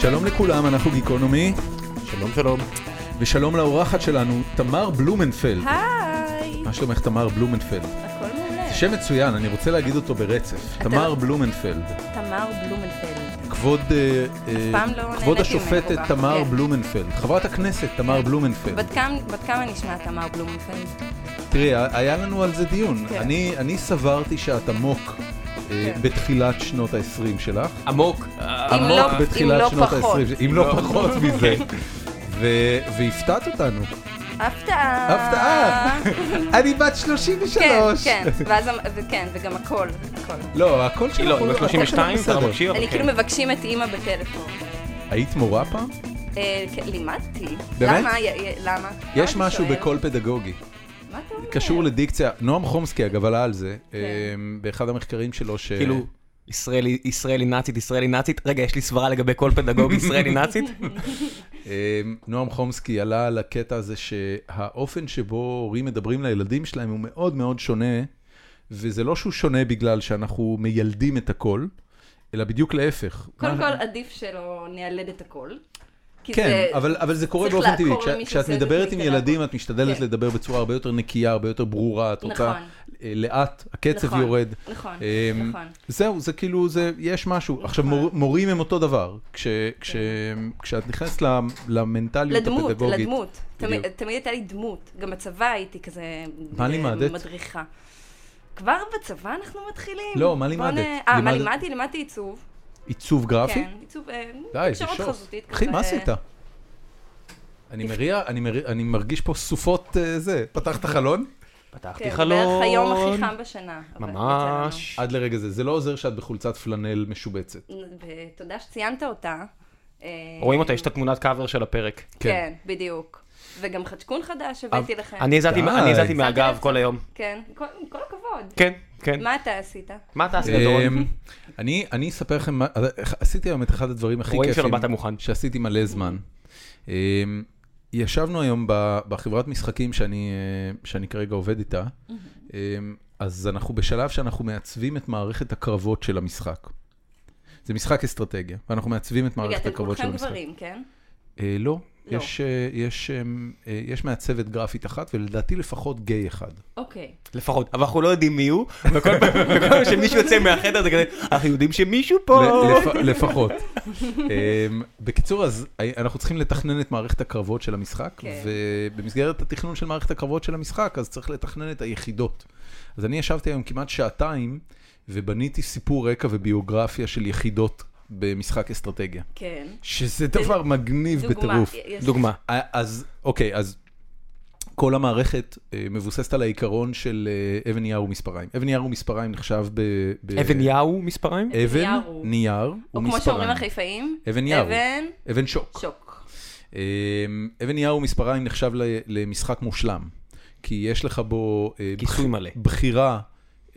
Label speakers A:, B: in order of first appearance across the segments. A: שלום לכולם, אנחנו גיקונומי,
B: שלום שלום.
A: ושלום לאורחת שלנו, תמר בלומנפלד.
C: היי,
A: מה שלומך תמר בלומנפלד?
C: הכל מעולה.
A: שם מצוין, אני רוצה להגיד אותו ברצף.
C: אתה
A: תמר
C: לא-
A: בלומנפלד.
C: תמר בלומנפלד.
A: כבוד אה, אה,
C: פעם לא נהניתי
A: כבוד
C: ממנו
A: השופטת
C: כל כך.
A: תמר
C: כן.
A: בלומנפלד. חברת הכנסת תמר
B: כן.
A: בלומנפלד.
C: בת כמה- בת כמה נשמע תמר בלומנפלד?
A: תראי, היה לנו על זה דיון.
C: כן.
A: אני אני סברתי שאת עמוק אה,
C: כן.
A: בתחילת שנות ה-20 שלך.
B: עמוק.
C: אם
A: עמוק
C: לא-
A: בתחילת
C: אם לא
A: שנות
C: פחות.
A: ה-20, אם לא פחות מזה. ו- והפתעת אותנו.
C: הפתעה.
A: הפתעה. אני בת
C: כן,
A: 33.
C: כן, ואז, אמ- וכן, וגם הכל, הכל.
A: לא, הקול שלך
B: היא לא, היא בת
A: הכל שלך
B: 32, אתה
A: בסדר.
B: לא מקשיב, אבל
C: אני
B: כן.
C: כאילו מבקשים את אימא בטלפון.
A: היית מורה פעם?
C: אה, כן, לימדתי.
A: באמת?
C: למה? י- י- למה? למה
A: יש
C: אתה
A: משהו
C: שואל?
A: בקול פדגוגי.
C: מה אתה אומר?
A: קשור לדיקציה. נועם חומסקי, אגב, עלה על זה,
C: כן.
A: אמ, באחד המחקרים שלו, ש...
B: כאילו, ישראלי, ישראלי נאצית, ישראלי נאצית. רגע, יש לי סברה לגבי כל פדגוג ישראלי נאצית?
A: אמ, נועם חומסקי עלה על הקטע הזה שהאופן שבו הורים מדברים לילדים שלהם הוא מאוד מאוד שונה, וזה לא שהוא שונה בגלל שאנחנו מיילדים את הכל, אלא בדיוק להפך.
C: קודם
A: מה-
C: כל, עדיף שלא נילד את הכל. כי
A: כן,
C: זה-
A: אבל, אבל זה קורה
C: צריך
A: באופן
C: לעקור
A: טבעי.
C: למי
A: כשה-
C: שעושה
A: כשאת
C: את זה
A: מדברת עם
C: בגלל
A: ילדים,
C: הכל.
A: את משתדלת
C: כן.
A: לדבר בצורה הרבה יותר נקייה, הרבה יותר ברורה, את רוצה...
C: נכון.
A: אה, לאט, הקצב
C: נכון,
A: יורד.
C: נכון,
A: אמ,
C: נכון.
A: זהו, זה כאילו, זה, יש משהו. עכשיו, מור, מורים הם אותו דבר. כש, כש, כשאת נכנסת למ- למנטליות
C: כן. לדמות,
A: הפדגוגית.
C: לדמות. תמיד-
A: בדיוק.
C: תמיד הייתה לי דמות. גם בצבא הייתי כזה...
A: מה
C: אה,
A: לימדת?
C: מדריכה. כבר בצבא אנחנו מתחילים?
A: לא, מה
C: בוא נ-
A: לימדת?
C: אה, מה
A: לימדת-
C: לימדתי? לימדתי עיצוב.
A: עיצוב גרפי?
C: כן, עיצוב... אה,
A: די, זה
C: תקשורת
A: שוף.
C: חזותית אה,
A: אחי, מה
C: כזה. כן,
A: עשית? אני מריע, אני, מריע, אני מרגיש פה סופות אה, זה. פתחת חלון?
B: פתחתי
C: כן,
B: חלון.
C: זה בערך היום הכי חם בשנה. אבל יצא
B: לא- ממש.
A: עד לרגע זה. זה לא עוזר שאת בחולצת פלנל משובצת.
C: לנו. ותודה שציינת אותה. אה,
B: רואים אותה, יש את התמונת קאבר של הפרק.
C: כן, בדיוק. וגם חדשקון חדש הבאתי לכם.
B: אני הזעתי
A: די.
B: אני הזעתי
A: שמתי
B: מהגב
C: לב.
B: כל היום.
C: כן, כל כל הכבוד.
B: כן, כן.
C: מה אתה עשית?
B: מה אתה עשית,
A: אמ,
B: דורון?
A: אני אני אספר לכם, מה- אה, עשיתי היום את אחד הדברים הכי
B: רואים שלא
A: כיפים
B: באת מוכן.
A: שעשיתי מלא זמן. אמ, ישבנו היום ב- בחברת משחקים שאני אה, שאני כרגע עובד איתה, אמ, אז אנחנו בשלב שאנחנו מעצבים את מערכת הקרבות של המשחק. זה משחק אסטרטגיה, ואנחנו מעצבים את
C: רגע,
A: מערכת
C: אתם
A: הקרבות של
C: כולכם
A: המשחק.
C: גברים, כן?
A: אה, לא,
C: לא.
A: יש, אה, יש, אמ, אה, יש מעצבת גרפית אחת, ולדעתי לפחות גיי אחד.
C: אוקיי.
B: לפחות. אבל אנחנו לא יודעים מי הוא, וכל פעם וכל פעם שמישהו יוצא מהחדר זה כזה, אנחנו יודעים שמישהו פה.
A: ל- לפ- לפחות. אמ, בקיצור, אז אנחנו צריכים לתכנן את מערכת הקרבות של המשחק,
C: כן.
A: ובמסגרת התכנון של מערכת הקרבות של המשחק, אז צריך לתכנן את היחידות. אז אני ישבתי היום כמעט שעתיים, ובניתי סיפור רקע וביוגרפיה של יחידות במשחק אסטרטגיה.
C: כן.
A: שזה דבר מגניב
C: דוגמה,
A: בטירוף.
C: יש-
B: דוגמה.
A: אה. אז אוקיי, אז כל המערכת אה, מבוססת על העיקרון של אה, אבן נייר ומספריים. אבן נייר ומספריים נחשב ב... ב-
B: אבן יאו מספריים?
A: אבן,
C: נייר הוא.
A: נייר
C: או כמו שאומרים
A: ומספריים.
C: החיפאים,
A: אבן יער.
C: אבן
A: אבן שוק.
C: שוק.
A: אמ, אבן יער ומספריים נחשב ל- למשחק מושלם, כי יש לך בו אה,
B: כיסוי
A: בח-
B: מלא.
A: בחירה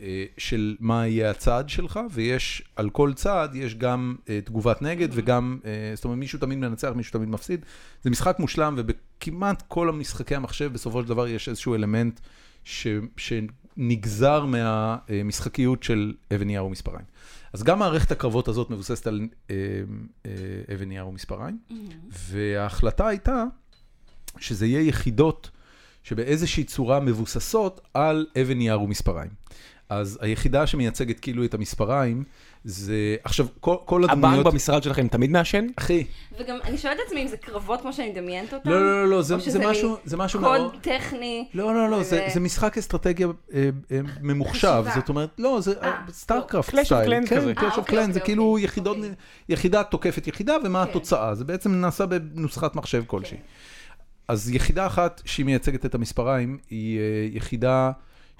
A: אה, של מה יהיה הצעד שלך, ויש, על כל צעד יש גם אה, תגובת נגד וגם, אה, זאת אומרת, מישהו תמיד מנצח, מישהו תמיד מפסיד. זה משחק מושלם, ובכמעט כל המשחקי המחשב, בסופו של דבר יש איזשהו אלמנט ש- שנגזר מהמשחקיות של אבן נייר ומספריים. אז גם מערכת הקרבות הזאת מבוססת על אה, אה, אבן נייר ומספריים. וההחלטה הייתה שזה יהיה יחידות שבאיזושהי צורה מבוססות על אבן נייר ומספריים. אז היחידה שמייצגת כאילו את המספריים זה, עכשיו, כל, כל
B: הבנק
A: הדמויות...
B: במשרד שלכם תמיד מעשן?
A: אחי,
C: וגם אני שואלת את עצמי אם זה קרבות כמו שאני מדמיינת אותם.
A: לא, לא, לא, לא, זה,
C: או שזה
A: זה
C: מין
A: משהו, זה משהו מאוד...
C: קוד טכני.
A: לא, לא, לא, זה,
C: ו-
A: זה משחק אסטרטגיה אה, אה, ממוחשב,
C: חשיבה.
A: זאת אומרת, לא, זה
C: אה,
A: סטארקרפט
B: Clash of
A: סטייל.
B: Clans כזה.
A: כן,
C: אה,
A: קלאש אוף
C: אוקיי,
A: קלן, זה
C: אוקיי,
A: כאילו
C: אוקיי.
A: יחידות,
C: אוקיי.
A: יחידה תוקפת יחידה, ומה
C: כן.
A: התוצאה, זה בעצם נעשה בנוסחת מחשב כלשהי. אז יחידה אחת שהיא מייצגת את המספריים, היא אה, יחידה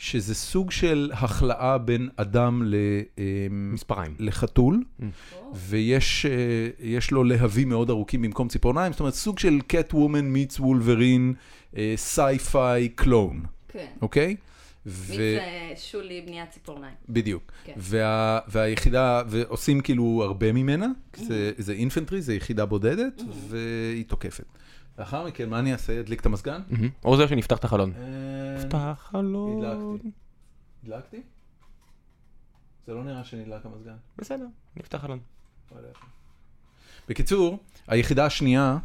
A: שזה סוג של החלאה בין אדם ל... אה,
B: מספריים.
A: לחתול,
C: או.
A: ויש אה, יש לו להבים מאוד ארוכים במקום ציפורניים, זאת אומרת סוג של קט וומן מיץ וולברין, סי-פיי קלון,
C: כן.
A: אה, אוקיי?
C: מי
A: ו-
C: זה שולי בניית ציפורניים.
A: בדיוק.
C: כן.
A: וה- והיחידה, ועושים כאילו הרבה ממנה, זה- זה אינפנטרי, זה יחידה בודדת, והיא תוקפת. לאחר מכן, מה אני אעשה? אדליק את המזגן?
B: מהמם. עוזר שנפתח את החלון.
A: אה,
B: פתח חלון.
A: הדלקתי. הדלקתי? זה לא נראה שנדלק המזגן.
B: בסדר, נפתח חלון.
A: לא יודע איפה. בקיצור, היחידה השנייה,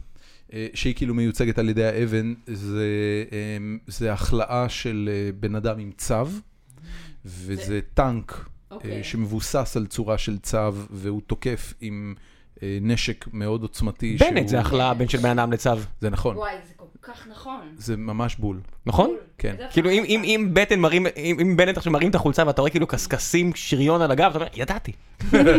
A: אה, שהיא כאילו מיוצגת על ידי האבן, זה, אה, זה החלאה של אה, בן אדם עם צו, וזה טנק אה,
D: אוקיי.
A: שמבוסס על צורה של צו, והוא תוקף עם אה, נשק מאוד עוצמתי.
B: בנט
A: שהוא-
B: זה החלאה בין של בן אדם לצו,
A: זה נכון,
D: וואי, זה כל כך נכון.
A: זה ממש בול.
B: נכון?
A: כן.
D: זה
B: כאילו אם, אם, אם בטן מרים, אם, אם בנט עכשיו מרים את החולצה ואתה רואה כאילו קשקשים, שריון על הגב, אתה אומר, ידעתי.
A: אם הוא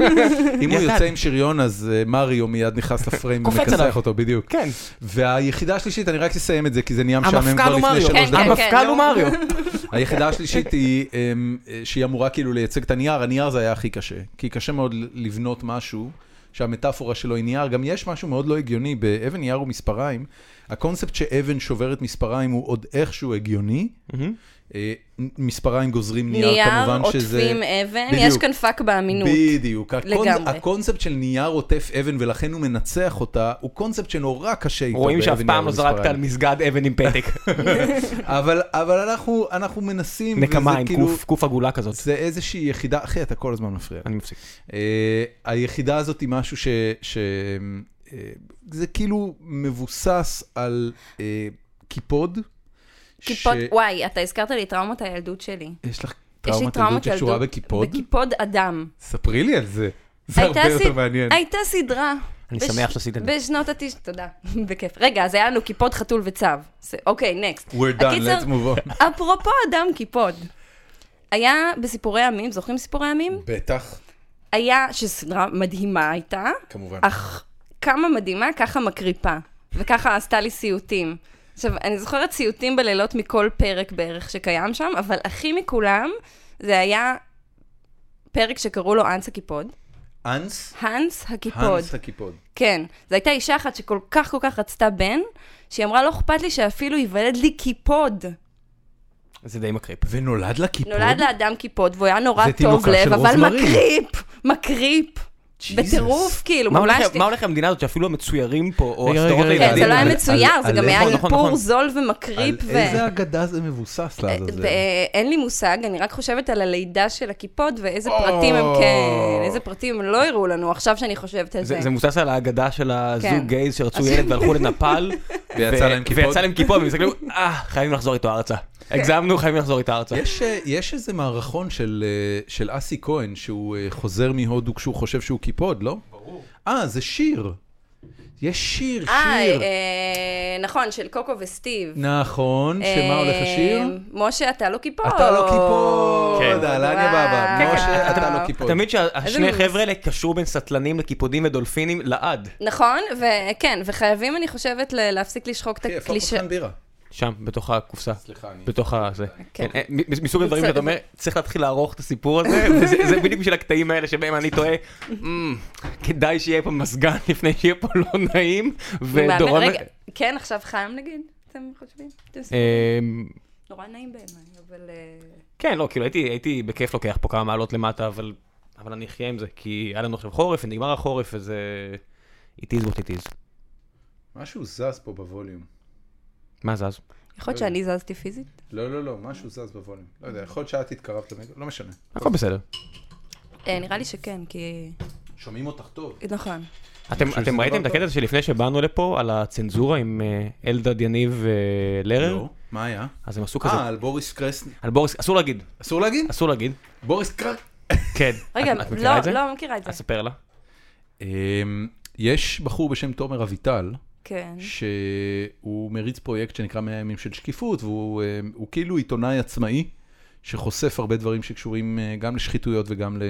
B: ידעתי.
A: יוצא עם שריון, אז אה, מריו מיד נכנס לפריים
B: קופץ עליו.
A: ומכסח אותו, בדיוק.
B: כן.
A: והיחידה השלישית, אני רק אסיים את זה, כי זה נהיה משעמם
B: המפכ"ל "אוקיי."
A: כבר
B: הוא
A: לפני
B: מריו.
A: שלוש
C: כן,
A: דקות.
B: המפכ"ל
C: לא.
B: הוא מריו.
A: היחידה השלישית היא, אמ, אה, שהיא אמורה כאילו לייצג את הנייר, הנייר זה היה הכי קשה. כי קשה מאוד ל- לבנות משהו שהמטאפורה שלו היא נייר. גם יש משהו מאוד לא הגיוני, באבן נייר ומספריים, הקונספט שאבן שוברת מספריים הוא עוד איכשהו הגיוני. אה, מספריים גוזרים נייר,
C: נייר,
A: כמובן שזה...
C: עוטפים אבן,
A: בדיוק.
C: יש כאן פאק באמינות.
A: בדיוק. הקונ...
C: לגמרי.
A: הקונספט של נייר עוטף אבן ולכן הוא מנצח אותה, הוא קונספט שנורא קשה איתו.
B: רואים
A: באבן,
B: שאף פעם
A: נייר
B: לא זרקת על
A: ומספריים.
B: מסגד אבן עם פתק.
A: אבל, אבל אנחנו, אנחנו מנסים,
B: נקמה
A: וזה
B: עם
A: כאילו-
B: קוף, קוף עגולה כזאת.
A: זה איזושהי יחידה, אחי, אתה כל הזמן מפריע.
B: אני מפסיק.
A: אה, היחידה הזאת היא משהו ש... ש... אה, זה כאילו מבוסס על אה, קיפוד.
C: קיפוד, וואי, אתה הזכרת לי את טראומת הילדות שלי.
A: יש לך
C: יש לי
A: טראומת ילדות
C: טראומת
A: שקשורה
C: ילדות
A: בקיפוד?
C: בקיפוד אדם.
A: ספרי לי על זה. זה
C: הייתה
A: הרבה יותר
C: סד-
A: מעניין.
C: הייתה סדרה.
B: אני שמח שעשית את זה.
C: בשנות התשעים, תודה, בכיף. רגע, אז היה לנו קיפוד, חתול וצו. זה- אוקיי, נקסט.
A: We're done, let's move on.
C: אפרופו אדם קיפוד, היה בסיפורי עמים, זוכרים סיפורי עמים?
A: בטח,
C: היה, שסדרה מדהימה הייתה,
A: כמובן.
C: אך כמה מדהימה, ככה מקריפה. וככה עשתה לי סיוטים. עכשיו, אני זוכרת סיוטים בלילות מכל פרק בערך שקיים שם, אבל הכי מכולם, זה היה פרק שקראו לו אנס הקיפוד.
A: אנס?
C: האנס הקיפוד.
A: האנס הקיפוד.
C: כן. זו הייתה אישה אחת שכל כך כל כך רצתה בן, שהיא אמרה, לא אכפת לי שאפילו ייוולד לי קיפוד.
B: זה די מקריפ.
A: ונולד לה קיפוד?
C: נולד לאדם קיפוד, והוא היה נורא
A: זה
C: טוב
A: תינוקה של
C: לב, אבל
A: רוזמרי.
C: מקריפ, מקריפ.
A: Jesus.
C: בטירוף, כאילו,
B: מה הולך-
C: ממש...
B: מה הולך במדינה הזאת שאפילו המצוירים פה, או
A: רגע,
B: הסדרות
A: רגע, רגע,
C: כן,
A: ילדים?
C: זה לא היה
A: על-
C: מצויר,
A: על-
C: זה גם
A: על-
C: היה
B: נכון, נכון,
C: איפור
B: נכון.
C: זול ומקריפ.
A: על
C: ו- אה,
A: איזה אגדה זה מבוסס לעזאזל?
C: ו- אין לי מושג, אני רק חושבת על הלידה של הקיפוד ואיזה
A: או.
C: פרטים הם, כן, איזה פרטים הם לא הראו לנו עכשיו שאני חושבת על
B: זה
C: זה.
B: זה מבוסס על האגדה של
C: כן.
B: הזוג גייז שרצו ילד והלכו לנפאל.
A: ויצא
B: ו-
A: להם קיפוד?
B: ויצא להם קיפוד, והם מסתכלים, אה, חייבים לחזור איתו ארצה.
C: כן.
B: הגזמנו, חייבים לחזור איתו ארצה.
A: יש, אה, יש איזה מערכון של, אה, של אסי כהן, שהוא אה, חוזר מהודו כשהוא חושב שהוא קיפוד, לא? ברור. אה, זה שיר. יש שיר,
C: אה,
A: שיר.
C: אה, נכון, של קוקו וסטיב.
A: נכון, שמה הולך השיר?
C: אה, משה, אתה לא קיפוד.
A: אתה לא קיפוד,
B: כן.
A: אהלן יא
C: וואו.
A: בבא, משה,
C: כן,
A: אתה
C: כן.
A: לא קיפוד.
B: תמיד
C: איזה
B: שהשני
C: לוז.
B: חבר'ה האלה קשרו בין סטלנים לקיפודים ודולפינים לעד.
C: נכון, וכן, וחייבים, אני חושבת, ל- להפסיק לשחוק את
A: אחי, איפה
C: הקלישה.
A: הפותחן בירה?
B: שם, בתוך הקופסה.
A: סליחה, אני...
B: בתוך הזה.
C: כן.
B: כן. אה, מ- מ- מסוג הדברים
C: בסדר.
B: שאתה אומר, צריך להתחיל לערוך את הסיפור הזה, וזה זה בדיוק בשביל הקטעים האלה שבהם אני טועה, "אמ, כדאי שיהיה פה מזגן לפני שיהיה פה לא נעים, ודורון...
C: רגע, כן, עכשיו חיים נגיד, אתם חושבים? אתם עושים-
B: אמ,
C: נורא נעים בעיניי, אבל... אה,
B: כן, לא, כאילו הייתי, הייתי בכיף לוקח פה כמה מעלות למטה, אבל, אבל אני אחיה עם זה, כי היה לנו עכשיו חורף, ונגמר החורף, וזה... It is what it is.
A: משהו זז פה בווליום.
B: מה זז?
C: יכול להיות שאני זזתי פיזית?
A: לא, לא, לא, משהו זז בווליום. לא יודע, יכול להיות שאת התקרבת, למיקרו- לא משנה.
B: הכל בסדר.
C: אה, נראה לי שכן, כי...
A: שומעים אותך טוב.
C: נכון.
B: אתם,
A: חושב שזה
B: אתם ראיתם את
A: דבר
B: הקטע הזה שלפני שבאנו לפה, על הצנזורה עם אה, אלדד יניב ולרר?
A: לא, מה היה?
B: אז הם עשו כזה...
A: אה, על בוריס קרסני.
B: על בוריס, אסור להגיד,
A: אסור להגיד?
B: אסור להגיד.
A: בוריס קרסני.
B: כן.
C: רגע,
B: את- את מכירה את
C: לא,
B: זה?
C: לא, מכירה את זה.
B: אז ספר לה.
A: אמ, יש בחור בשם תומר אביטל,
C: כן.
A: שהוא מריץ פרויקט שנקרא 100 ימים של שקיפות, והוא אמ, הוא כאילו עיתונאי עצמאי, שחושף הרבה דברים שקשורים אה, גם לשחיתויות וגם ל...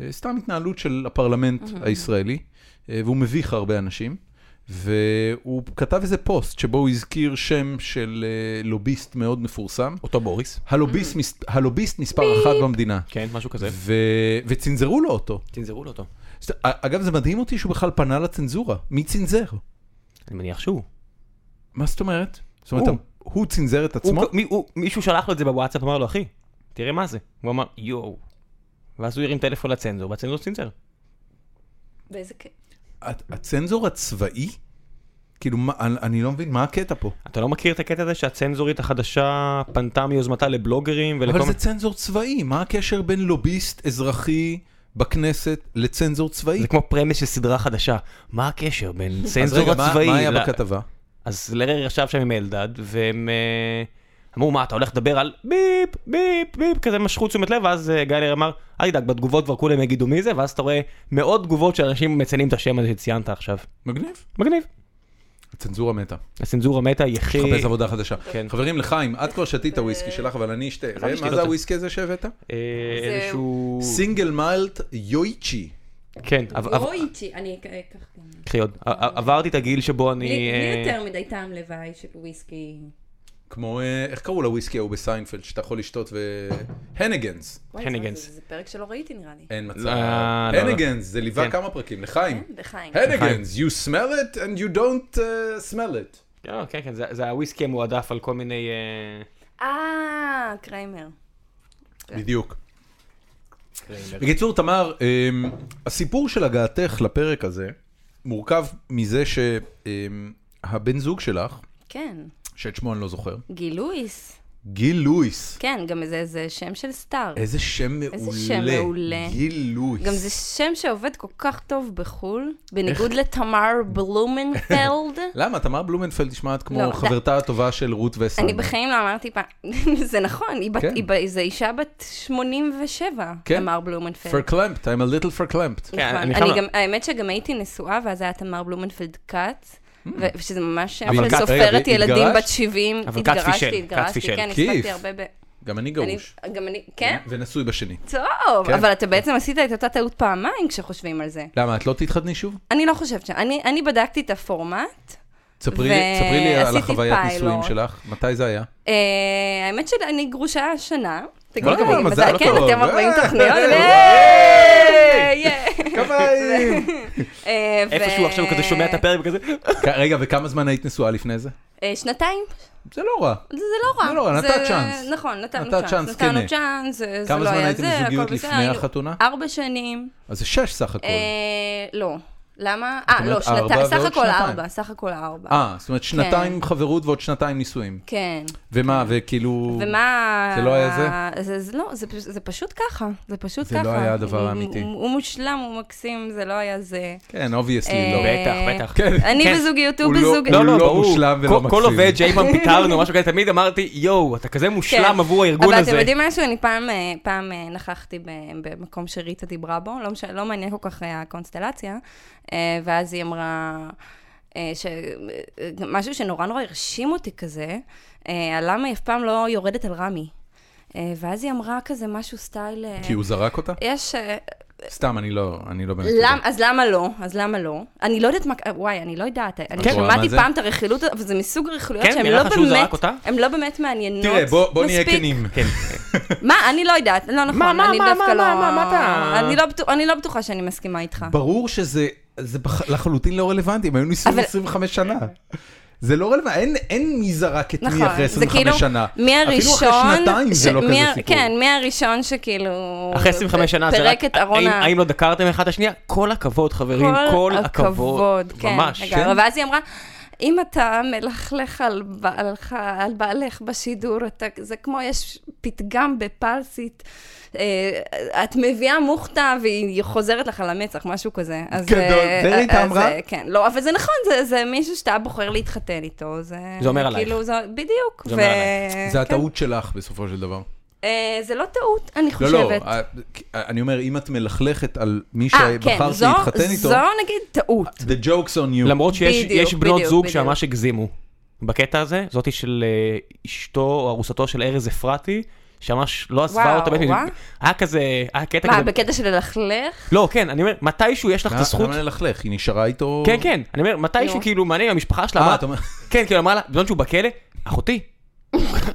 A: אה, סתם התנהלות של הפרלמנט הישראלי, אה, והוא מביך הרבה אנשים. והוא כתב איזה פוסט שבו הוא הזכיר שם של אה, לוביסט מאוד מפורסם.
B: אותו בוריס.
A: הלוביסט, מס- הלוביסט מספר אחת במדינה.
B: כן, משהו כזה.
A: ו... וצנזרו לו אותו.
B: צנזרו לו אותו.
A: זאת- אגב, זה מדהים אותי שהוא בכלל פנה לצנזורה. מי צנזר?
B: אני מניח שהוא.
A: מה זאת אומרת? זאת אומרת,
B: הוא.
A: הוא צנזר את עצמו?
B: הוא- מי- הוא- מישהו שלח לו את זה בוואטסאפ, אמר לו, אחי, תראה מה זה. הוא אמר, יואו. ואז הוא הרים טלפון לצנזור, והצנזור צנזר.
C: באיזה כיף.
A: הת- הצנזור הצבאי? כאילו, מה- אני- אני לא מבין, מה הקטע פה?
B: אתה לא מכיר את הקטע הזה שהצנזורית החדשה פנתה מיוזמתה לבלוגרים ולכל
A: אבל
B: מיני...
A: זה צנזור צבאי, מה הקשר בין לוביסט אזרחי בכנסת לצנזור צבאי.
B: זה כמו פרמיס של סדרה חדשה. מה הקשר בין
A: אז
B: צנזור
A: רגע, מה-
B: הצבאי? לא.
A: מה היה
B: ל-
A: בכתבה?
B: אז לרר ישב שם עם אלדד, והם אה, אמרו, מה, אתה הולך לדבר על ביפ, ביפ, ביפ, כזה משכו תשומת לב, ואז אה, גיא לרר אמר, אל תדאג, בתגובות כבר כולם יגידו מי זה, ואז אתה רואה מאות תגובות של אנשים מציינים את השם הזה שציינת עכשיו.
A: מגניב.
B: מגניב.
A: הצנזורה מתה.
B: הצנזורה מתה יחי...
A: חפש עבודה חדשה.
B: אה, כן.
A: חברים, לחיים, את כבר שתית וויסקי שלך, אבל אני אשתה. ראה,
B: אשתי
A: מה
B: לא
A: זה
B: טוב.
A: הוויסקי הזה שהבאת?
B: אה,
C: זה-
B: איזשהו...
A: סינגל מיילט יויצ'י.
B: כן, עב- עב-
D: רואי איתי, לא אני אקח גם.
B: קחי עוד. ע- ע- עברתי את הגיל שבו אני...
D: בלי בלי
B: אה, כן,
D: יותר מדי טעם לוואי של וויסקי.
A: כמו, אה, איך קראו לוויסקי ההוא בסיינפלד, שאתה יכול לשתות ו... הנגנס.
D: וואי,
B: הניגנס.
D: זה- זה פרק שלא ראיתי נראה לי.
A: אין
B: לא,
A: מצב.
B: לא, לא.
A: הנגנס, זה ליווה
B: כן.
A: כמה פרקים, לחיים.
C: כן,
D: בחיים.
A: הנגנס, you smell it and you don't uh, smell it.
B: אה, כן, כן, זה זה הוויסקי המועדף על כל מיני... אה,
C: אה, קריימר. כן.
A: בדיוק. כן. בקיצור, תמר, אמ, הסיפור של הגעתך לפרק הזה מורכב מזה שהבן זוג שלך,
C: כן.
A: שאת שמו אני לא זוכר,
C: גיל לואיס.
A: גיל לואיס.
C: כן, גם זה- זה שם של סטאר.
B: אה,
A: איזה שם מעולה.
C: שם מעולה.
A: גיל לואיס.
C: גם זה שם שעובד כל כך טוב בחו"ל, בניגוד לתמר בלומנפלד.
A: למה? תמר בלומנפלד נשמעת כמו
C: לא, די.
A: חברתה הטובה של רות וסן.
C: אני בחיים לא אמרתי פעם, זה נכון, היא בת-
A: כן.
C: היא ב- זו אישה בת 87,
A: כן.
C: תמר בלומנפלד.
A: פרקלמפט, I'm a little פרקלמפט.
B: כן,
C: נכון. אני
B: אני חייב-
C: גם, האמת שגם הייתי נשואה, ואז היה תמר בלומנפלד כץ, ו- ושזה ממש שם
B: Hmm. אבל
C: של
B: כץ, רגע,
C: סופרת
A: והתגרשת?
C: ילדים בת 70.
B: אבל כץ פישל,
C: התגרשתי,
B: כץ
C: התגרשתי,
B: פישל.
C: כן,
A: כיף.
C: הספקתי הרבה ב...
A: גם אני
C: אני-
A: גרוש.
C: גם אני, כן?
A: ונשוי בשני.
C: טוב,
A: כן.
C: אבל אתה בעצם עשית את אותה טעות פעמיים כשחושבים על זה.
A: למה, את לא תתחתני שוב?
C: אני לא חושבת ש... אני אני בדקתי את הפורמט.
A: ספרי
C: ו-
A: ספרי לי על
C: עשיתי
A: החוויית
C: פיילוט.
A: נישואים שלך, מתי זה היה?
C: אה, האמת שאני גרושה השנה. תגידו
A: וואלה,
C: לי,
A: מזל
C: מזל, כן,
A: טוב.
C: אתם 40
A: אה,
C: תוכניות.
A: אה,
C: אה, אה,
A: כביים!
C: אה, ו-
B: איפשהו עכשיו הוא כזה שומע את הפרק וכזה...
A: רגע, וכמה זמן היית נשואה לפני זה?
C: אה, שנתיים?
A: זה לא רע.
C: זה זה לא רע.
A: זה לא רע, נתת
C: זה-
A: צ'אנס.
C: נכון, נתנו
A: נתת
C: צ'אנס.
A: צ'אנס,
C: נתנו
A: כן.
C: צ'אנס, זה זה
A: כמה
C: לא
A: זמן
C: היה
A: הייתם
C: זה, הכל
A: בזוגיות
C: בסדר.
A: לפני
C: היינו
A: החתונה?
C: ארבע שנים.
A: אז זה שש סך הכל.
C: אה, לא. למה? אה, לא,
A: אומרת
C: שנתיים.
A: ארבע
C: סך
A: ועוד
C: הכל
A: שנתיים.
C: ארבע. סך הכל ארבע.
A: אה, זאת אומרת שנתיים חברות ועוד שנתיים נישואים.
C: כן.
A: ומה, וכאילו...
C: ומה...
A: זה לא היה
C: זה? זה לא, זה פש- זה פשוט ככה. זה פשוט
A: זה
C: ככה.
A: לא היה הדבר
C: הוא-
A: האמיתי.
C: הוא הוא מושלם, הוא מקסים, זה לא היה זה.
A: כן, אובייסלי
C: אה,
A: לא.
B: בטח, בטח.
C: אני
B: כן.
C: בזוגיות, הוא
A: הוא לא-
C: בזוג...
A: הוא
B: לא, לא,
A: לא
B: ברור.
A: מושלם ולא
B: כל-
A: מקסים.
B: כל עובד שאי פעם פיטרנו, משהו כזה, תמיד אמרתי, יואו, אתה כזה מושלם עבור הארגון
C: כן. אבל
B: הזה.
C: אתם יודעים משהו? אני פעם, אה, פעם אה, נכחתי ב- במקום שריטה דיברה בו, לא, מש... לא מעניין כל כך אה, הקונסטלציה, אה, ואז היא אמרה... אה, ש... אה, משהו שנורא נורא הרשים אותי כזה, אה, על למה היא אף פעם לא יורדת על רמי. אה, ואז היא אמרה כזה משהו סטייל... אה,
A: כי הוא זרק אותה?
C: יש... אה,
A: סתם, אני לא, אני לא באמת...
C: למ, אז למה לא? אז למה לא? אני לא יודעת מה... וואי, אני לא יודעת. אני
A: כן. רואה מה
C: שמעתי
A: זה?
C: פעם את הרכילות, הזאת, אבל זה מסוג הרכילויות
B: כן,
C: שהן
B: נראה
C: לא
B: לך שהוא זרק
C: באמת...
B: אותה?
C: הן לא באמת מעניינות
A: תראה, בוא, בוא נהיה
C: מספיק.
A: כנים.
B: כן.
C: מה, אני לא יודעת, לא נכון,
B: מה, מה,
C: אני
B: מה,
C: דווקא
B: מה,
C: לא...
B: מה, מה אתה-
C: אני לא בטוח- אני לא בטוחה שאני מסכימה איתך.
A: ברור שזה זה בח- לחלוטין לא רלוונטי, הם היו נישואים
C: אבל-
A: 25 שנה. זה לא רלוונטי, אין, אין מי זרק את
C: נכון,
A: מי אחרי
C: זה
A: 25
C: כאילו,
A: שנה.
C: מי הראשון...
A: אפילו אחרי שנתיים
C: ש-
A: זה לא
C: מי
A: כזה
C: ה-
A: סיפור.
C: כן, מי הראשון שכאילו...
B: אחרי 25 שנה זה רק,
C: פירק את ארון
B: האם-
C: ה...
B: האם לא דקרתם אחד את השנייה? כל הכבוד חברים, כל הכבוד.
C: כן,
B: ממש.
C: לגמרי.
A: כן.
C: ואז היא אמרה, אם אתה מלכלך על בעלך, על בעלך בשידור, אתה, זה כמו יש פתגם בפרסית, אה, את מביאה מוכתה והיא חוזרת לך למצח, משהו כזה. אז,
A: גדול.
C: אה,
A: זה ריטה
C: אז,
A: אמרה?
C: אה, כן, לא, אבל זה נכון, זה, זה מישהו שאתה בוחר להתחתן איתו. זה,
B: זה אומר עלייך.
C: כאילו, זה, בדיוק.
B: זה אומר
A: זה
B: עלייך.
C: כן.
A: הטעות שלך בסופו של דבר.
C: אה, זה לא טעות, אני
A: לא,
C: חושבת.
A: לא, אה, אני אומר, אם את מלכלכת על מי
C: אה, כן,
A: שבחרת
C: זו,
A: להתחתן איתו,
C: זו נגיד טעות.
A: the joke's on you.
B: למרות שיש
C: בדיוק,
B: יש בנות
C: בדיוק,
B: זוג
C: בדיוק.
B: שממש הגזימו בקטע הזה, זאתי של אה, אשתו או ארוסתו של ארז אפרתי, שממש לא עזבה
C: וואו,
B: אותה. בעצם.
C: וואו.
B: היה כזה, היה קטע
C: מה,
B: כזה.
C: בקטע של ללכלך?
B: לא, כן, אני אומר, מתישהו יש לך את
A: למה-
B: הזכות.
A: למה ללכלך? היא נשארה איתו...
B: כן, כן, אני אומר, מתישהו
C: נו.
B: כאילו מעניין המשפחה שלה,
A: אה,
B: אמרה-
A: אתה אומר-
B: כן, כאילו אמרה לה, בזמן שהוא בכלא, אחותי,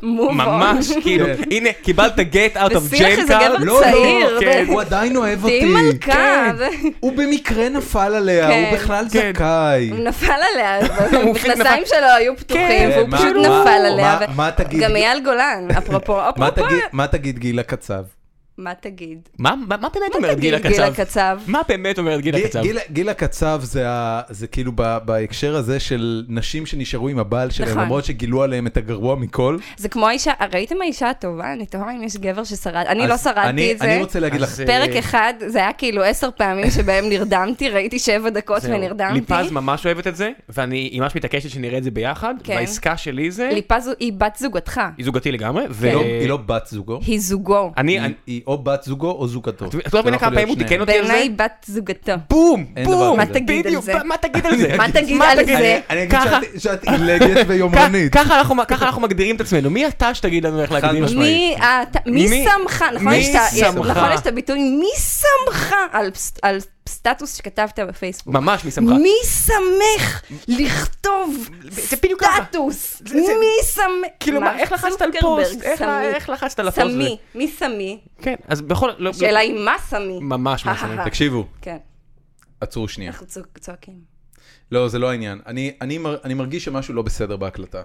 C: מוב
B: ממש, כאילו,
A: כן.
B: הנה, קיבלת get out of
C: ושיח
B: jail
C: איזה
B: card.
C: גבר
A: לא,
C: צעיר,
A: לא,
B: כן.
A: הוא עדיין אוהב אותי.
C: תהיי מלכה,
B: כן.
C: ו-
A: הוא במקרה נפל עליה,
C: כן.
A: הוא בכלל
B: כן.
A: זכאי.
C: הוא נפל עליה,
B: הוא פשוט
C: המכנסיים
B: נפל-
C: שלו היו פתוחים,
A: כן,
C: והוא
A: מה-
C: פשוט
A: מה-
C: נפל
A: מה-
C: עליה. ו-
A: מה תגיד?
C: גם אייל גולן, אפרופו,
A: מה
C: אפרופו,
A: תגיד- מה תגיד גילה קצב?
C: מה תגיד?
B: מה מה- מה באמת
C: מה
B: אומרת
C: תגיד,
B: גילה
C: גילה
B: קצב?
C: קצב?
B: מה באמת אומרת גילה לא קצב?
A: גיל, גיל הקצב זה, ה, זה כאילו ב, בהקשר הזה של נשים שנשארו עם הבעל שלהם,
C: נכון.
A: למרות שגילו עליהם את הגרוע מכל.
C: זה כמו האישה, ראיתם האישה הטובה? אני תוהה אם יש גבר ששרד, אני לא
A: אז
C: שרדתי
A: אני,
C: את זה.
A: אני רוצה להגיד
B: אז
A: לך,
B: זה-
C: פרק אחד, זה היה כאילו עשר פעמים שבהם נרדמתי, ראיתי שבע דקות
B: זהו.
C: ונרדמתי.
B: ליפז ממש אוהבת את זה, והיא ממש מתעקשת שנראה את זה ביחד,
C: כן.
B: והעסקה שלי זה,
C: ליפז הוא- היא בת זוגתך,
B: היא זוגתי לגמרי,
C: כן.
B: ו...
A: היא לא- היא לא בת זוגו,
C: היא זוגו.
B: אה, אני,
A: היא-
B: אני-
A: היא או בת זוגו או זוגתו.
B: את את
A: זה
B: לא מבינה
A: יכול
B: כמה פעמים הוא
A: להיות
B: תיקן
A: שניהם.
B: אותי על זה?
C: בעיניי היא בת זוגתו.
B: בום,
A: אין
B: בום,
A: דבר כזה.
C: מה תגיד על
B: בדיוק,
C: זה?
B: מה תגיד על זה?
C: מה תגיד על
B: תגיד?
C: זה?
B: אני-
A: אני אגיד
B: ככה.
A: שאת- שאת עילגת ויומרנית.
B: כ- ככה אנחנו- ככה אנחנו מגדירים את עצמנו, מי אתה שתגיד לנו איך להגדיר?
A: משמעית.
C: מי את- מי
B: מי-
C: שמך, נכון?
B: מי
C: יש את ה- יש-
B: שמך?
C: נכון, יש את הביטוי מי שמך על פס- על סטטוס שכתבת בפייסבוק.
B: ממש, מי שמך?
C: מי שמח לכתוב
B: זה בדיוק ככה.
C: סטטוס?
B: זה- זה-
C: מי שמח?
B: כאילו, מה, איך לחצת על
C: זוקרברג,
B: פוסט? איך לה-
C: סמי.
B: איך לחצת על הפוסט?
C: סמי, מי סמי?
B: כן, אז בכל... לא- לא-
C: השאלה היא מה סמי?
B: ממש ממש.
C: אהה.
A: תקשיבו,
C: כן,
A: עצרו שנייה.
C: אנחנו צועק- צועקים.
A: לא, זה לא העניין. אני, אני, מר, אני מרגיש שמשהו לא בסדר בהקלטה.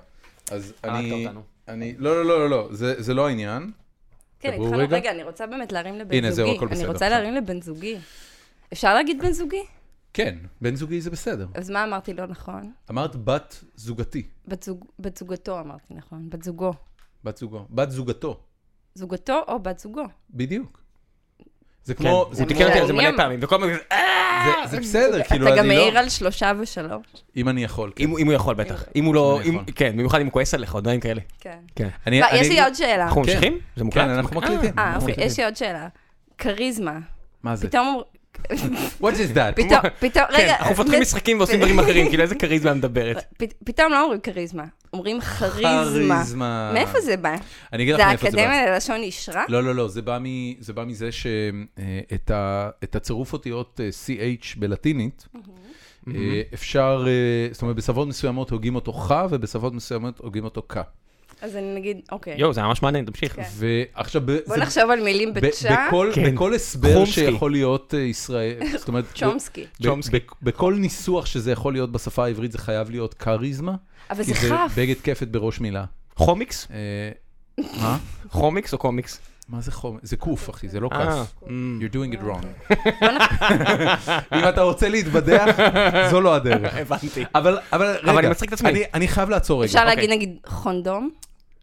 A: אז אני...
B: אה, אותנו.
A: אני... לא, לא, לא, לא, לא, זה, זה לא העניין.
C: כן,
A: דברו
C: התחלנו,
A: רגע.
C: רגע, אני רוצה באמת להרים לבן זוגי.
A: הנה, זהו, הכל בסדר.
C: אני רוצה להרים לבן זוגי. אפשר להגיד בן זוגי?
A: כן, בן זוגי זה בסדר.
C: אז מה אמרתי לא נכון?
A: אמרת בת זוגתי,
C: בת זוג- בת זוגתו אמרתי נכון, בת זוגו.
A: בת זוגו, בת זוגתו,
C: זוגתו או בת זוגו.
A: כאילו, בדיוק. זה
B: כן,
A: כמו... זה
B: הוא תיקן אותי על זה
C: מעניין.
B: מלא פעמים, וכל פעם, אה!
A: זה- זה בסדר, כאילו,
C: אתה גם
A: אני
C: מעיר
A: לא...
C: על שלושה ושלוש.
A: אם אני יכול. כן.
B: אם הוא- אם הוא יכול בטח, אם הוא לא,
A: אם הוא
B: אם- כן, במיוחד אם הוא כועס עליך, או דברים כאלה.
C: כן.
B: כן.
A: אני-
C: לא,
A: אני-
C: יש לי עוד שאלה.
B: אנחנו
A: כן.
B: ממשיכים? זה מוקלט?
A: כן, אנחנו מקליטים.
C: אה,
A: אנחנו
C: אוקיי,
A: מקליטים.
C: יש לי עוד שאלה. כריזמה.
A: מה זה?
C: פתאום,
A: What is that?
C: פתאום, פתאום,
B: כן,
C: רגע.
B: אנחנו פותחים
C: ו-
B: משחקים ועושים דברים אחרים, כאילו איזה כריזמה מדברת.
C: פ- פתאום לא אומרים כריזמה, אומרים כריזמה.
A: כריזמה.
C: מאיפה זה בא?
A: אני אגיד לך
C: זה
A: מאיפה זה בא.
C: האקדמיה ללשון אישרה?
A: לא, לא, לא, זה בא, מ, זה בא מזה שאת ה, את הצירוף אותיות אה, CH בלטינית, אה, אפשר, אה, זאת אומרת, בשפות מסוימות הוגים אותו כ, ובשפות מסוימות הוגים אותו כ.
C: אז אני נגיד, אוקיי.
B: יואו, זה ממש מעניין, תמשיך.
C: כן.
A: ועכשיו, ב-
C: בוא
A: זה-
C: נחשוב על מילים
A: ב-
C: בתשע.
A: בכל-
B: כן.
A: בכל הסבר
B: חומסקי.
A: שיכול להיות אה, ישראל, זאת אומרת, ב-
C: צ'ומסקי.
A: ב- ב- בכל ניסוח שזה יכול להיות בשפה העברית, זה חייב להיות כריזמה,
C: אבל
A: כי
C: זה
A: זה
C: כף.
A: בגד כפת בראש מילה.
B: חומיקס?
A: אה, מה?
B: חומיקס או קומיקס?
A: מה זה חומר? זה קוף, אחי, זה לא
B: אה,
A: כף.
B: אמ,
A: You're doing it wrong. אם אתה רוצה להתבדח, זו לא הדרך.
B: הבנתי.
A: אבל, אבל רגע,
B: אני מצחיק את עצמי.
A: אני, אני חייב לעצור רגע.
C: אפשר להגיד
B: אוקיי.
C: נגיד חונדום?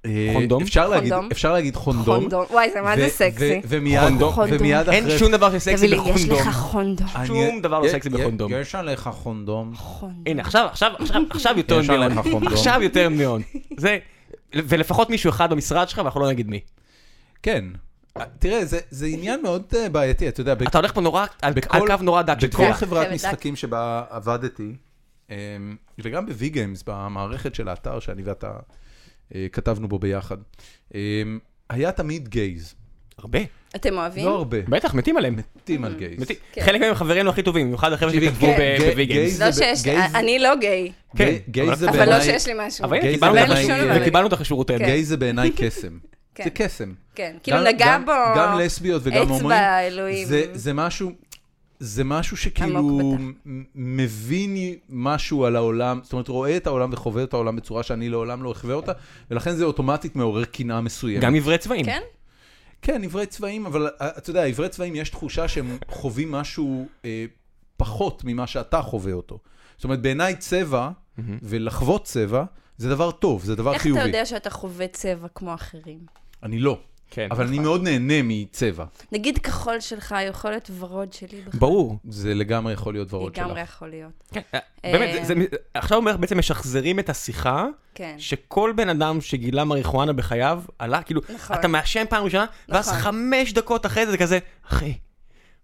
A: אה,
B: חונדום?
A: אפשר להגיד,
C: חונדום.
A: אפשר להגיד חונדום.
C: חונדום. וואי, זה מה זה
A: ו-
C: סקסי.
A: ו- ומיד,
B: חונדום.
A: ומיד אחרי...
B: אין שום דבר שסקסי
C: תביא לי, יש
B: בחונדום.
C: לך חונדום.
A: אני-
B: שום דבר לא
A: י-
B: סקסי
A: י-
B: בחונדום.
A: יש עליך חונדום.
C: חונדום.
B: הנה, עכשיו, עכשיו, עכשיו, עכשיו יותר
A: יש
B: מיון.
A: עליך חונדום.
B: עכשיו יותר מיון. זה, ולפחות מישהו אחד במשרד שלך, ואנחנו לא נגיד מי.
A: כן. אה, תראה, זה, זה עניין מאוד אה, בעייתי, אתה יודע, ב-
B: אתה הולך פה נורא, על על
A: בכל-
B: קו נורא דק של
A: בכל
B: תפילה.
A: חברת
C: חברת
A: משחקים שבה עבדתי, אמ, וגם בווי גיימס, במערכת של האתר שאני ואתה אה, כתבנו בו ביחד, אמ, היה תמיד גייז.
B: הרבה.
C: אתם אוהבים?
A: לא הרבה.
B: בטח, מתים עליהם.
A: מתים על גייז.
B: מתים.
C: כן.
B: חלק מהם חברינו הכי טובים, במיוחד החבר'ה
A: תקשיבי,
B: שכתבו
A: כן.
B: ב-
A: גיי-
B: בוויגנס.
A: גייז
C: לא
A: זה ב-
C: שיש,
A: גייז-
C: אני לא גיי,
B: כן,
A: גיי- גייז
B: אבל-
A: זה
C: אבל
A: בעיניי...
C: לא שיש לי משהו.
B: אבל הנה,
A: גייז
B: קיבלנו
A: זה
B: לך-
A: בעיניי-
B: וקיבלנו אותך שירותיהם.
C: לא כן.
A: גיי זה בעיניי קסם.
C: כן.
A: זה קסם.
C: כן, כאילו
A: גם-
C: נגע
A: גם-
C: בו
A: גם לסביות וגם
C: אצבע,
A: הומואים.
C: אלוהים.
A: זה- זה משהו... זה משהו שכאילו
C: עמוק
A: מ- מבין משהו על העולם, זאת אומרת, רואה את העולם וחווה את העולם בצורה שאני לעולם לא אחווה אותה, ולכן זה אוטומטית מעורר קנאה מסוימת.
B: גם עברי צבעים.
C: כן?
A: כן, עברי צבעים, אבל אה, אתה יודע, עברי צבעים יש תחושה שהם חווים משהו אה, פחות ממה שאתה חווה אותו. זאת אומרת, בעיניי צבע ולחוות צבע זה דבר טוב, זה דבר
C: איך
A: חיובי.
C: אתה יודע שאתה חווה צבע כמו אחרים?
A: אני לא,
B: כן.
A: אבל אני מאוד נהנה מצבע.
C: נגיד כחול שלך יכול להיות ורוד שלי בכלל.
B: ברור.
A: זה לגמרי יכול להיות ורוד שלך.
C: לגמרי יכול להיות.
B: כן,
C: אה,
B: באמת, זה- זה- עכשיו אומר, בעצם משחזרים את השיחה,
C: כן.
B: שכל בן אדם שגילה מריחואנה בחייו, עלה, כאילו,
C: נכון.
B: אתה מעשן פעם ראשונה, ואז
C: נכון.
B: חמש דקות אחרי זה, זה כזה, אחי,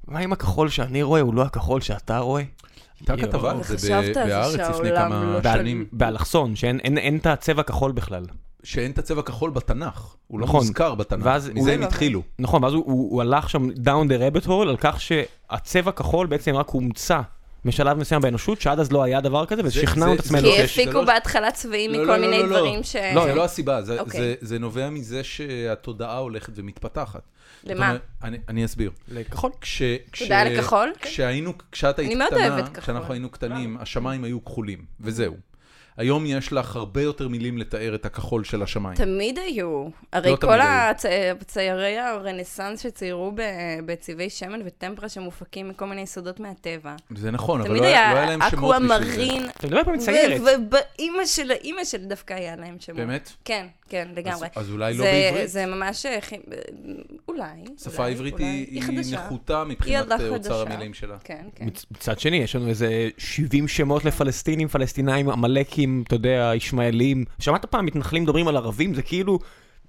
B: מה עם הכחול שאני רואה, הוא לא הכחול שאתה רואה? כאילו,
A: הייתה
B: יואו.
A: כתבה על זה
C: חשבת
A: ב-
C: על זה
A: בהארץ לפני
C: שהעולם
A: כמה
C: לא
A: שנים,
B: באלכסון, שאין אין- אין את הצבע כחול בכלל.
A: שאין את הצבע כחול בתנ"ך, הוא לא
B: נכון.
A: מוזכר בתנ"ך,
B: ואז הוא-
C: לא,
A: מזה הם התחילו.
B: נכון, ואז הוא- הוא הוא הלך שם down the rabbit hole, על כך שהצבע כחול בעצם רק הומצא משלב מסוים באנושות, שעד אז לא היה דבר כזה, ושכנענו
A: זה-
B: את
A: זה-
B: עצמנו.
A: לא,
C: כי
A: יש
C: הפיקו
A: שלוש-
C: בהתחלה צבעים
A: לא, לא,
C: מכל
A: לא,
C: מיני
A: לא, לא.
C: דברים ש...
A: לא, זה לא הסיבה, זה-
C: אוקיי.
A: זה- זה נובע מזה שהתודעה הולכת ומתפתחת. זאת
C: למה?
A: אומרת, אני- אני אסביר.
B: לכחול.
A: כש... כש-
C: תודה על הכחול.
A: כשהיינו, כשאת היית
C: מאוד
A: קטנה,
C: אוהבת כחול. לא.
A: כשאנחנו היינו קטנים, השמיים היו כחולים, וזהו. היום יש לך הרבה יותר מילים לתאר את הכחול של השמיים.
C: תמיד היו. הרי
A: לא
C: כל
A: תמיד
C: הצי... ציירי הרנסאנס שציירו ב... בצבעי שמן וטמפרה שמופקים מכל מיני יסודות מהטבע.
A: זה נכון, אבל
C: תמיד
A: לא היה, לא היה
C: היה
A: להם שמות בשביל זה.
C: אקוואמרין,
B: אתה מדבר פה מציירת.
C: ובאימא של האימא של דווקא היה להם שמות.
A: באמת?
C: כן, כן, לגמרי.
A: אז- אז אולי לא
C: זה-
A: בעברית?
C: זה ממש... אה, חי- אה, אולי.
A: שפה
C: אולי,
A: עברית
C: אולי.
A: היא היא
C: חדשה.
A: נחותה
C: היא
A: מבחינת
C: עוד לא
A: אה, אוצר
C: חדשה.
A: המילים שלה.
C: כן, כן.
B: מצ- מצד שני, יש לנו איזה 70 שמות לפלסטינים, פלסטינאים, עמלקים, אתה יודע, ישמעאלים. שמעת פעם מתנחלים מדברים על ערבים? זה כאילו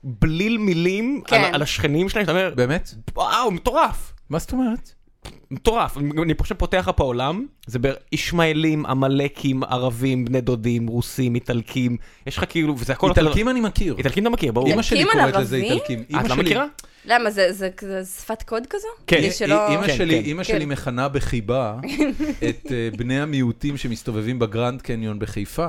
B: בליל מילים
C: כן.
B: על, על השכנים שלהם, שאתה אומר,
A: באמת?
B: וואו, מטורף,
A: מה זאת אומרת?
B: מטורף. אני אני פשוט פותח לך פה עולם, זה ב- ישמעאלים, עמלקים, ערבים, בני דודים, רוסים, איטלקים, יש לך כאילו, וזה הכל... אותו דבר.
A: איטלקים אני מכיר. אה,
B: איטלקים אתה מכיר, ברור.
A: אימא שלי
C: איטלקים על
A: קוראת לזה
C: ערבים?
A: איטלקים.
B: את
A: אימא
B: לא
A: שלי- אה,
B: מכירה?
C: למה, זה, זה, זה שפת קוד כזו?
B: כן.
C: כדי
B: אי-
C: שלא...
A: אימא
B: כן,
A: שלי,
B: כן.
A: אימא שלי
C: כן.
A: מכנה בחיבה את אה, בני המיעוטים שמסתובבים בגרנד קניון בחיפה,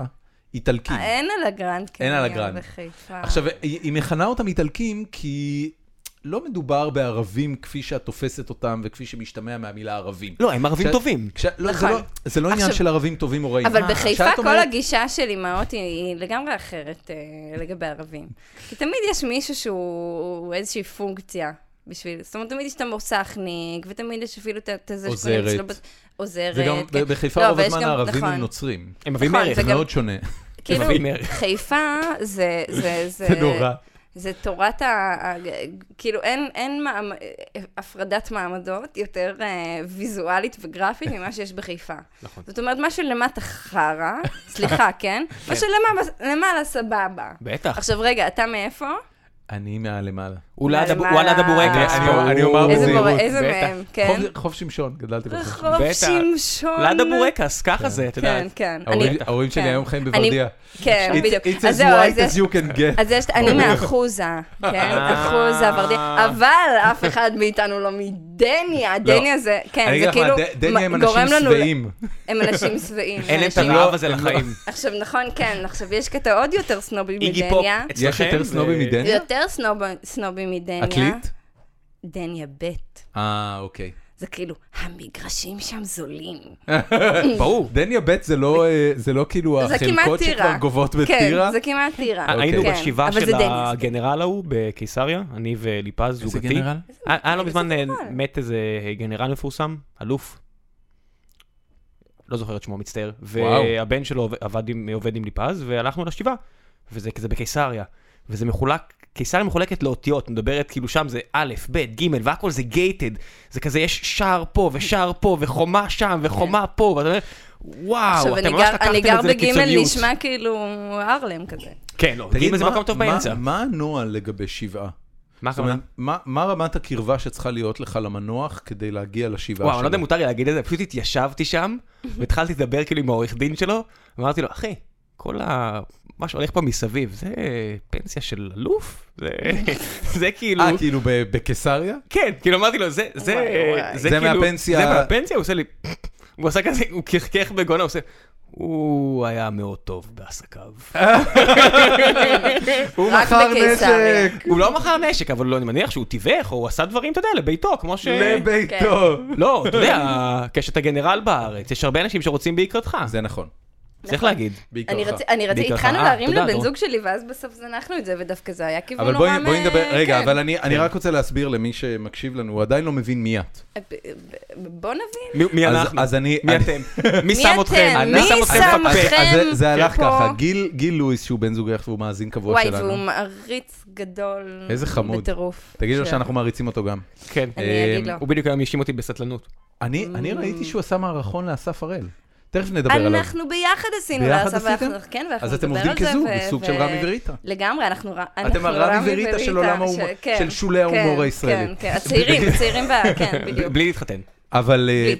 A: איטלקים.
C: אין על הגרנד
A: אין על
C: קניון
A: הגרנד.
C: בחיפה.
A: עכשיו, היא היא מכנה אותם איטלקים כי לא מדובר בערבים כפי שאת תופסת אותם וכפי שמשתמע מהמילה ערבים.
B: לא, הם ערבים
A: כשה-
B: טובים.
A: כשה- לא, זה
C: נכון.
A: לא- זה לא עניין
C: עכשיו-
A: של ערבים טובים או רעים.
C: אבל
A: אה,
C: בחיפה
A: כשאת
C: כל
A: אומרת-
C: הגישה של אימהות היא, היא לגמרי אחרת אה, לגבי ערבים. כי תמיד יש מישהו שהוא איזושהי פונקציה בשביל, זאת אומרת, תמיד יש את המוסכניק, ותמיד יש אפילו את ה- את זה שקונים
A: עוזרת.
C: אצלו בת- עוזרת.
A: וגם
C: כן.
A: ב- בחיפה
C: לא,
A: רוב
C: ויש
A: הזמן
C: גם-
A: הערבים
C: נכון.
A: הם נוצרים.
B: הם מביאים
C: נכון,
B: ערך.
C: זה
A: זה
C: גם-
A: מאוד שונה.
C: כאילו,
B: מביאים ערך.
C: חיפה זה... זה, זה,
A: זה נורא.
C: זה תורת ה... ה- כאילו, אין, אין מעמ... הפרדת מעמדות יותר אה, ויזואלית וגרפית ממה שיש בחיפה.
B: נכון.
C: זאת אומרת, מה שלמטה חרא, סליחה, כן? מה שלמעלה סבבה.
B: בטח.
C: עכשיו, רגע, אתה מאיפה?
A: אני מעל למעלה.
B: הוא ליד הבו-
C: למעלה.
B: הוא על יד הבורקס.
A: אני-
B: ברור.
A: אני אומר
C: איזה
A: בזהירות,
C: מורה, איזה
B: בטח.
C: מהם, כן?
A: חוב- חוב שמשון, גדלתי בחוף.
C: רחוב
B: בטח.
C: שמשון.
B: ליד הבורקס, ככה זה, אתה יודע.
C: נכון. כן, כן. אני-
A: ההורים-
B: בטח.
A: ההורים שלי
C: כן.
A: היום חיים
C: אני-
A: בוורדיה.
C: כן,
A: It's-
C: בדיוק.
A: It's
C: אז
A: as
C: זהו, אז
A: white
C: יש
A: as you can get.
C: אז יש, אני מאחוזה, כן,
B: אה.
C: אחוזה, ורדי, אבל אף אחד מאיתנו לא מדניה, דניה זה, כן,
A: אני אגיד
C: זה
A: לך
C: כאילו
A: מה, ד- דניה הם
C: מ- גורם
A: אנשים
C: לנו, ל-
A: שבעים.
C: הם אנשים שבעים,
B: אין להם את
C: אנשים-
A: לא-
B: הרעב הזה לחיים.
C: עכשיו נכון, כן, עכשיו יש קטע עוד יותר סנובי
B: איגי פופ
C: מדניה,
B: אצלכם. אה,
A: יש יותר
B: זה-
A: סנובים
C: זה
A: מדניה?
C: יותר סנוב- סנובי מדניה,
A: עתלית?
C: דניה ב',
A: אה, אוקיי.
C: זה כאילו, המגרשים שם זולים,
B: ברור.
A: דניה ב' זה לא, אה, זה לא כאילו
C: זה כמעט
A: החלקות שכבר
C: טירה,
A: גובות
C: כן,
A: בטירה?
C: זה כמעט טירה,
A: אוקיי.
B: אה, היינו
C: כן,
B: בשבעה
C: אבל זה
B: של
C: דניה,
A: אה,
C: זה
B: הגנרל ההוא בקיסריה, אני וליפז, זוגתי.
A: איזה גנרל?
B: היה היה לא מזמן אה,
C: גנרל?
B: מת איזה גנרל מפורסם, אלוף. לא זוכר את שמו, מצטער.
A: וואו.
B: והבן שלו עובד- עבד עם- עובד עם ליפז, והלכנו לשבעה. וזה כזה בקיסריה. וזה מחולק, קיסריה מחולקת לאותיות, מדברת כאילו שם זה א', ב', ג', והכל זה גייטד. זה כזה, יש שער פה, ושער פה, וחומה שם, וחומה פה, ואתה אומר,
C: כן. עכשיו,
B: וואו,
C: אני
B: אתם ממש
C: גר- אני
B: לקחתם
C: גר
B: את זה
C: בגימל
B: לקיצוניות.
C: נשמע כאילו ארלם כזה.
B: כן, לא,
A: תגיד,
B: ג' זה
A: מה-
B: מקום טוב
A: מה-
B: באמצע.
A: מה הנוהל לגבי שבעה?
B: מה
A: זאת אומרת,
B: הכוונה?
A: מה- מה רמת הקרבה שצריכה להיות לך למנוח כדי להגיע לשבעה שלו?
B: וואו, אני לא יודע אם מותר לי להגיד את זה, פשוט התיישבתי שם, והתחלתי לדבר כאילו עם העורך דין שלו, ואמרתי לו, אחי, כל ה... מה שהולך פה מסביב, זה פנסיה של אלוף? זה, זה כאילו...
A: אה, כאילו ב- בקיסריה?
B: כן, כאילו אמרתי לו, זה, זה,
C: וואי, וואי.
A: זה
B: כאילו-
A: מהפנסיה-
B: זה מהפנסיה, הוא עושה לי... הוא עשה כזה, הוא קרקח בגאונו, הוא עושה... הוא היה מאוד טוב בעסקיו.
A: הוא
C: רק
A: מכר
C: בקיסריה.
A: נשק
B: הוא לא מכר נשק, אבל אני מניח שהוא תיווך, או הוא עשה דברים, אתה יודע, לביתו, כמו ש...
C: כן.
A: לביתו.
B: לא, אתה יודע, כשאתה גנרל בארץ, יש הרבה אנשים שרוצים ביקרתך.
A: זה נכון.
B: צריך להגיד.
A: בעיקר
C: אני
A: לך.
C: רציתי, אני רציתי,
B: בעיקר לך.
C: התחלנו
B: אה,
C: להרים
B: תודה,
C: לבן
B: דורון.
C: זוג שלי, ואז בסוף זנחנו את זה, ודווקא זה היה כיוון
A: אבל
C: לא נורא...
A: בואי בואי
C: מ-
A: נדבר, רגע,
C: כן.
A: אבל אני אני רק רוצה להסביר למי שמקשיב לנו, הוא עדיין לא מבין מי את.
C: אה, ב- ב- בוא נבין.
B: מי מי
A: אז-
B: אנחנו?
A: אז אני...
B: מי
A: אני-
B: אתם? מי שם
C: אתם?
B: אתכם?
C: מי שם
A: אז-
B: מפקפק?
C: אתכם?
A: אז זה- זה הלך
C: פה.
A: ככה, גיל גיל לואיס שהוא בן זוגך והוא מאזין קבוע
C: וואי,
A: שלנו.
C: והוא מעריץ גדול.
A: איזה חמוד.
C: בטירוף.
A: תגיד לו
C: של-
A: שאנחנו מעריצים אותו גם.
B: כן.
C: אני לא. אה, אגיד
A: אה,
C: לו.
B: הוא בדיוק היום האשים אותי בסטלנות.
A: אני אני ראיתי שהוא עשה מערכון לאסף הראל. תכף נדבר עליו.
C: Mm. אנחנו ביחד עשינו
A: ביחד
C: לאסף, ואנחנו-
A: עשיתם?
C: כן, ואנחנו
A: אז אתם
C: נדבר
A: עובדים
C: על זה,
A: כזוג,
C: ו-
A: סוג
C: ו-
A: של רמי וריטה.
C: לגמרי, אנחנו ר- אנחנו
A: אתם הרמי וריטה של עולם ההומור,
C: ש- כן,
A: של שולי ההומור
C: כן,
A: הישראלי.
C: כן, כן, הצעירים, הצעירים, ב- כן, בדיוק.
B: בלי להתחתן.
A: אבל אה,
C: בלי.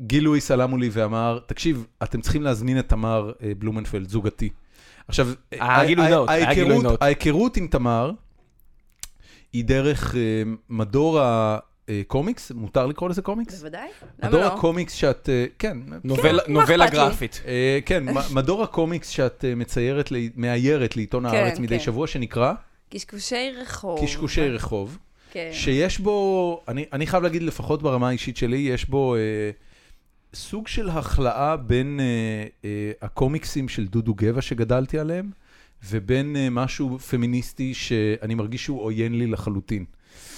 A: גיל לואיס עלה מולי ואמר, תקשיב, אתם צריכים להזמין את תמר אה, בלומנפלד, זוגתי. עכשיו, אה,
B: היה גילוי
A: ה-
B: נאות, לא, היה גילוי
A: ההיכרות-
B: נאות.
A: ההיכרות עם תמר היא דרך אה, מדור הקומיקס, מותר לקרוא לזה קומיקס?
C: בוודאי, למה
A: מדור
C: לא?
A: הקומיקס שאת, אה, כן,
B: נובל-
C: מה
B: נובלה
C: לא אכפת לי?
B: גרפית.
A: אה, כן, מ- מדור הקומיקס שאת אה, מציירת, ל- מאיירת לעיתון
C: כן,
A: הארץ מדי
C: כן.
A: שבוע, שנקרא
C: קשקושי רחוב.
A: קשקושי רחוב.
C: כן.
A: שיש בו, אני, אני חייב להגיד, לפחות ברמה האישית שלי, יש בו אה, סוג של החלאה בין אה, אה, הקומיקסים של דודו גבע שגדלתי עליהם, ובין אה, משהו פמיניסטי שאני מרגיש שהוא עוין לי לחלוטין.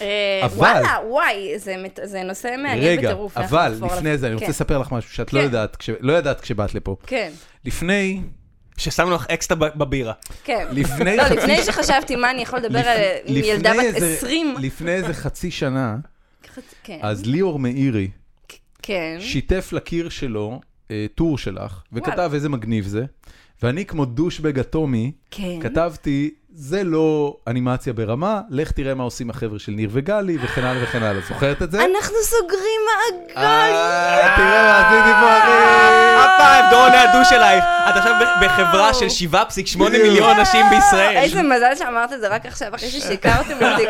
C: אה,
A: אבל-
C: וואלה, וואי, זה מת- זה נושא מעניין
A: רגע,
C: בטירוף. אנחנו
A: אבל
C: נחבור
A: לפני
C: לזה.
A: זה, אני רוצה
C: כן,
A: לספר לך משהו שאת לא
C: כן.
A: יודעת, כש- לא ידעת כשבאת לפה.
C: כן,
A: לפני,
B: ששמנו לך אקסטה ב- בבירה.
C: כן.
A: לפני
C: לא,
A: חצי
C: לפני שחשבתי מה אני יכול לדבר על
A: לפ- לפני
C: ילדה בת
A: איזה-
C: 20.
A: לפני איזה חצי שנה,
C: כן,
A: אז ליאור מאירי
C: כן.
A: שיתף לקיר שלו אה, טור שלך, וכתב
C: וואלה.
A: איזה מגניב זה, ואני כמו דושבג אטומי,
C: כן.
A: כתבתי, זה לא אנימציה ברמה, לך תראה מה עושים החבר'ה של ניר וגלי, וכן הלאה וכן הלאה. זוכרת את זה?
C: אנחנו סוגרים מעגל.
A: אה, תראה מה עשיתי פה, אחי!
B: הפעם דורון הדוש אלייך. את עכשיו ב- בחברה של 7.8 מיליון נשים בישראל.
C: אה, איזה מזל שאמרת את זה רק עכשיו, אחרי ששיקרתם אותי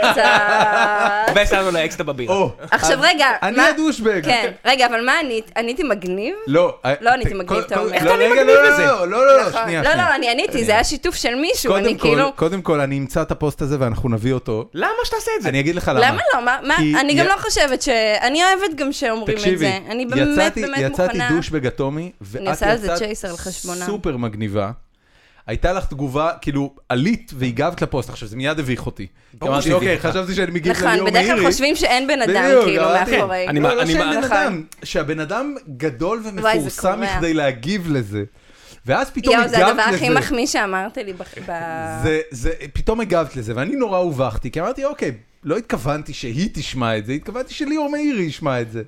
C: קצת.
B: ושמנו לה אקסטה בבירה.
A: או,
C: עכשיו רגע,
A: אני
C: מה-
A: הדושבג.
C: כן, רגע, אבל מה ענית? עניתי מגניב?
A: לא, אה,
C: לא עניתי
A: ת-
C: מגניב,
A: קוד-
C: אתה
A: קוד-
C: אומר.
A: לא,
C: איך אתה
A: רגע,
B: מגניב
A: לא,
B: לזה?
A: לא, לא, לא, לא,
C: נכון.
A: שנייה,
C: לא,
A: שנייה.
C: לא, אני עניתי, זה היה שיתוף של מישהו,
A: קודם
C: אני
A: כל-
C: כאילו...
A: קודם כל, אני אמצא את הפוסט הזה ואנחנו נביא אותו.
B: למה שתעשה את זה?
A: אני אגיד לך למה.
C: למה לא? מה- מה-
A: כי
C: אני גם
A: י-
C: לא חושבת ש... אני אוהבת גם שאומרים את
A: תקשיבי,
C: זה. אני באמת
A: יצאתי-
C: באמת
A: יצאתי
C: מוכנה.
A: דושבג אטומי, ואת
C: עושה על זה
A: יצאת
C: צ'ייס על חשבונה.
A: סופר מגניבה. הייתה לך תגובה, כאילו, עלית והגבת לפוסט, עכשיו זה מיד הביך אותי. כי אמרתי,
B: שהביך
A: אוקיי,
B: אותך."
A: חשבתי שאני מגיב לליאור מאירי.
C: נכון, בדרך כלל חושבים שאין בן אדם,
A: בדיוק,
C: כאילו,
A: אמרתי,
C: מאחורי.
B: אני-
A: לא, לא שאין בן
C: נכון.
A: אדם, שהבן אדם גדול
C: וואי, זה
A: ומפורסם
C: קורע.
A: מכדי להגיב לזה. ואז פתאום
C: יואו,
A: הגבת לזה.
C: זה הדבר הכי מחמיא שאמרת לי בח- ב...
A: זה, זה, פתאום הגבת לזה, ואני נורא הובכתי, כי אמרתי, אוקיי, לא התכוונתי שהיא תשמע את זה, התכוונתי שליאור מאירי ישמע את זה.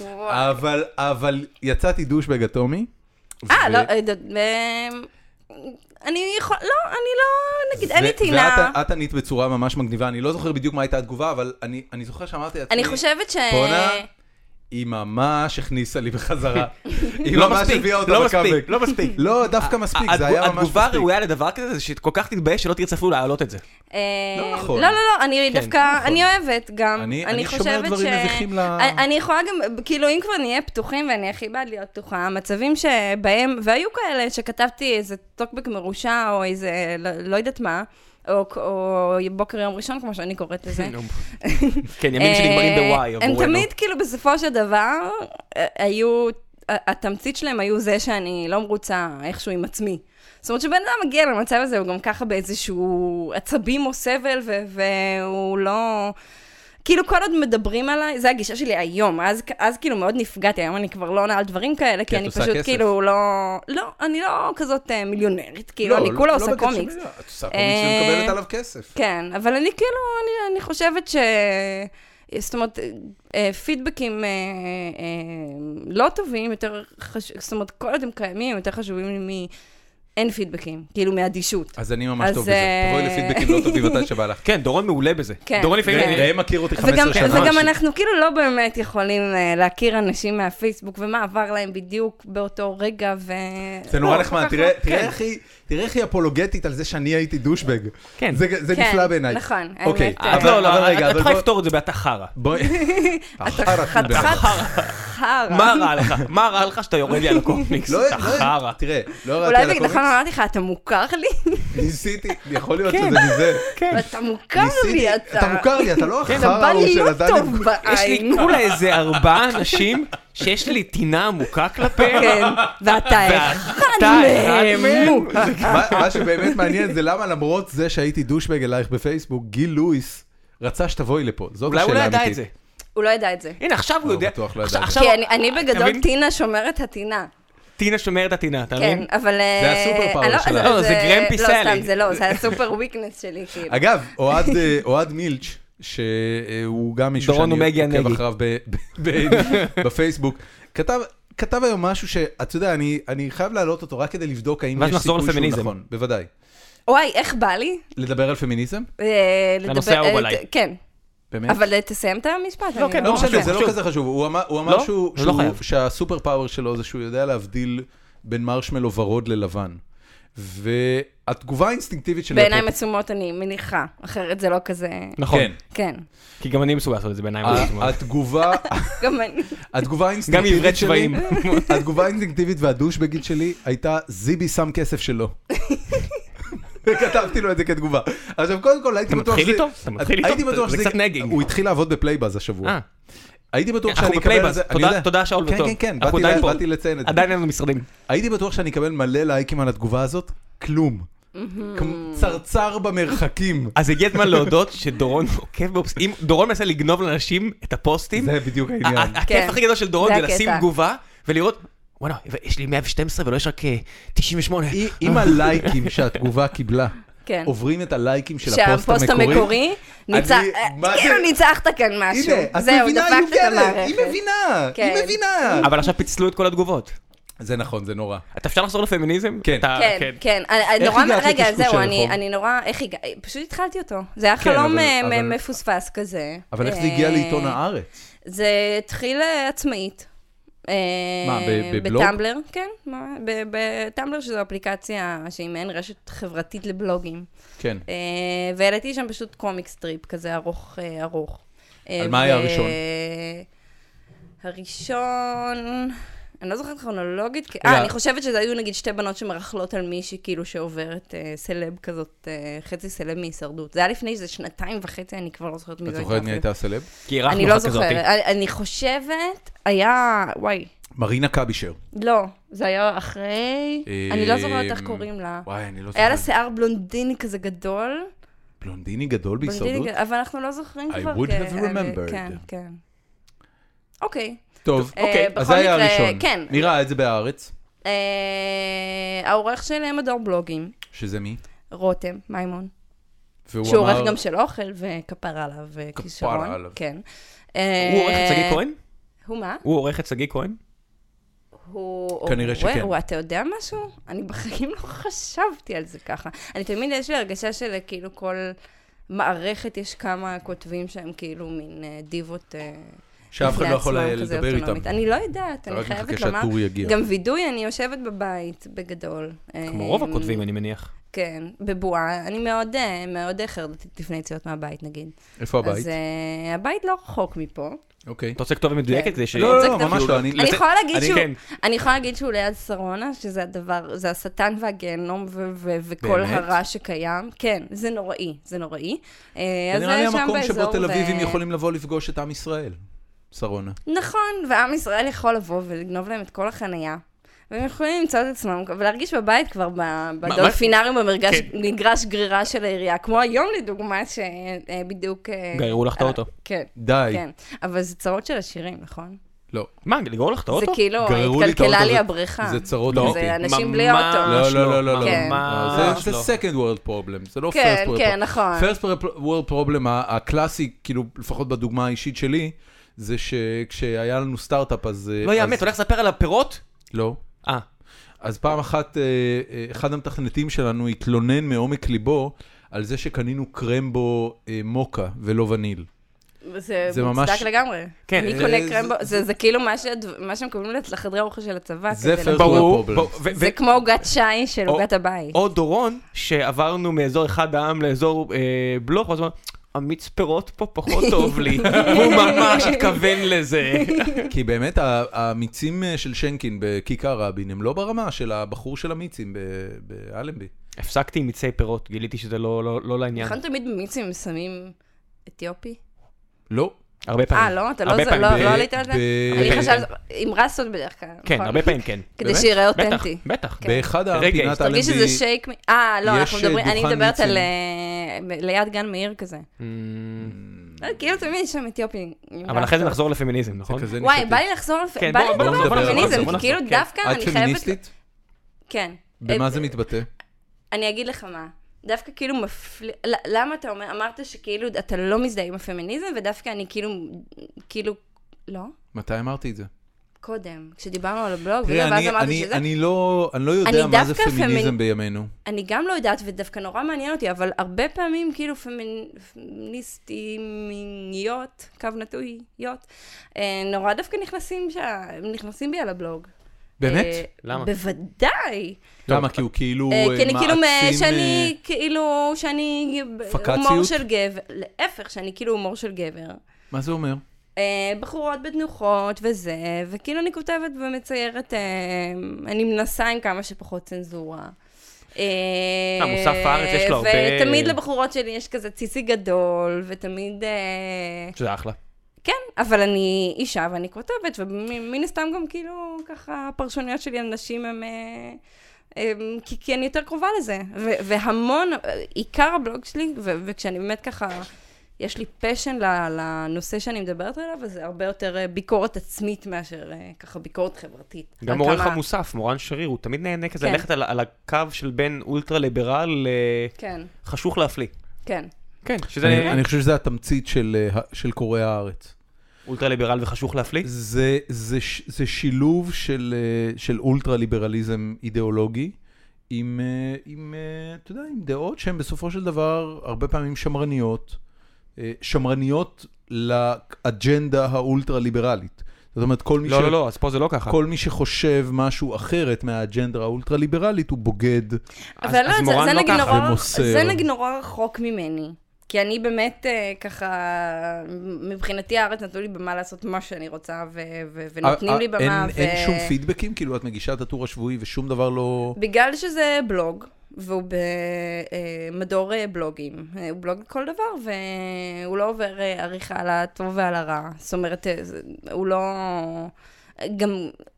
C: וואו.
A: אבל, אבל יצאתי דושבג אטומי.
C: אה,
A: ו-
C: לא, אה, ד- אמ, אני יכול, לא, אני לא, נגיד, אין לי
A: ו-
C: טינה.
A: ואת אה, את ענית בצורה ממש מגניבה, אני לא זוכר בדיוק מה הייתה התגובה, אבל אני, אני זוכר שאמרתי לעצמי,
C: אני חושבת ש...
A: אה, בואנה, היא ממש הכניסה לי בחזרה. היא
B: לא
A: ממש
B: מספיק,
A: הביאה אותה
B: לא
A: בקאמבק.
B: מספיק, לא מספיק.
A: לא, דווקא מספיק, זה היה ממש
B: אה, התגובה
A: מספיק.
B: הראויה לדבר כזה זה שכל כך תתבייש שלא תרצה אפילו להעלות את זה.
C: אה,
A: לא נכון.
C: לא, לא, לא, אני
B: כן,
C: דווקא, אני אוהבת גם.
A: אני- אני שומר
C: חושבת
A: דברים
C: ש-
A: מביכים ל-
C: אני- אני יכולה גם, כאילו, אם כבר נהיה פתוחים, ואני הכי בעד להיות פתוחה, המצבים שבהם, והיו כאלה שכתבתי איזה טוקבק מרושע, או איזה, לא- לא יודעת מה, או או בוקר יום ראשון, כמו שאני קוראת לזה.
B: כן, ימים שנגמרים
C: אה,
B: בוואי
C: הם
B: עבורנו.
C: תמיד, כאילו, בסופו של דבר, אה, היו, ה- התמצית שלהם היו זה שאני לא מרוצה איכשהו עם עצמי. זאת אומרת, שבן אדם מגיע למצב הזה, הוא גם ככה באיזשהו עצבים או סבל, ו- והוא לא... כאילו, כל עוד מדברים עליי, זה הגישה שלי היום, אז, אז כאילו מאוד נפגעתי, היום אני כבר לא עונה על דברים כאלה, כי
A: כן, את
C: אני
A: עושה
C: פשוט
A: כסף.
C: כאילו לא... לא, אני לא כזאת אה, מיליונרית, כאילו,
A: לא,
C: אני
A: לא-
C: כולה
A: לא
C: עושה
A: בקטע של
C: קומיקס.
A: מילה, את עושה קומיקס ומקבלת
C: אה,
A: עליו כסף.
C: כן, אבל אני כאילו, אני, אני חושבת ש... זאת אומרת, אה, פידבקים אה, אה, לא טובים יותר חשובים, זאת אומרת, כל עוד הם קיימים, יותר חשובים לי מ... אין פידבקים, כאילו מאדישות.
A: אז אני ממש
C: אז,
A: טוב בזה,
C: אה,
A: תבואי לפידבקים לא טובים מתי שבא לך.
B: כן, דורון מעולה בזה.
C: כן,
B: דורון
A: אני
C: כן.
B: לפעמים...
A: די מכיר אותי 15
C: וגם,
A: שנה.
C: וגם אנחנו כאילו לא באמת יכולים אה, להכיר אנשים מהפייסבוק, ומה עבר להם בדיוק באותו רגע, ו...
A: זה נורא
C: לא, כל
A: נחמד,
C: כך
A: תראה-
C: לא-
A: תראה
C: כן.
A: איך היא- תראה איך היא אפולוגטית על זה שאני הייתי דושבג.
B: כן.
A: זה זה
C: כן,
A: נפלא בעיניי.
C: נכון,
A: אוקיי,
C: האמת, אה,
B: אז
A: אבל
B: לא, לא,
A: אבל רגע,
B: את
A: אבל
B: יכולה
A: בוא-
B: לפתור את זה בעתה חרא.
A: בואי...
C: אתה
A: אחר את מדברת.
C: חתיכת חרא.
B: מה רע לך? מה רע לך שאתה יורד לי על הקומיקס?
A: לא,
B: אתה
A: לא-
B: חרא.
A: תראה, לא ירדתי
C: אולי
A: על
C: בגללך
A: הקומיקס,
C: אמרתי לך, אתה מוכר לי?
A: ניסיתי, יכול להיות
B: כן.
A: שזה מזה.
B: כן.
C: אתה מוכר לי, אתה...
A: אתה מוכר לי, אתה לא
C: אתה
A: החרא
C: בא
A: ההוא
C: לי
A: של
C: לא
A: הדני...
C: טוב
B: יש לי
C: בעין.
B: כולה איזה ארבעה אנשים שיש לי טינה
C: כן,
B: עמוקה כלפיהם.
C: ואתה אחד
B: ואתה אחד
C: מהם.
B: מהם.
A: מה מה שבאמת מעניין זה למה למרות זה שהייתי דושבג אלייך בפייסבוק, גיל לואיס רצה שתבואי לפה. זאת
B: אולי
A: השאלה
B: הוא לא
A: האמיתית.
B: ידע את זה.
C: הוא לא ידע את זה.
B: הנה, עכשיו הוא
A: לא,
B: יודע.
A: בטוח לא ידע
B: עכשיו-
A: את זה.
B: עכשיו-
C: כי אני- אני
B: אתה
C: בגדול
B: מבין?
C: טינה שומרת הטינה.
B: טינה שומרת הטינה, אתה
C: כן,
B: מבין?
C: אבל... אה,
A: הסופר פאוור
C: אה, לא,
A: שלה.
C: אז-
B: לא,
C: אז,
B: זה
C: אה,
B: גרמפי
C: לא,
B: סלד.
C: סתם, זה לא, זה הסופר וויקנס שלי, כאילו.
A: אגב, אוהד, אה, אוהד מילץ', שהוא גם מישהו
B: דורון
A: שאני
B: אומגיה
A: עוקב
B: נגי.
A: אחריו ב- ב- בפייסבוק, כתב... כתב היום משהו שאתה יודע, אני, אני חייב להעלות אותו רק כדי לבדוק האם
B: ואז
A: יש
B: נחזור
A: סיכוי שהוא
B: לפמיניזם.
A: נכון, בוודאי.
C: וואי, איך בא לי?
A: לדבר על פמיניזם?
C: אה,
B: לנושא
C: לדבר-
B: האהוב
C: אה,
B: עליי.
C: כן,
A: באמת?
C: אבל אה, תסיים את המשפט.
B: לא,
C: אני
B: כן,
A: לא
B: חשוב,
A: משנה, זה לא
B: חשוב.
A: כזה חשוב. הוא אמר, הוא אמר
B: לא?
A: שהוא,
B: לא
A: שהוא,
B: חייב.
A: שהסופר פאוור שלו זה שהוא יודע להבדיל בין מרשמלו ורוד ללבן. והתגובה האינסטינקטיבית שלי...
C: בעיניים עצומות אני מניחה, אחרת זה לא כזה...
B: נכון.
A: כן.
C: כן.
B: כי גם אני מסוגל לעשות את זה בעיניים.
A: ה- התגובה,
C: גם אני.
A: התגובה
B: נכון. גם עברי
A: האינסטינקטיבית שלי,
B: צבעים.
A: התגובה האינסטינקטיבית והדושבגית שלי הייתה זיבי שם כסף שלו. וכתבתי לו את זה כתגובה. עכשיו קודם כל הייתי
B: אתה
A: בטוח
B: מתחיל
A: שזה-
B: איתו? אתה מתחיל איתו?
A: הייתי בטוח
B: זה
A: שזה...
B: קצת נגינג.
A: הוא התחיל לעבוד בפלייבאז השבוע.
B: אה,
A: הייתי בטוח
B: אנחנו
A: שאני אקבל את
B: בפלייבאז.
A: זה, אני
B: תודה-
A: יודע.
B: תודה, שאול,
A: כן,
B: וטוב.
A: כן, כן,
B: אנחנו
A: באתי
B: עדיין
A: ל-
B: פה.
A: באתי לציין את זה.
B: עדיין אין לנו משרדים.
A: הייתי בטוח שאני אקבל מלא לייקים על התגובה הזאת, כלום. כמו צרצר במרחקים.
B: אז הגיע הזמן להודות שדורון עוקב באופס... אם דורון מנסה לגנוב לאנשים את הפוסטים,
A: זה בדיוק
B: ה- ה-
A: העניין.
B: הכיף
C: כן.
B: הכי גדול של דורון
C: זה
B: זה לשים
C: הקטע.
B: תגובה ולראות, וואלה, יש לי 112 ולא יש רק אה, 98.
A: אם- אם הלייקים שהתגובה קיבלה
C: כן.
A: עוברים את הלייקים של הפוסט
C: שהפוסט
A: המקורי,
C: המקורי, ניצח-
A: אני-
C: אה,
A: מה זה?
C: כאילו ניצחת כאן משהו.
A: הנה, את
C: זהו,
A: מבינה,
C: דפקת את
A: יוגלת,
C: המערכת.
A: היא מבינה,
C: כן.
A: היא מבינה.
B: אבל עכשיו פיצלו את כל התגובות.
A: זה נכון, זה נורא.
B: אתה אפשר לחזור לפמיניזם?
A: כן.
B: אתה-
C: כן, כן, אני- אני
A: אה, איך
C: נורא,
A: הגעת
C: רגע,
A: לקשקוש
C: זהו,
A: של
C: אני-
A: רחוב?
C: אני נורא, איך הגעתי, פשוט התחלתי אותו. זה היה
A: כן,
C: חלום
A: אבל-
C: אה,
A: אבל-
C: מ- מפוספס כזה.
A: אבל איך זה הגיע
C: אה,
A: לעיתון הארץ?
C: זה התחיל אה, עצמאית. אה,
A: מה, ב- בבלוג?
C: בטמבלר, כן, מה, ב- בטמבלר שזו אפליקציה שהיא מעין רשת חברתית לבלוגים.
A: כן.
C: אה, והעליתי שם פשוט קומיק סטריפ כזה ארוך אה, ארוך.
A: על מה היה הראשון?
C: הראשון... אני לא זוכרת כרונולוגית, כי-
A: רגע.
C: אה, אני חושבת שזה היו נגיד שתי בנות שמרכלות על מישהי כאילו שעוברת אה, סלב כזאת, אה, חצי סלב מהישרדות. זה היה לפני איזה שנתיים וחצי, אני כבר לא זוכרת מי
A: את
C: זו
A: זוכרת מי
C: אפילו.
A: הייתה הסלב?
B: כי אירחנו
C: אני לא
B: אחת כזאתי.
C: זוכרת. אני, אני חושבת, היה, וואי,
A: מרינה קבישר.
C: לא, זה היה אחרי, אני לא זוכרת איך
A: אמ,
C: קוראים לה.
A: וואי, אני לא זוכרת.
C: היה לה שיער בלונדיני כזה גדול.
A: בלונדיני גדול בהישרדות?
C: בלונדיני, אבל אנחנו לא זוכרים
A: I
C: כבר.
A: would
C: כ-
A: have remembered.
C: כן, כן. אוקיי.
A: טוב,
C: אה,
A: אוקיי,
C: בכל
A: אז זה היה
C: מקרה,
A: הראשון.
C: כן.
A: מי ראה את זה בהארץ?
C: אה, העורך של מדור בלוגים,
A: שזה מי?
C: רותם מימון,
A: והוא
C: שהוא
A: אמר-
C: עורך גם של אוכל וכפר עליו וכישרון.
A: עליו.
C: כן. אה,
B: הוא עורך את שגיא כהן?
C: הוא מה?
B: הוא עורך את שגיא כהן?
C: הוא...
A: כנראה
C: הוא-
A: שכן.
C: הוא, אתה יודע משהו? אני בחיים לא חשבתי על זה ככה. אני תמיד, יש לי הרגשה של כאילו כל מערכת, יש כמה כותבים שהם כאילו מין אה, דיבות... אה,
A: שאף אחד
C: בפני
A: לא יכול
C: עצמם,
A: לדבר
C: כזה
A: איתם.
C: אוטונומית. אני לא יודעת, אני
A: רק מחכה
C: חייבת לומר.
A: שהטור יגיע.
C: גם וידוי, אני יושבת בבית, בגדול.
B: כמו
C: אה,
B: רוב הכותבים, אני מניח.
C: כן, בבועה. אני מאוד, אה, מאוד אה, חרדתית לפני יציאות מהבית, נגיד.
A: איפה הבית?
C: אז אה, הבית לא רחוק מפה.
A: אוקיי.
B: אתה רוצה
C: כן.
B: כתובת מדויקת? זה ש-
A: לא, לא,
C: זה
A: לא,
C: כתב-
A: ממש לא. אני-
C: אני יכולה להגיד
B: אני
C: שהוא,
B: כן.
C: אני יכולה להגיד שהוא ליד שרונה, שזה הדבר, זה השטן והגיהנום ו- ו- וכל
A: באמת?
C: הרע שקיים. כן, זה נוראי, זה נוראי. אה,
A: זה
C: אז
A: נראה לי
C: שם
A: המקום שבו
C: באזור אה,
A: תל
C: זה-
A: אביבים יכולים לבוא לפגוש את עם ישראל. שרונה.
C: נכון, ועם ישראל יכול לבוא ולגנוב להם את כל החנייה. והם יכולים למצוא את עצמם ולהרגיש בבית כבר ב- בדולפינריום במרגש-
B: כן.
C: במגרש גרירה של העירייה, כמו היום לדוגמה, שבדיוק...
B: גררו לך את האוטו.
C: אה, כן,
A: די.
C: כן. אבל זה צרות של עשירים, נכון?
A: לא.
B: מה, לגרור לך את
C: זה
B: האוטו?
C: כאילו,
A: גררו לי את
C: התקלקלה
A: האוטו,
C: לי
A: זה-
C: הבריכה.
A: זה צרות
B: לא.
A: אמיתי.
C: זה אנשים בלי
B: ממש
C: אוטו.
A: לא, לא, לא, לא, לא.
C: כן.
B: ממש
A: לא, זה-
B: לא.
A: זה second world problem, זה לא first
C: כן,
A: world problem.
C: כן, נכון.
A: first world problem ה- הקלאסי, כאילו, לפחות בדוגמה האישית שלי, זה שכשהיה לנו סטארט-אפ אז... אה,
B: לא
A: אז-
B: יאמן, אתה הולך לספר על הפירות?
A: לא.
B: אה,
A: אז פעם אחת, אה, אה, אחד המתכנתים שלנו התלונן מעומק ליבו על זה שקנינו קרמבו אה, מוקה ולא וניל.
C: זה
A: זה ממש-
C: מוצדק לגמרי.
B: כן,
C: מי
A: אה,
C: קונה
A: זה-
C: קרמבו? זה זה כאילו מה שהד- מה שהם קוראים לת- לחדרי האוכל של הצבא.
A: זה
C: כזה
A: first
C: לבוא.
B: ברור.
A: problem.
B: ברור, ו-
C: זה
B: ו-
C: כמו עוגת שי של
B: או-
C: עוגת הבית.
B: או דורון, שעברנו מאזור אחד העם לאזור אה, בלוך, אז הוא אמר, המיץ פירות פה פחות טוב לי. הוא ממש התכוון לזה.
A: כי באמת ה- המיצים אה, של שנקין בכיכר רבין הם לא ברמה של הבחור של המיצים ב- באלנבי.
B: הפסקתי עם מיצי פירות, גיליתי שזה לא- לא לא לעניין.
C: נכון תמיד במיצים שמים אתיופי?
A: לא.
B: הרבה פעמים.
C: אה, לא? אתה
B: הרבה
C: לא זה-
B: פעמים.
C: לא
B: ב-
C: לא עלית על זה?
A: ב-
C: אני
B: כן,
C: חושבת, עם רסות בדרך כלל.
B: כן,
C: נכון?
B: הרבה פעמים כן.
C: כדי
A: באמת?
C: שיראה
B: בטח,
C: אותנטי.
B: בטח.
C: כן.
A: באחד העם
B: רגע,
A: פינת אלנבי...
C: תרגיש שזה שייק, מ- אה, לא,
A: יש,
C: אנחנו מדברים, אני
A: דוכן
C: מדברת על
A: מיצים.
C: אה, ליד גן מאיר כזה. אה, כאילו תמיד שם אתיופים.
B: אבל אחרי זה נחזור לפמיניזם, נכון?
A: זה כזה
C: וואי,
A: נישתי.
C: בא לי לחזור, לפ-
B: כן,
C: בא לי
B: בוא- בוא
C: לדבר
B: נדבר
C: על
A: על זה,
C: פמיניזם,
A: בוא
C: כי
B: נחזור,
C: כאילו
B: כן.
C: דווקא
A: את
C: אני חייבת...
A: פמיניסטית?
C: כן.
A: במה
C: אה,
A: זה מתבטא?
C: אני אגיד לך מה. דווקא כאילו מפליא, למה אתה אומר, אמרת שכאילו אתה לא מזדהה עם הפמיניזם, ודווקא אני כאילו, כאילו, לא,
A: מתי אמרתי את זה?
C: קודם, כשדיברנו על
A: תראה,
C: הבלוג, וזה, ואז
A: אני-
C: אמרתי
A: אני-
C: שזה,
A: אני לא אני לא יודע
C: אני
A: מה זה
C: דווקא
A: פמיניזם
C: פמיני-
A: בימינו.
C: אני גם לא יודעת, ודווקא נורא מעניין אותי, אבל הרבה פעמים כאילו פמיני- פמיניסטיות, קו נטוי, יות, אה, נורא דווקא נכנסים, שה- נכנסים בי על הבלוג. אה,
A: באמת?
B: למה?
C: בוודאי.
A: למה? כי הוא כאילו
C: אה,
A: אה,
C: כי אני כאילו, מ-
A: מעצים,
C: שאני, כאילו, שאני
A: אה, פקציות?
C: הומור של גבר, להפך, שאני כאילו הומור של גבר.
A: אה, מה זה אומר?
C: אה, בחורות בתנוחות וזה, וכאילו אני כותבת ומציירת, אה, אני מנסה עם כמה שפחות צנזורה. אה,
B: אה, מוסף הארץ יש לו הרבה-
C: ותמיד לבחורות שלי יש כזה ציצי גדול, ותמיד... אה,
B: שזה אחלה.
C: כן, אבל אני אישה ואני כותבת, ומן הסתם גם כאילו, ככה, הפרשנויות שלי על נשים הן... אה, אמ, כי, כי אני יותר קרובה לזה, ו- והמון, עיקר הבלוג שלי, ו- וכשאני באמת ככה, יש לי פשן ל- לנושא שאני מדברת עליו, אז זה הרבה יותר אה, ביקורת עצמית מאשר אה, ככה ביקורת חברתית.
B: גם
C: על
B: עורך
C: לא, כמה-
B: המוסף, מורן שריר, הוא תמיד נהנה כזה
C: כן.
B: ללכת על- על הקו של בין אולטרה ליברל
C: כן,
B: לחשוך להפליא.
C: כן.
B: כן, שזה
A: אני אני חושב שזה התמצית של, אה, ה- של קוראי הארץ.
B: אולטרה ליברל וחשוך להפליא.
A: זה, זה, ש- זה שילוב של, אה, של אולטרה ליברליזם אידיאולוגי, עם, אה, עם, אה, אתה יודע, עם דעות שהן בסופו של דבר הרבה פעמים שמרניות, אה, שמרניות לאג'נדה האולטרה ליברלית. זאת אומרת, כל מי,
B: לא, לא, לא, אז פה זה לא ככה.
A: כל מי שחושב משהו אחרת מהאג'נדה האולטרה ליברליית הוא בוגד.
B: אז-
C: אבל לא,
B: אז
C: זה-
B: מורן
C: זה
B: לא
C: נגיד
B: ככה.
C: נורא-
A: ומוסר.
C: זה נגיד נורא רחוק ממני. כי אני באמת אה, ככה, מבחינתי הארץ נתנו לי במה לעשות מה שאני רוצה, ו- ו- ונותנים
A: אה,
C: לי
A: אה,
C: במה.
A: אין, אין
C: ו-
A: שום פידבקים? כאילו, את מגישה את הטור השבועי ושום דבר לא...
C: בגלל שזה בלוג, והוא במדור בלוגים, אה, הוא בלוג לכל דבר, והוא לא עובר אה, עריכה על הטוב ועל הרע. זאת אומרת, אה, זה- הוא לא... גם,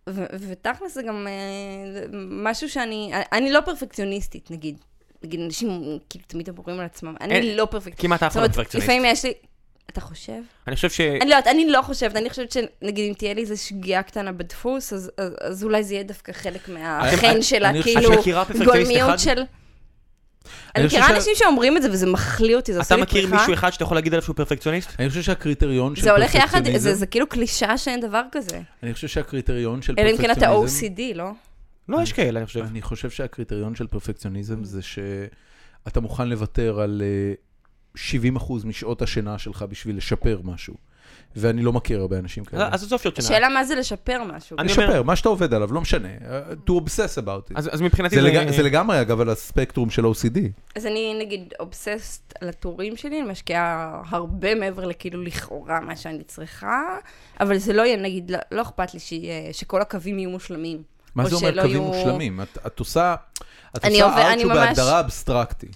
C: ו- ותכלס זה גם אה, זה משהו שאני, אני לא פרפקציוניסטית נגיד, נגיד אנשים כאילו תמיד אומרים על עצמם,
B: אין-
A: אה,
C: אני לא פרפקציוניסטית.
B: כמעט אף אחד לא
C: זאת אומרת,
B: פרפקציוניסט.
C: לפעמים יש לי, אתה חושב?
B: אני חושב ש...
C: אני לא יודעת, אני לא חושבת, אני חושבת שנגיד אם תהיה לי איזו שגיאה קטנה בדפוס, אז- אז אז אולי זה יהיה דווקא חלק
A: אני-
C: מהחן שלה,
A: אני חושב-
C: כאילו,
B: את מכירה פרפקציוניסט אחד?
C: גולמיות של... אני
A: חושב
C: מכירה
A: שה-
C: אנשים שאומרים את זה וזה מחליא אותי, זה
B: אתה
C: עושה לי
B: מכיר
C: פריחה.
B: מישהו אחד שאתה יכול להגיד עליו שהוא פרפקציוניסט?
A: אני חושב שהקריטריון של
C: זה הולך יחד,
A: פרפקציוניזם...
C: זה זה כאילו קלישאה שאין דבר כזה.
A: אני חושב שהקריטריון של
C: אלא אם כן
A: פרפקציוניזם...
C: אתה OCD, לא?
B: לא, יש כאלה, אני
C: כן.
B: חושב.
A: אני חושב שהקריטריון של פרפקציוניזם זה שאתה מוכן לוותר על אה, 70% משעות השינה שלך בשביל לשפר משהו. ואני לא מכיר הרבה אנשים כאלה.
B: אז עזוב שעות שינה.
C: השאלה מה זה לשפר משהו.
B: כן. אני- אומר-
A: לשפר, מה שאתה עובד עליו, לא משנה. אה, to obsess about it.
B: אז אז מבחינתי
A: זה לג-
B: זה...
A: זה לגמרי, אגב, על הספקטרום של OCD.
C: אז אני נגיד אובססט על הטורים שלי, אני משקיעה הרבה מעבר לכאילו לכאורה מה שאני צריכה, אבל זה לא יהיה, נגיד, לא- לא אכפת לי שיהיה- שכל הקווים יהיו מושלמים.
A: מה
C: או
A: זה אומר
C: שלא
A: קווים
C: יהיו-
A: מושלמים? את- את עושה את
C: אני
A: עושה
C: עובד-
A: ארט
C: אני
A: שהוא
C: ממש-
A: בהגדרה אבסטרקטי.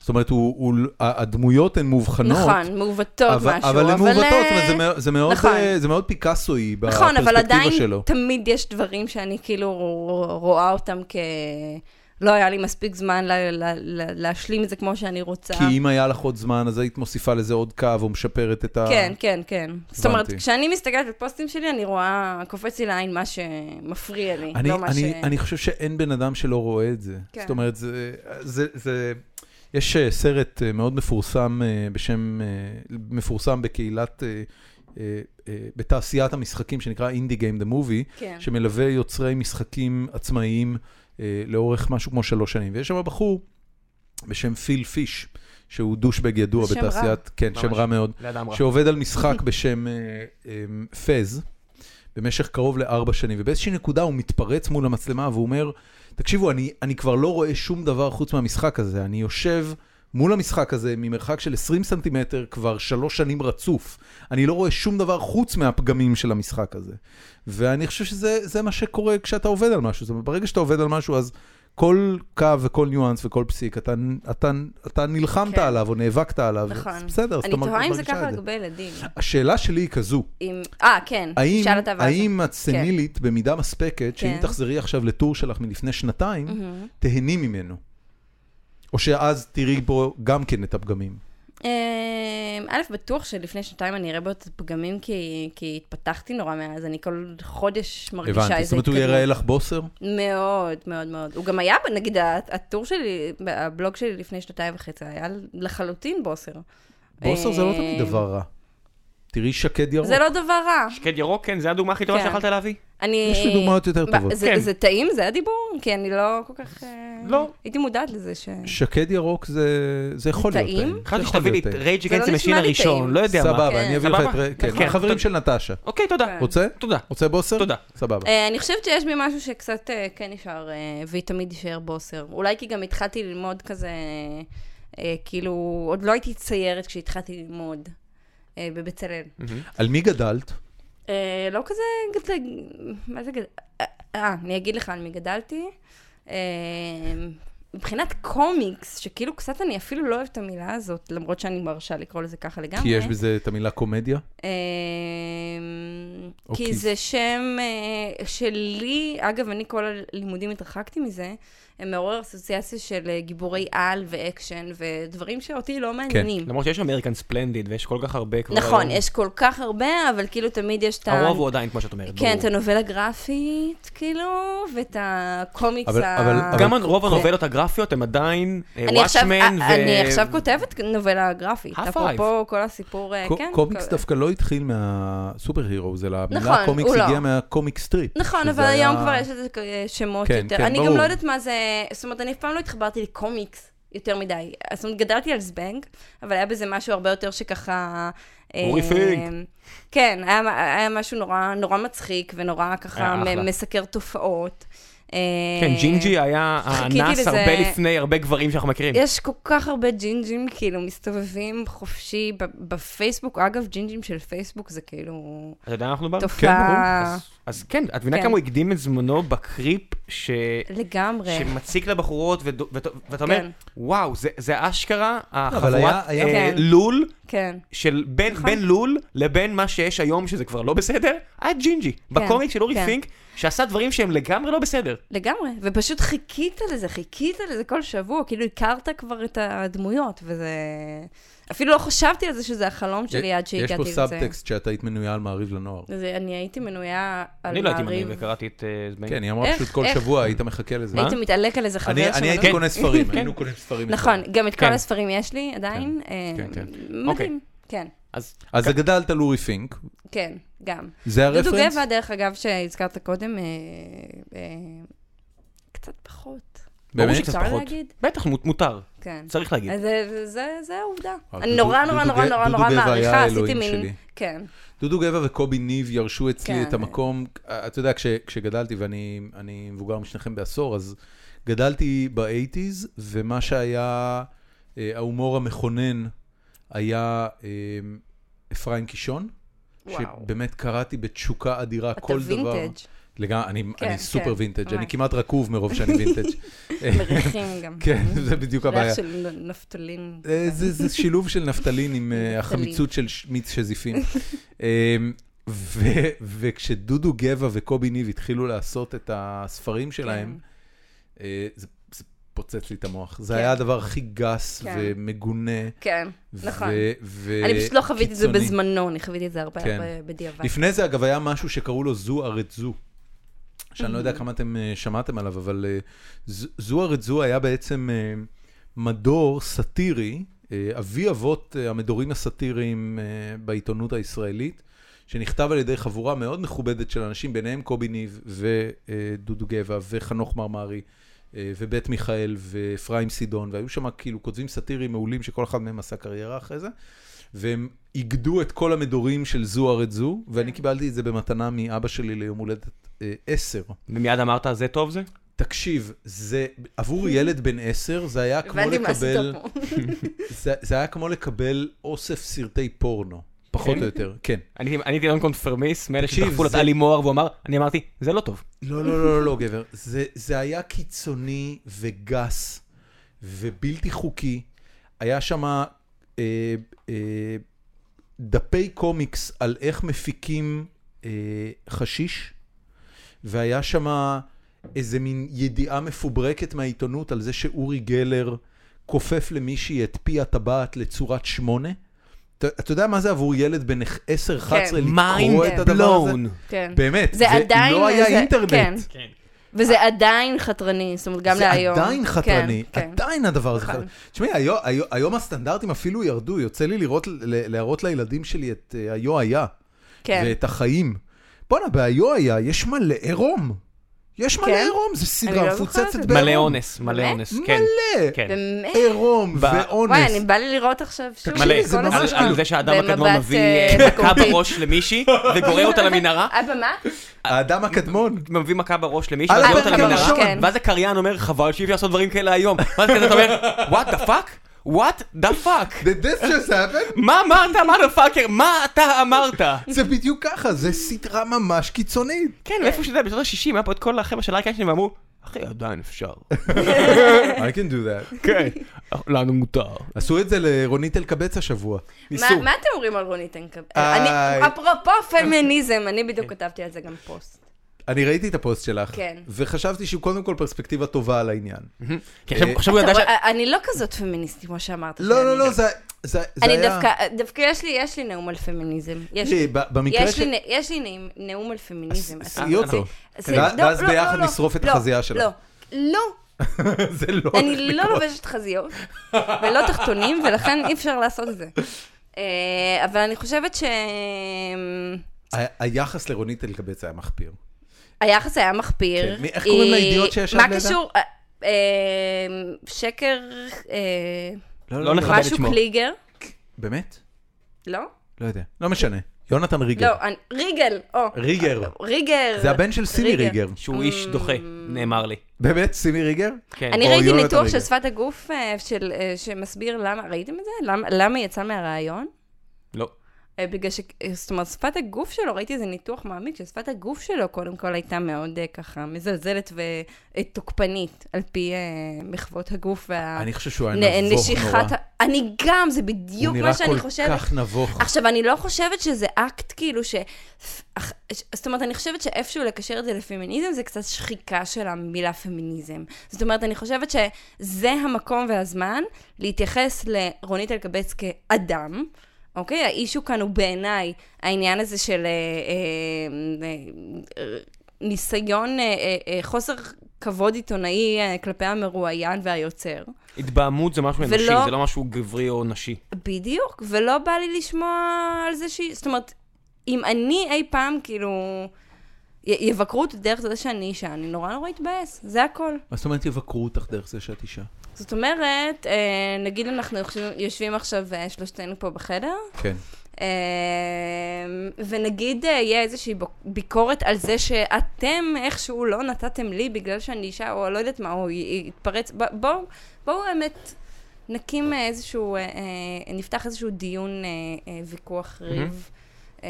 A: זאת אומרת, הוא- הוא- הדמויות הן מאובחנות.
C: נכון, מעוותות
A: אבל,
C: משהו,
A: אבל הן מעוותות,
C: אה,
A: זאת אומרת, זה, מאוד- זה, מאוד,
C: נכון.
A: אה, זה מאוד פיקאסואי בפרספקטיבה
C: נכון, אבל עדיין
A: שלו.
C: תמיד יש דברים שאני כאילו רואה אותם כ... לא היה לי מספיק זמן ל- ל- ל- להשלים את זה כמו שאני רוצה.
A: כי אם היה לך עוד זמן, אז היית מוסיפה לזה עוד קו או משפרת את ה...
C: כן, כן, כן. זאת אומרת,
A: הבנתי.
C: כשאני מסתכלת על פוסטים שלי, אני רואה, קופץ לי לעין מה שמפריע לי,
A: אני,
C: לא מה ש...
A: אני, אני חושב שאין בן אדם שלא רואה את זה.
C: כן.
A: זאת אומרת, זה, זה, זה, יש אה, סרט אה, מאוד מפורסם אה, בשם, אה, מפורסם בקהילת, אה, אה, אה, בתעשיית המשחקים שנקרא אינדי גיים דה מובי,
C: כן.
A: שמלווה יוצרי משחקים עצמאיים אה, לאורך משהו כמו שלוש שנים. ויש שם בחור בשם פיל פיש, שהוא דושבג ידוע
C: זה שם רע.
A: בתעשיית, כן, שם
B: ממש.
A: רע מאוד,
B: לאדם רע.
A: שעובד על משחק בשם אה, אה, פז במשך קרוב לארבע שנים, ובאיזושהי נקודה הוא מתפרץ מול המצלמה והוא אומר, תקשיבו, אני, אני כבר לא רואה שום דבר חוץ מהמשחק הזה, אני יושב... מול המשחק הזה, ממרחק של 20 סנטימטר, כבר שלוש שנים רצוף. אני לא רואה שום דבר חוץ מהפגמים של המשחק הזה. ואני חושב שזה זה מה שקורה כשאתה עובד על משהו. זאת אומרת, ברגע שאתה עובד על משהו, אז כל קו וכל ניואנס וכל פסיק, אתה, אתה, אתה נלחמת
C: כן.
A: עליו או נאבקת עליו.
C: נכון.
A: אז בסדר, אז
C: אני
A: אתה מר-
C: תוהה אם זה
A: מרגישה
C: ככה
A: את זה.
C: לגבי ילדים.
A: השאלה שלי היא כזו,
C: אם- אה, כן,
A: האם,
C: שאל אתה ואז-
A: האם את סנילית במידה מספקת, שאם
C: כן.
A: תחזרי עכשיו לטור שלך מלפני שנתיים, תהני ממנו? או שאז תראי בו גם כן את הפגמים.
C: אמ, א', בטוח שלפני שנתיים אני אראה בו את הפגמים, כי, כי התפתחתי נורא מאז, אני כל חודש מרגישה איזה...
A: הבנתי, זאת אומרת הוא יראה לך בוסר?
C: מאוד, מאוד, מאוד. הוא גם היה, נגיד, הטור שלי, הבלוג שלי לפני שנתיים וחצי, היה לחלוטין בוסר.
A: בוסר זה לא
C: אה,
A: תמיד דבר רע. תראי שקד ירוק.
C: זה לא דבר רע.
B: שקד ירוק, כן, זה הדוגמה הכי טובה
C: כן.
B: שיכולת להביא?
C: אני...
A: יש לי דוגמאות יותר
C: ב-
A: טובות.
C: זה-
B: כן.
C: זה טעים? זה הדיבור? כי אני לא כל כך... אה,
B: לא.
C: הייתי מודעת לזה ש...
A: שקד ירוק זה זה יכול להיות
C: טעים?
A: טעים. זה
B: חשבתי
A: יכול
B: שתביא לי
A: להיות
B: את
A: טעים.
B: רייג'
C: זה לא
B: אגנס המשין
C: נשמע לי
B: הראשון,
C: טעים.
B: לא יודע מה.
A: סבבה,
C: כן.
A: אני אביא לך את...
B: אה. סבבה?
A: ר- כן,
B: כן.
A: החברים של נטשה.
B: אוקיי, תודה.
C: כן.
A: רוצה?
B: תודה.
A: רוצה בוסר?
B: תודה.
A: סבבה.
C: אה, אני חושבת שיש בי משהו שקצת אה, כן נשאר, אה, והיא תמיד יישאר בוסר. אולי כי גם התחלתי ללמוד כזה, אה, כאילו, עוד לא הייתי ציירת כשהתחלתי ללמוד אה, בבצלאל.
A: על מי גדלת?
C: אה, לא כזה, כזה, מה זה גדל... אה, אני אגיד לך על מי גדלתי. אה, מבחינת קומיקס, שכאילו קצת אני אפילו לא אוהבת את המילה הזאת, למרות שאני מרשה לקרוא לזה ככה לגמרי.
A: כי יש בזה את המילה קומדיה?
C: אמ,
A: או כי-
C: כי זה שם אה, שלי, אגב, אני כל הלימודים התרחקתי מזה, הם מעורר אסוציאציה של אה, גיבורי על ואקשן ודברים שאותי
A: כן.
C: לא מעניינים.
B: למרות שיש אמריקן ספלנדיד ויש כל כך הרבה כבר
C: נכון,
B: היום.
C: יש כל כך הרבה, אבל כאילו תמיד יש את ה...
B: הרוב הוא עדיין כמו שאת אומרת.
C: כן,
B: ברור.
C: את הנובלה גרפית, כאילו, ואת הקומיקס
A: אבל-
C: ה...
A: אבל-
B: גם רוב הנובלות הגרפיות הם עדיין
C: אני עכשיו-
B: וואטשמן
C: אה, אני עכשיו
B: כן,
C: כותבת נובלה גרפית,
B: Half-Life.
C: אפרופו כל הסיפור, אה,
A: קו-
C: כן.
A: קומיקס
C: כל-
A: דווקא לא התחיל מהסופר הירו, זה
C: נכון,
A: המילה
C: הוא
A: קומיקס
C: לא.
A: הגיעה מהקומיק סטריפ.
C: נכון,
A: שזה
C: אבל היום
A: היה-
C: כבר יש לזה אה, שמות
A: כן,
C: יותר.
A: כן,
C: אני
A: ברור.
C: גם לא יודעת מה זה, זאת אומרת, אני אף פעם לא התחברתי לקומיקס יותר מדי. זאת אומרת, גדלתי על זבנג, אבל היה בזה משהו הרבה יותר שככה... אה,
B: אורי פינק.
C: כן, היה, היה משהו נורא, נורא מצחיק ונורא ככה
B: היה אחלה.
C: מ- מסקר תופעות. אה,
B: כן, ג'ינג'י היה
C: חיכיתי
B: האנס
C: לזה-
B: הרבה לפני הרבה גברים שאנחנו מכירים.
C: יש כל כך הרבה ג'ינג'ים כאילו מסתובבים חופשי ב- בפייסבוק. אגב, ג'ינג'ים של פייסבוק זה כאילו
B: אתה יודע מה אנחנו ברור?
C: תופעה
B: אז כן, את מבינה
C: כן.
B: כמה הוא הקדים את זמנו בקריפ ש...
C: לגמרי.
B: שמציק לבחורות, וד- ואת- ואתה אומר,
C: כן.
B: וואו, זה- זה אשכרה
A: אבל היה-
B: החבורת
A: היה-
B: אה,
C: כן.
B: לול
C: כן.
B: של בין,
C: נכון.
B: בין לול לבין מה שיש היום, שזה כבר לא בסדר, היה ג'ינג'י. בקומיק של אורי
C: כן.
B: פינק, שעשה דברים שהם לגמרי לא בסדר.
C: לגמרי, ופשוט חיכית לזה, חיכית לזה כל שבוע, כאילו הכרת כבר את הדמויות, וזה... אפילו לא חשבתי על זה שזה החלום שלי עד
A: אה, יש
C: שהגעתי אה,
A: פה
C: לזה.
A: סאבטקסט שאת היית מנויה על מעריב לנוער.
C: זה- אני הייתי מנויה על
B: אני לא הייתי מנוי
C: מעריב.
B: וקראתי את אה, זבנג.
A: כן, היא אמרה
C: איך-
A: פשוט כל
C: איך?
A: שבוע היית מחכה לזה.
C: היית מתעלק על איזה חבר
A: אני
C: שלנו.
A: אני הייתי
B: כן.
A: קונה ספרים,
B: כן.
A: היינו קונים ספרים.
C: נכון,
A: אצלנו.
C: גם את כל
B: כן.
C: הספרים יש לי עדיין. אה,
A: כן, כן.
B: אוקיי.
C: מדהים, כן,
B: אז
A: אז זה גדלת על אורי פינק,
C: כן, גם.
A: זה
C: דודו
A: הרפרנס?
C: גבע, דרך אגב, שהזכרת קודם, אה, אה, קצת פחות.
B: ברור
A: באמת?
B: שקצת
C: אפשר
B: פחות.
C: להגיד?
B: בטח, מות- מותר,
C: כן.
B: צריך להגיד.
C: אז זה- זה- זה העובדה.
A: אה,
C: אני
A: דודו-
C: נורא
A: דודו
C: נורא נורא
A: גב-
C: נורא
A: דודו
C: נורא
A: גבע היה
C: מעריכה, עשיתי
A: האלוהים
C: מין...
A: שלי.
C: כן.
A: דודו גבע וקובי ניב ירשו אצלי
C: כן.
A: את המקום, אה, אתה יודע, כש, כשגדלתי, ואני אני מבוגר משניכם בעשור, אז גדלתי באייטיז, ומה שהיה אה, ההומור המכונן היה אה, אפרים קישון,
C: וואו.
A: שבאמת קראתי בתשוקה אדירה
C: אתה
A: כל דבר.
C: וינטג',
A: לגמרי, אני,
C: כן,
A: אני
C: כן,
A: סופר וינטג', אני
C: ממש.
A: כמעט רקוב מרוב שאני וינטג'.
C: מריחים גם.
A: כן, זה בדיוק הבעיה.
C: ריח של נ- נפתולין.
A: אה, זה, זה שילוב של נפתלין עם אה, החמיצות של ש- מיץ שזיפים. אה, ו- וכשדודו גבע וקובי ניב התחילו לעשות את
C: כן.
A: הספרים שלהם, אה, זה זה פוצץ לי את המוח. זה
C: כן.
A: היה הדבר הכי גס
C: כן.
A: ומגונה.
C: כן,
A: ו-
C: נכון.
A: ו-
C: אני פשוט לא חוויתי את זה
A: אה, קיצוני.
C: בזמנו, אני חוויתי את זה הרבה
A: כן.
C: הרבה בדיעבד.
A: לפני זה, אגב, היה משהו שקראו לו זו ארץ זו. שאני לא יודע כמה אתם אה, שמעתם עליו, אבל אה, ז- זו ארץ זו היה בעצם אה, מדור סאטירי, אה, אבי אבות אה, המדורים הסאטיריים אה, בעיתונות הישראלית, שנכתב על ידי חבורה מאוד מכובדת של אנשים, ביניהם קובי ניב ודודו גבע וחנוך מרמרי. אה, ובית מיכאל ואפרים סידון, והיו שם כאילו כותבים סאטירים מעולים שכל אחד מהם עשה קריירה אחרי זה, והם איגדו את כל המדורים של זו ארץ זו, ואני קיבלתי את זה במתנה מאבא שלי ליום הולדת אה, עשר.
B: ומיד אמרת, זה טוב זה?
A: תקשיב, זה, עבור ילד בן עשר, זה היה כמו
C: הבנתי מה עשית
A: לקבל,
C: פה.
A: זה, זה היה כמו לקבל אוסף סרטי פורנו, פחות
B: כן?
A: או יותר, כן.
B: אני הייתי- אני הייתי נון קונפרמיס, מאלה
A: תקשיב,
B: שדחפו
A: זה-
B: לטלי מוהר, והוא אמר, אני אמרתי, זה לא טוב.
A: לא, לא, לא, לא, לא, גבר. זה, זה היה קיצוני וגס ובלתי חוקי. היה שם אה, אה, דפי קומיקס על איך מפיקים אה, חשיש, והיה שם איזה מין ידיעה מפוברקת מהעיתונות על זה שאורי גלר כופף למישהי את פי הטבעת לצורת שמונה. אתה אתה יודע מה זה עבור ילד בן 10-11
B: כן.
A: לקרוא את
B: מיינד
A: הדבר הזה?
B: בלון.
C: כן.
A: באמת,
C: זה עדיין...
A: לא היה
C: זה-
A: אינטרנט.
C: כן.
B: כן.
C: וזה עדיין חתרני, זאת אומרת, גם להיום.
A: זה עדיין חתרני,
C: כן, כן.
A: עדיין הדבר הזה
C: נכון.
A: חתרני. תשמעי, היום- היום- היום הסטנדרטים אפילו ירדו, יוצא לי לראות, ל- להראות לילדים שלי את אה, היו היה,
C: כן.
A: ואת החיים. בואנה, בהיו היה יש מלא עירום. יש מלא
C: כן?
A: עירום, זו
C: אני
A: סדרה
C: לא זוכרת
A: מפוצצת
C: את זה.
A: בעירום.
B: מלא אונס, מלא
C: באמת?
B: אונס, כן.
A: מלא.
B: כן.
C: באמת?
A: עירום
B: ב-
A: ואונס.
C: וואי, אני בא לי לראות עכשיו שוב.
A: תקשיבי,
B: מלא,
A: זה
C: כל
A: ממש
B: על-
C: הזמן.
B: על כאילו זה שהאדם הקדמון
C: במבט,
B: מביא
C: אה,
B: אה, מכה
C: ביקורתי.
B: בראש למישהי וגורר אותה למנהרה,
C: אבא, מה?
A: האדם הקדמון.
B: מביא מכה בראש למישהי,
A: על
B: וגורר אותה
A: הפרק
B: למנהרה,
A: הראשון.
C: כן.
B: ואז הקריין אומר, חבל שאי אפשר לעשות דברים כאלה היום. ואז כזה אתה אומר, what the fuck? what the fuck?
A: The death just happened?
B: מה אמרת, מה פאקר? מה אתה אמרת?
A: זה בדיוק ככה, זה סדרה ממש קיצונית.
B: כן, מאיפה שזה, בשנות ה-60 היה פה את כל החבר'ה של אריק איינשטיין ואמרו, אחי, עדיין אפשר.
A: I can do that.
B: כן, לנו מותר.
A: עשו את זה לרונית אלקבץ השבוע.
C: מה מה אתם אומרים על רונית אנקבל?
A: איי.
C: אני- אפרופו פמיניזם, אני בדיוק כתבתי על זה גם פוסט.
A: אני ראיתי את הפוסט שלך,
C: כן.
A: וחשבתי שהוא קודם כל פרספקטיבה טובה על העניין.
B: כי כן, עכשיו- עכשיו הוא
C: אתה
B: ידע ש...
C: רואה, אני לא כזאת פמיניסטית, כמו שאמרת.
A: לא, לא,
C: שאני
A: לא,
C: גם.
A: זה זה- זה
C: אני
A: היה...
C: דווקא, אה, דווקא יש לי, יש לי נאום על פמיניזם. יש
A: תראי,
C: לי.
A: ב- במקרה
C: יש
A: ש...
C: לי, נ- יש לי נאום, נאום על פמיניזם.
A: אז
C: אתה
A: שיאי
C: רוצה-
A: אותו.
C: אז-
A: כן.
C: לא,
A: ואז
C: לא,
A: ביחד
C: לא,
A: נשרוף את
C: לא,
A: החזייה שלך.
C: לא, לא,
A: זה לא...
C: אני
A: הולך
C: לא
A: לקרות.
C: לובשת חזיות ולא תחתונים, ולכן אי אפשר לעשות את זה. אה, אבל אני חושבת ש...
A: ה- היחס לרונית אלקבץ היה מחפיר.
C: היחס היה מחפיר.
A: כן, מי- איך קוראים
C: היא-
A: לאידיוט שישב לידה?
C: מה קשור? אה, אה, שקר, אה,
B: לא נכבד את
C: משהו
B: שמו.
C: קליגר,
A: באמת?
C: לא?
A: לא יודע. לא משנה. יונתן ריגר.
C: לא, אני- ריגל, או.
A: ריגר.
C: ריגר.
A: זה הבן של סימי ריגר.
B: שהוא איש דוחה, נאמר לי.
A: באמת? סימי ריגר?
B: כן.
C: אני
A: או
C: ראיתי
A: יונתן
C: ניתוח
A: ריגר.
C: של שפת הגוף אה, של, אה, שמסביר למה, ראיתם את זה? למה- למה היא יצאה מהראיון?
B: לא.
C: אה, בגלל ש... אה, זאת אומרת, שפת הגוף שלו, ראיתי איזה ניתוח מעמיק, ששפת הגוף שלו קודם כל הייתה מאוד אה, ככה מזלזלת ותוקפנית, על פי אה, מחוות הגוף וה...
A: אני חושב שהוא היה
C: אה. נ-
A: נבוך נורא.
C: נשיכת... ה- אני גם, זה בדיוק מה שאני חושבת.
A: הוא נראה כל כך נבוך.
C: עכשיו, אני לא חושבת שזה אקט כאילו ש... אך- זאת אומרת, אני חושבת שאיפשהו לקשר את זה לפמיניזם זה קצת שחיקה של המילה פמיניזם. זאת אומרת, אני חושבת שזה המקום והזמן להתייחס לרונית אלקבץ כאדם. אוקיי? האישו כאן הוא בעיניי העניין הזה של אה, אה, אה, אה, ניסיון, אה, אה, אה, חוסר כבוד עיתונאי אה, כלפי המרואיין והיוצר.
B: התבהמות זה משהו אנושי,
C: ולא-
B: זה לא משהו גברי או נשי.
C: בדיוק, ולא בא לי לשמוע על זה שהיא... זאת אומרת, אם אני אי פעם, כאילו... י- יבקרו אותי דרך זה שאני אישה, אני נורא נורא אתבאס, זה הכל.
A: מה זאת אומרת יבקרו אותך דרך זה שאת אישה?
C: זאת אומרת, אה, נגיד אנחנו יושבים- יושבים עכשיו אה, שלושתנו פה בחדר,
A: כן.
C: אה, ונגיד אה, יהיה איזושהי בוק- ביקורת על זה שאתם איכשהו לא נתתם לי בגלל שאני אישה, או לא יודעת מה, או י- י- יתפרץ, ב- בואו, בואו האמת, נקים אה, איזשהו, אה, אה, נפתח איזשהו דיון, אה, אה, ויכוח ריב.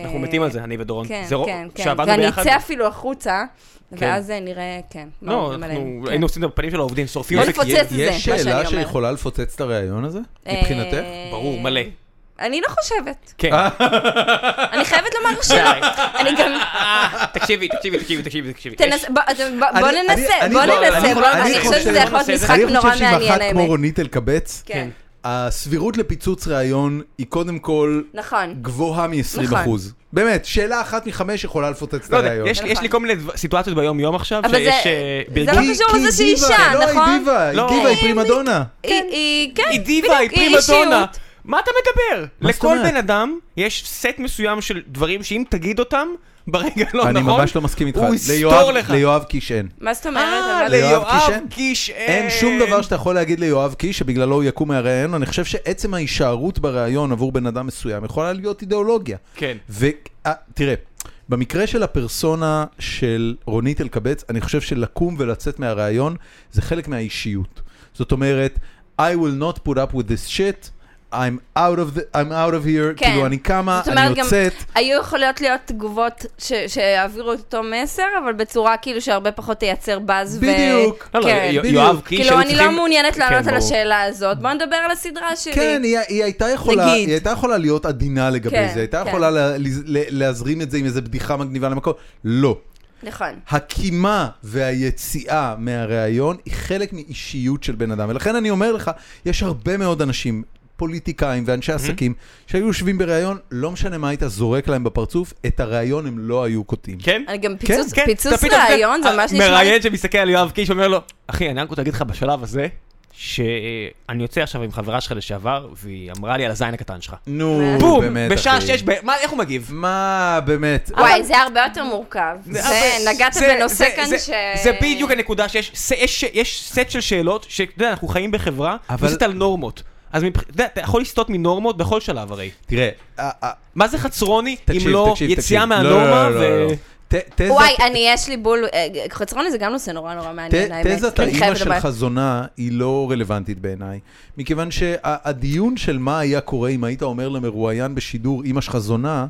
B: אנחנו
C: אה,
B: מתים על זה, אני ודורון.
C: כן,
B: זה רוא-
C: כן, כן,
B: שעבדנו
C: ואני
B: ביחד-
C: אצא אפילו החוצה, ואז אה, נראה, כן. מה
B: לא,
C: עובדים עליהם.
B: אנחנו
C: כן. לא
B: היינו עושים את הפנים של העובדים, שורפים
C: בוא
B: את זה. כי-
C: נפוצץ את זה, מה
A: יש
C: שאני
A: שאלה
C: אומרת.
A: שיכולה לפוצץ את הראיון הזה?
C: אה,
A: מבחינתך?
B: ברור, מלא.
C: אני לא חושבת.
B: כן.
C: אני חייבת לומר שלא. אני גם...
B: אה, תקשיבי, תקשיבי, תקשיבי, תקשיבי, תקשיבי.
C: תנסה, בוא אתם- בוא- בוא
A: אני-
C: ננסה,
A: אני-
C: בוא
A: אני-
C: ננסה,
B: אני-
C: בוא-
B: אני
C: אני חושבת
B: חושב-
C: שזה יכול להיות
B: אני
C: משחק נורא
A: אני חושב
C: מעניין,
A: שאם אחת כמו
C: האמת.
A: רונית אלקבץ,
C: כן,
A: הסבירות לפיצוץ ראיון היא קודם כל
C: נכון.
A: גבוהה מ-20
C: נכון.
A: אחוז. באמת, שאלה אחת מחמש יכולה לפוצץ את
B: לא יודע,
A: הראיון.
B: יש לי- יש לי כל מיני דבר- סיטואציות ביום-יום עכשיו,
C: אבל זה-
B: שיש אה,
C: זה
B: ברגים-
C: לא
A: כי-
C: קשור
A: כי
C: לזה שהיא
A: היא
C: אישה,
A: דיבה. לא,
C: נכון?
A: היא דיבה,
B: לא.
A: היא דיבה, היא פרימדונה.
C: היא, היא, כן,
B: היא דיבה, היא
C: בדיוק,
B: פרימדונה.
C: אישיות.
B: מה אתה מדבר?
A: מה זאת
B: לכל
A: אומרת?
B: בן אדם יש סט מסוים של דברים שאם תגיד אותם ברגע לא נכון,
A: אני ממש לא מסכים איתך.
B: הוא
A: ליואב-
B: יסתור לך.
A: ליואב קיש אין.
C: מה זאת אומרת?
B: אה,
C: אבל-
A: ליואב קיש
B: ליואב
A: אין?
B: קיש אה. אין.
A: אין שום
C: אה.
A: דבר שאתה יכול להגיד ליואב קיש שבגללו הוא יקום מהראיון. אני חושב שעצם ההישארות בראיון עבור בן אדם מסוים יכולה להיות אידיאולוגיה.
B: כן.
A: ותראה, אה, במקרה של הפרסונה של רונית אלקבץ, אני חושב שלקום ולצאת מהראיון זה חלק מהאישיות. זאת אומרת, I will not put up with this shit, I'm out of, the, I'm out of here,
C: כן.
A: כאילו אני קמה,
C: זאת
A: אני
C: אומרת, גם-
A: יוצאת.
C: היו יכולות להיות תגובות ש- שיעבירו את אותו מסר, אבל בצורה כאילו שהרבה פחות תייצר באז. ו-
A: בדיוק.
B: לא, לא,
C: כן.
B: יו-
A: בדיוק.
B: יואב קיש,
C: כאילו,
B: היו
C: אני לא
B: צריכים-
C: מעוניינת
B: כן,
C: לענות על
B: ברור.
C: השאלה הזאת, בואו נדבר על הסדרה שלי.
A: כן, היא, היא, הייתה יכולה,
C: נגיד.
A: היא הייתה יכולה להיות עדינה לגבי
C: כן,
A: זה, היא הייתה
C: כן.
A: יכולה לה, לה, להזרים את זה עם איזה בדיחה מגניבה למקום. לא.
C: נכון.
A: הקימה והיציאה מהראיון היא חלק מאישיות של בן אדם. ולכן אני אומר לך, יש הרבה מאוד אנשים, פוליטיקאים ואנשי עסקים, שהיו יושבים בראיון, לא משנה מה היית זורק להם בפרצוף, את הראיון הם לא היו קוטעים.
B: כן?
C: אני גם
A: כן,
C: פיצוץ,
B: כן, אתה
C: פיצוץ
B: פתאום-
C: רעיון, זה ממש נשמע לי
B: מראיין שמסתכל על יואב קיש ואומר לו, אחי, אני רק רוצה להגיד לך בשלב הזה, שאני יוצא עכשיו עם חברה שלך לשעבר, והיא אמרה לי על הזין הקטן שלך.
A: נו,
B: בום,
A: באמת,
B: בשעה
A: אחי.
B: שש, ב- מה, איך הוא מגיב?
A: מה, באמת.
C: וואי, זה הרבה יותר מורכב. זה,
B: אבל-
C: נגעת
B: זה-
C: בנושא
B: זה-
C: כאן
B: זה-
C: ש...
B: זה בדיוק הנקודה שיש, ס- יש- יש סט של שאלות, שאתה יודע, אנחנו חיים בחברה,
A: אבל-
B: אבל... על נורמות. אז מבח- אתה יודע, אתה יכול לסטות מנורמות בכל שלב הרי.
A: תראה, אה, אה,
B: מה זה חצרוני
A: תקשיב,
B: אם לא
A: תקשיב,
B: יציאה
A: תקשיב. לא,
B: מהנורמה
A: לא, לא,
B: ו...
A: לא, לא. ת- תזה-
C: וואי, אני, יש לי בול... אה, חצרוני זה גם נושא נורא נורא מעניין,
A: ת-
C: האמת.
A: תזת
C: אני
A: האימא
C: חייבת לומר.
A: שלך זונה היא לא רלוונטית בעיניי, מכיוון שהדיון של מה היה קורה אם היית אומר למרואיין בשידור אימא שלך זונה,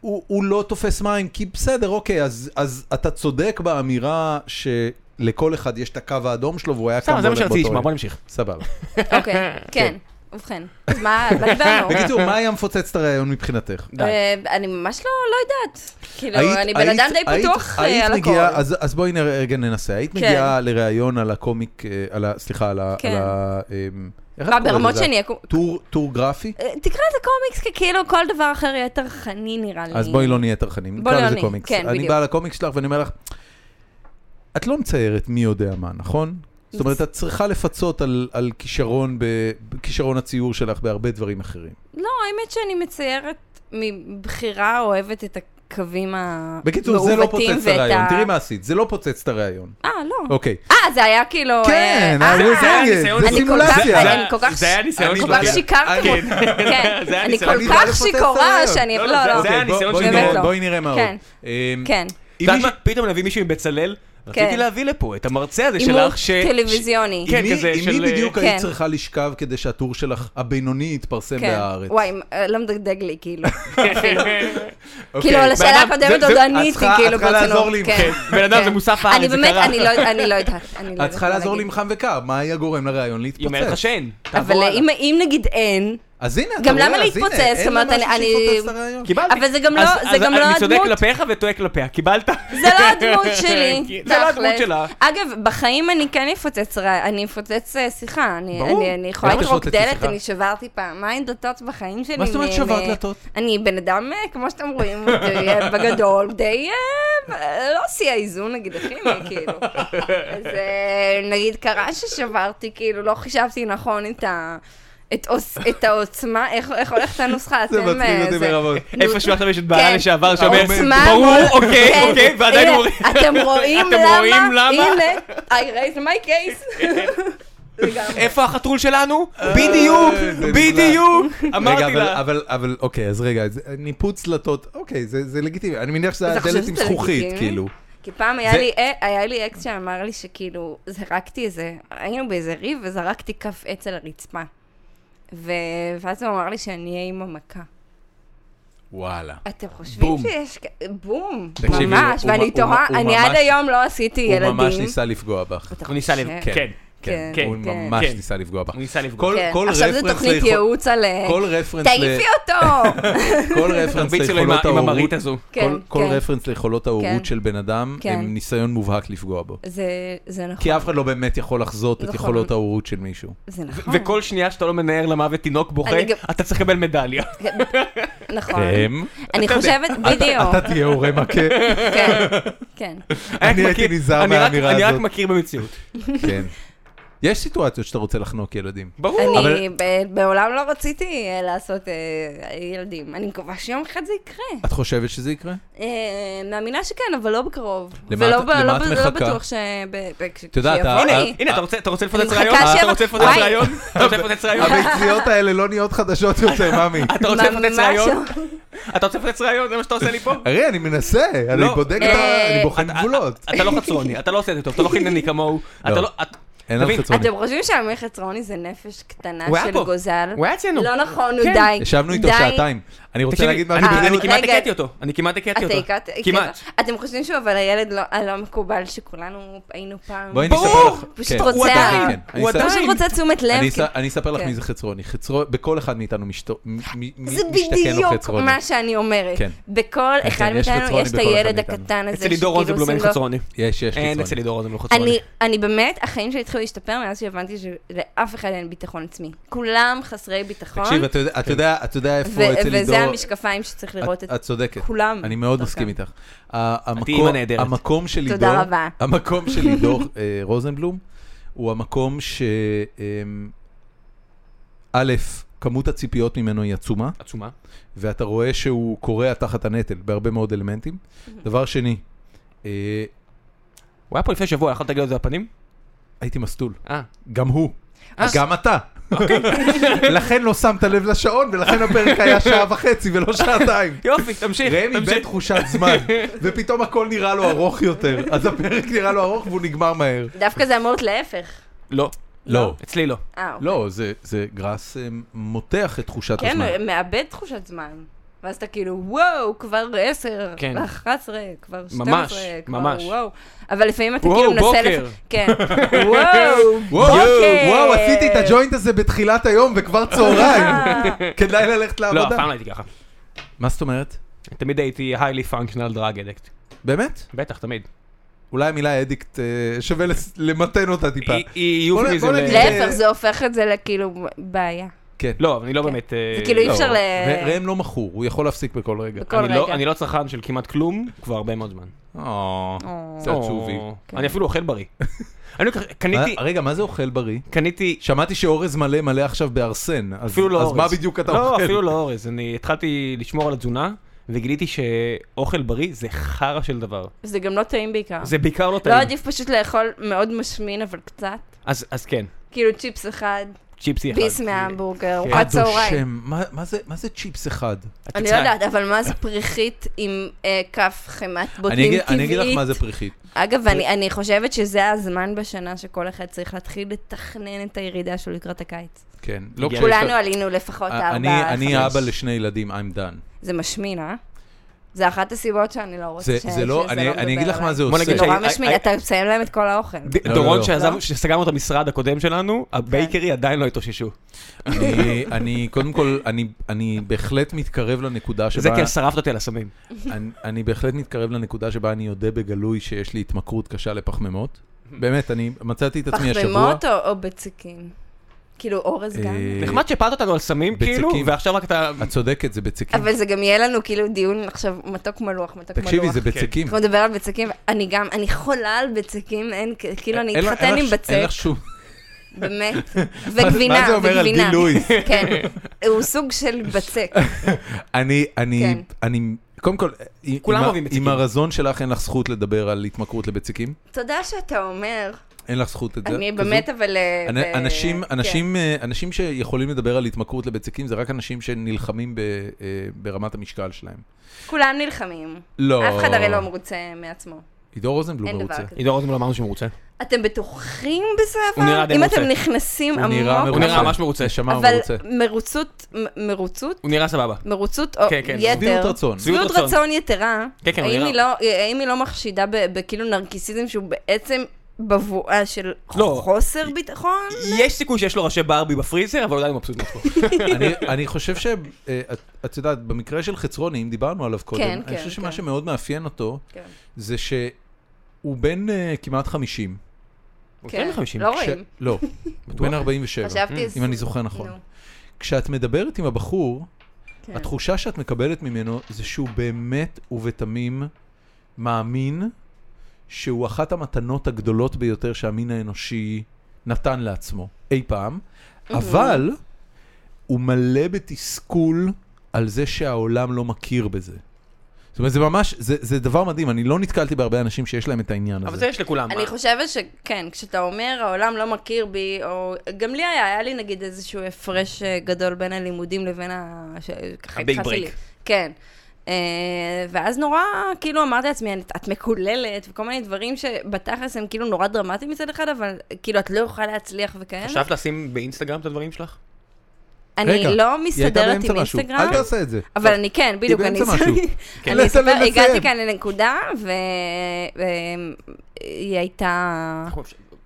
A: הוא, הוא לא תופס מים, כי בסדר, אוקיי, אז, אז אתה צודק באמירה שלמרואיין לכל אחד יש את הקו האדום שלו, והוא היה קם
B: סתם, זה מה
A: והולך
B: שרציתי
A: באותו
B: לשמוע,
A: רגע.
B: בוא נמשיך.
A: סבבה.
C: אוקיי, כן. ובכן, אז מה, מה דיברנו?
A: בקיצור, מה היה מפוצץ את הראיון מבחינתך?
C: אה, אני ממש לא לא יודעת. כאילו,
A: היית-
C: אני בן
A: היית-
C: אדם די
A: היית-
C: פתוח אה,
A: היית
C: על הכל.
A: מגיעה- אז אז בואי נראה- רגע ננסה. היית
C: כן.
A: מגיעה לראיון על הקומיק, אה, על ה- סליחה, על ה...
C: כן.
A: על ה- אמ, איך את
C: מה,
A: קוראת
C: ברמות
A: לזה?
C: שאני אקום...
A: טור- טור גרפי?
C: אה, תקרא לזה קומיקס, כי כאילו כל דבר אחר יהיה טרחני נראה לי.
A: אז בואי לא נהיה טרחנים,
C: בואי
A: נקרא
C: לא
A: לזה
C: נהיה,
A: קומיקס.
C: כן,
A: אני
C: בדיוק.
A: בא לקומיקס שלך ואני אומר לך, את לא מציירת מי יודע מה, נכון? זאת אומרת, את צריכה לפצות על- על כישרון ב- כישרון הציור שלך בהרבה דברים אחרים.
C: לא, האמת שאני מציירת מבחירה אוהבת את הקווים המעוותים
A: בקיצור, זה לא פוצץ את
C: ואת
A: הראיון,
C: ה-
A: תראי מה עשית, זה לא פוצץ את הראיון.
C: אה, לא.
A: אוקיי.
C: אה, זה היה כאילו...
A: כן,
C: אה,
A: זה-
C: אה,
A: זה היה
B: ניסיון-
A: זה
C: אני כל כך-
A: סימולציה.
C: אני כל כך-
B: זה היה ניסיון
A: אני
C: כל
A: לא
C: כך
A: יודע.
C: שיכרתם
B: כן.
C: אותי. כן,
B: זה היה
C: אני
B: ניסיון.
C: כל
A: אני בא
C: כך
A: לפוצץ את
C: שיכורה
A: הרעיון.
C: שאני...
B: לא,
C: לא,
B: לא,
C: לא.
B: זה היה
A: אוקיי, בוא-
B: הניסיון
A: בואי
C: שלי.
A: נראה-
C: באמת לא.
A: בואי נראה מה עוד.
C: כן.
A: אמ,
C: כן.
A: אם
B: אתה יודע
A: מישהו-
B: מה? פתאום להביא מישהו מבצלאל, רציתי
C: כן.
B: להביא לפה את המרצה הזה
C: הימור
B: שלך, ש...
C: טלוויזיוני.
B: כן,
A: עם מי-
B: כזה
A: עם
B: של-
A: מי בדיוק
C: כן.
A: היית צריכה לשכב כדי שהטור שלך הבינוני יתפרסם
C: כן.
A: בהארץ?
C: וואי, אה, לא מדגדג לי, כאילו.
A: אוקיי.
C: כאילו, על השאלה
B: בן אדם-
C: הקודמת
B: זה-
C: עוד
B: זה-
A: את
C: עניתי,
A: צריכה- את
C: כאילו,
A: צריכה לעזור לי עם
C: כן,
A: חן.
B: בן אדם,
C: כן.
B: זה מוסף הארץ,
C: אני
B: זה
C: באמת,
B: קרה.
C: אני לא- אני לא יודעת. אני לא
A: את
C: יודעת
A: צריכה
C: מה
A: לעזור לי
C: להגיד.
A: עם חם וקר, מה היה גורם לראיון
B: היא אומרת לך
A: להתפוצץ?
B: שאין.
C: אבל
B: תעבור
C: אה,
B: הלאה.
C: אם- אם נגיד אין,
A: אז הנה, אתה
C: גם
A: רואה,
C: למה
A: אז הנה,
C: להתפוצץ?
A: אין
C: זאת אומרת,
A: לה משהו
C: אני-
A: שיפוצץ את הרעיון.
B: קיבלתי.
C: אבל זה גם לא-
B: אז-
C: זה גם
B: אז
C: לא
B: אני צודק
C: הדמות.
B: כלפיך וטועה כלפיה, קיבלת.
C: זה לא הדמות שלי,
B: כן, זה לא הדמות
C: תכל'ס.
B: שלה.
C: אגב, בחיים אני כן אפוצץ, רע- אני אפוצץ אה, שיחה. אני-
B: ברור.
C: אני- אני יכולה
A: איך את
C: לטרוק
A: מפוצצת
C: דלת,
A: שיחה?
C: אני שברתי פעמיים דלתות בחיים שלי.
A: מה זאת אומרת
C: מ-
A: שברת
C: מ-
A: דלתות?
C: אני בן אדם, אה, כמו שאתם רואים, אה, בגדול, די... אה, לא שיא האיזון, נגיד, הכי, כאילו. אז אה, נגיד קרה ששברתי, כאילו, לא חישבתי נכון את ה... את, עוס, את העוצמה, איך, איך הולכת הנוסחה?
A: זה
C: אתם,
A: מצחיק
C: אה,
A: אותי
C: זה-
A: ברמות.
B: איפשהו עכשיו יש את בעלה
C: כן.
B: לשעבר שאומר,
C: העוצמה
B: ברור,
C: מול-
B: אוקיי,
C: כן.
B: אוקיי, ועדיין
C: הנה,
B: אומרים.
C: אתם רואים
B: אתם
C: למה?
B: רואים למה?
C: הנה, I raised my case. לגמרי.
B: איפה החתול שלנו? בדיוק,
A: אה, זה נפלא.
B: בדיוק,
A: רגע,
B: אמרתי
A: אבל-
B: לה.
A: אבל, אבל, אוקיי, אז רגע, אז ניפוץ דלתות, אוקיי, זה זה לגיטימי. אני מניח שזה
C: אתה
A: היה
C: חושב
A: דלת
C: שזה
A: עם זכוכית,
C: לגיטימי?
A: כאילו.
C: כי פעם
A: זה-
C: היה לי, אה, היה לי אקס שאמר לי שכאילו, זרקתי איזה, היינו באיזה ריב וזרקתי כף עץ על הרצפה. ו... ואז הוא אמר לי שאני אהיה עם המכה.
A: וואלה.
C: אתם חושבים
A: בום.
C: שיש... כ- בום,
A: תקשיבי,
C: ממש,
A: הוא- הוא-
C: ואני
A: הוא-
C: תוהה,
A: הוא
C: אני
A: ממש-
C: עד היום לא עשיתי ילדים.
A: הוא ממש ניסה לפגוע בך.
C: אתה
B: הוא ניסה לב...
C: חושב?
B: כן.
C: כן,
A: הוא
C: כן.
A: ממש
B: כן.
A: ניסה לפגוע בך.
B: הוא ניסה לפגוע.
A: כל-
C: כן.
A: כל
C: עכשיו זו
A: רפרנס
C: תוכנית
A: ליכול-
C: ייעוץ על... אה,
A: כל רפרנס ל-
C: תעיפי אותו!
A: כל רפרנס
B: תרביץ לו עם ה-
A: ליכולות
B: עם
A: ההורות-
B: המראית הזו.
A: כל-
C: כן,
A: כל
C: כן.
A: רפרנס ליכולות ההורות
C: כן.
A: של בן אדם,
C: כן.
A: הם ניסיון מובהק לפגוע בו.
C: זה- זה נכון,
A: כי אף אחד לא באמת יכול לחזות את
C: נכון.
A: יכולות ההורות של מישהו.
C: זה
B: ו-
C: נכון.
B: וכל שנייה שאתה לא מנער למוות תינוק בוכה,
C: אני גם-
B: אתה צריך לקבל מדליה.
C: כן, נכון. אני חושבת, בדיוק.
A: אה, כן. אתה תהיה הורה מכה.
C: כן, כן.
A: אני
B: רק
A: הייתי
B: מכיר-
A: נזהר
B: אני רק-
A: מהאמירה
B: אני רק
A: הזאת.
B: מכיר במציאות.
A: כן. יש סיטואציות שאתה רוצה לחנוק ילדים.
B: ברור.
C: אני ב- מעולם לא רציתי אה, לעשות אה, ילדים. אני מקווה שיום אחד זה יקרה.
A: את חושבת שזה יקרה?
C: אה, מאמינה שכן, אבל לא בקרוב.
A: למה
C: ולא
A: את-
C: ב- לא
A: למה את
C: ב- לא
A: מחכה?
C: בטוח שב-
A: את יודעת, אה,
C: שיבוא
A: ה-
B: הנה,
C: לי.
A: אני-
B: הנה, אתה רוצה- אתה רוצה לפוצץ
C: אני
B: רעיון?
C: מחכה
B: אתה
C: שיבוא-
B: רוצה לפוצץ
C: וואי.
B: רעיון? אתה רוצה לפוצץ רעיון?
A: הביציות האלה לא נהיות חדשות יותר, ממי.
B: אתה רוצה לפוצץ
C: ממש
B: רעיון?
C: לא.
B: אתה רוצה לפוצץ רעיון? זה מה שאתה עושה לי פה?
A: הרי אני מנסה, אני
B: לא.
A: בודק, את ה-
C: אה,
A: אני בוחן
B: אתה-
A: גבולות.
B: אתה לא חצרוני, אתה לא עושה את זה טוב, אתה לא חינני כמוהו. אתה
A: לא.
B: לא... את-
A: אין על
B: תבין,
A: חצרוני.
C: אתם חושבים שהמלך רוני זה נפש קטנה
B: הוא היה פה.
C: של גוזל?
B: הוא היה אצלנו.
C: לא נכון,
B: כן.
C: הוא די.
A: ישבנו איתו
C: די.
A: שעתיים. אני רוצה
B: תקשיבי,
A: להגיד
B: אני-
A: משהו
C: אה,
B: אני
A: בדיוק.
B: כמעט
C: רגע.
B: הכיתי אותו, אני כמעט הכיתי
C: אתה
B: אותו.
C: הכרת?
B: כמעט.
C: הכרת? אתם חושבים שהוא אבל הילד לא- הלא מקובל שכולנו היינו פעם?
A: בואי אני
B: ברור.
A: אספר לך.
C: פשוט
A: כן.
C: רוצה-
A: הוא עדיין, כן. אני
B: הוא
A: אספר-
B: עדיין.
C: פשוט רוצה תשומת לב.
A: אני
C: כי-
A: אס- אני אספר לך
C: כן.
A: מי זה חצרוני. חצרו- בכל אחד מאיתנו משתו- מ- מ-
C: זה
A: מ- משתכן לו
C: בדיוק
A: חצרוני.
C: מה שאני אומרת.
A: כן.
C: בכל
A: כן,
C: אחד
A: יש
C: מאיתנו
A: חצרוני
C: יש את
A: בכל אחד
C: הילד
A: מאיתנו.
C: הקטן הזה.
B: אצל לידור
C: שכאילו
B: רוזנבלום אין
C: עושים לו-
B: חצרוני.
A: יש, יש
B: אין אצל
A: חצרוני.
B: לידור רוזנבלום חצרוני.
C: אני, אני באמת, החיים שלי התחילו להשתפר מאז שהבנתי שלאף אחד אין ביטחון עצמי. כולם חסרי ביטחון,
A: תקשיב, אתה יודע- אתה יודע- אתה יודע
C: נכון? כן. ו-
A: איפה אצל
C: וזה
A: לידור...
C: המשקפיים שצריך
A: את-
C: לראות את
A: את צודקת.
C: כולם. נכון.
A: אני מאוד
C: דרכם.
A: מסכים איתך. ה- המקום-
B: אימא נהדרת.
A: המקום של לידור...
C: תודה רבה.
A: המקום של לידור אה, רוזנבלום הוא המקום ש... אמ, א', כמות הציפיות ממנו היא עצומה,
B: עצומה.
A: ואתה רואה שהוא קורע תחת הנטל בהרבה מאוד אלמנטים. דבר שני, אה,
B: הוא היה פה לפני שבוע, יכולת להגיד לו את זה בפנים?
A: הייתי מסטול.
B: אה.
A: גם הוא.
B: אה.
A: גם אתה.
C: אוקיי.
A: לכן לא שמת לב לשעון, ולכן הפרק היה שעה וחצי ולא שעתיים.
B: יופי, תמשיך.
A: ראם
B: תמשיך.
A: איבד תחושת זמן, ופתאום הכל נראה לו ארוך יותר. אז הפרק נראה לו ארוך והוא נגמר מהר.
C: דווקא זה אמור להיות להפך.
B: לא.
A: לא.
B: אצלי לא.
C: אה, אוקיי.
A: לא, זה, זה גרס אה, מותח את תחושת
C: כן,
A: הזמן.
C: הוא מאבד תחושת זמן. ואז אתה כאילו, וואו, כבר 10,
B: כן.
C: כבר 11, כבר 12,
B: ממש,
C: כבר
B: ממש.
C: וואו. אבל לפעמים אתה
B: וואו,
C: כאילו מנסה...
B: בוקר.
C: לפ- כן. וואו,
A: וואו,
B: אוקיי.
C: בוקר.
A: וואו, עשיתי את הג'וינט הזה בתחילת היום וכבר צהריים.
C: אה,
A: כדאי ללכת
B: לא, אף
A: לעבודה.
B: פעם לא הייתי ככה.
A: מה זאת אומרת?
B: תמיד הייתי highly functional drug addict.
A: באמת?
B: בטח, תמיד.
A: אולי המילה אדיקט אה, שווה לס- למתן אותה טיפה.
B: אי- אי-
A: בוא נ-
B: euphemism
A: בוא
B: ל-
A: נגיד-
C: להפך, זה הופך את זה לכאילו בעיה.
A: כן.
B: לא, אבל אני לא
C: כן.
B: באמת... אה,
C: זה כאילו אי
B: לא.
C: אפשר ל...
A: ר- ראם לא מכור, הוא יכול להפסיק בכל רגע.
C: בכל
B: אני לא-
C: רגע.
B: אני לא צרכן של כמעט כלום כבר הרבה מאוד זמן.
A: אה,
C: או.
A: זה עצובי.
B: או,
C: כן.
B: אני אפילו אוכל בריא. אני לוקח- קניתי,
A: מה- אה, רגע, מה זה אוכל בריא?
B: קניתי,
A: שמעתי שאורז מלא מלא עכשיו בארסן, אז
B: אפילו לא
A: אז
B: אורז.
A: מה בדיוק אתה
B: לא,
A: אוכל?
B: אפילו לא אורז. אני התחלתי לשמור על התזונה, וגיליתי שאוכל בריא זה חרא של דבר.
C: זה גם לא טעים בעיקר.
B: זה בעיקר לא
C: לא
B: טעים.
C: עדיף פשוט לאכול מאוד משמין, אבל קצת?
B: אז אז כן,
C: כאילו צ'יפס אחד,
B: צ'יפסי אחד.
C: ביס מההמבורגר,
B: כן.
C: ארוחת
A: עד
C: צהריים.
A: השם, מה- מה זה- מה זה צ'יפס אחד?
B: אתה
C: אני לא
B: צע-
C: יודעת, אבל מה זה פריחית עם אה, כף חמת
A: אני
C: בוטנים
A: אגיד-
C: טבעית?
A: אני אגיד לך מה זה פריחית.
C: אגב, אני, אני חושבת שזה הזמן בשנה שכל אחד צריך להתחיל לתכנן את הירידה שלו לקראת הקיץ.
A: כן. לא
B: הגיע
A: כשיש
C: כולנו
A: לה-
C: עלינו לפחות
A: אני-
C: ארבעה,
A: אה, אני
C: חמש.
A: אבא לשני ילדים, I'm done.
C: זה משמין, אה? זה אחת הסיבות שאני לא רוצה
A: זה-
C: ש-
A: זה לא, אני אני אגיד לך מה זה
B: בוא
A: עושה.
B: נגיד
C: זה נורא
B: שאני-
C: משמין,
B: I- I-
C: אתה מסיים להם את כל האוכל.
B: ד-
A: לא,
B: דורון
A: לא.
B: שעזב,
C: לא? כן.
B: שסגרנו את המשרד הקודם שלנו, הבייקרי עדיין לא התאוששו.
A: אני- אני, קודם כל, אני- אני בהחלט מתקרב לנקודה שבה... אה,
B: זה כי שרפת אותי על הסמים.
A: אני, אני בהחלט מתקרב לנקודה שבה אני אודה בגלוי שיש לי התמכרות קשה לפחמימות. באמת, אני מצאתי את עצמי השבוע.
C: פחמימות או, או בצקים? כאילו אורז גם?
A: אה,
B: נחמד שפעת אותנו על סמים,
A: בצקים.
B: כאילו, ועכשיו רק אתה...
A: את צודקת, זה בצקים.
C: אבל זה גם יהיה לנו כאילו דיון עכשיו מתוק מלוח, מתוק מלוח.
A: תקשיבי, זה בצקים.
C: אנחנו נדבר על בצקים, אני גם, אני חולה על בצקים, אין, כ- כאילו אני
A: אין לך-
C: אתחתן
A: אין לך
C: עם
A: ש- אין
C: בצק,
A: לך שום...
C: באמת. וגבינה,
A: מה זה אומר על
C: וגבינה.
A: די לואיס?
C: כן, הוא סוג של בצק.
A: אני, אני,
C: כן.
A: אני, קודם כל, עם-
B: כולם
A: עם ה-
B: אוהבים בצקים.
A: עם הרזון שלך אין לך זכות לדבר על התמכרות לבצקים.
C: תודה שאתה אומר,
A: אין לך זכות את זה.
C: אני
A: כזו.
C: באמת, אבל... אה,
A: אנ-
C: ב-
A: אנשים,
C: כן.
A: אנשים, אה, אנשים שיכולים לדבר על התמכרות לבצקים זה רק אנשים שנלחמים ב- אה, ברמת המשקל שלהם.
C: כולם נלחמים.
A: לא.
C: אף אחד הרי לא מרוצה מעצמו.
B: לא
A: עידו רוזנבלום
C: אין דבר
A: מרוצה.
C: כזה.
B: עידו רוזנבלום אמרנו שהוא מרוצה.
C: אתם בטוחים בזה אבל?
B: הוא נראה די
C: אם
B: מרוצה.
C: אתם נכנסים
A: הוא נראה
C: עמוק...
A: מרוצה.
B: הוא נראה ממש מרוצה.
A: נשמה, הוא
C: אבל
A: מרוצה.
C: מרוצות, מ- מרוצות?
B: הוא נראה סבבה.
C: מרוצות או
B: כן, כן,
A: שביעות
C: יתר,
A: רצון.
B: שביעות
C: שביעות
B: רצון.
C: רצון יתרה,
B: כן, כן, הוא
C: האם
B: נראה-
C: היא לא- האם היא לא מחשידה ב- בכאילו נרקיסיזם שהוא בעצם בבואה של
B: לא.
C: חוסר ביטחון?
B: יש סיכוי שיש לו ראשי ברבי בפריזר, אבל עדיין הוא מבסוט מעצמו.
A: אני, אני חושב שאת את יודעת, במקרה של חצרוני, אם דיברנו עליו קודם,
C: כן,
A: אני
C: כן,
A: חושב שמה
C: כן.
A: שמאוד מאפיין אותו,
C: כן.
A: זה שהוא בן אה, כמעט 50.
B: הוא
C: כן,
B: יותר מ-50.
C: לא
A: כש-
C: רואים.
A: לא, הוא בן 47,
C: חשבתי...
A: אם אני זוכר נכון.
C: נו,
A: כשאת מדברת עם הבחור,
C: כן.
A: התחושה שאת מקבלת ממנו זה שהוא באמת ובתמים מאמין שהוא אחת המתנות הגדולות ביותר שהמין האנושי נתן לעצמו אי פעם, אבל הוא מלא בתסכול על זה שהעולם לא מכיר בזה. זאת אומרת, זה ממש, זה, זה דבר מדהים, אני לא נתקלתי בהרבה אנשים שיש להם את העניין
B: אבל
A: הזה.
B: זה יש לכולם.
C: אני חושבת שכן, כשאתה אומר העולם לא מכיר בי, או גם לי היה, היה לי נגיד איזשהו הפרש אה, גדול בין הלימודים לבין ה... ש- ככה
B: הביג
C: התחלתי
B: ברייק.
C: לי. כן. אה, ואז נורא, כאילו אמרתי לעצמי, "את- את מקוללת, וכל מיני דברים שבתכלס הם כאילו נורא דרמטיים מצד אחד, אבל כאילו את לא יכולה להצליח וכאלה.
B: אה, חשבת לשים באינסטגרם את הדברים שלך?
A: רגע,
C: אני
A: היא
C: לא
A: הייתה
C: מסתדרת
A: באמצע
C: עם
A: משהו.
C: אינסטגרם,
A: אל תעשה את זה. לא.
C: אבל אני כן, בדיוק, אני
A: באמצע משהו.
B: כן.
C: אני
A: תן לה
C: אספר, הגעתי
A: לסיים.
C: כאן לנקודה, והיא הייתה... אה,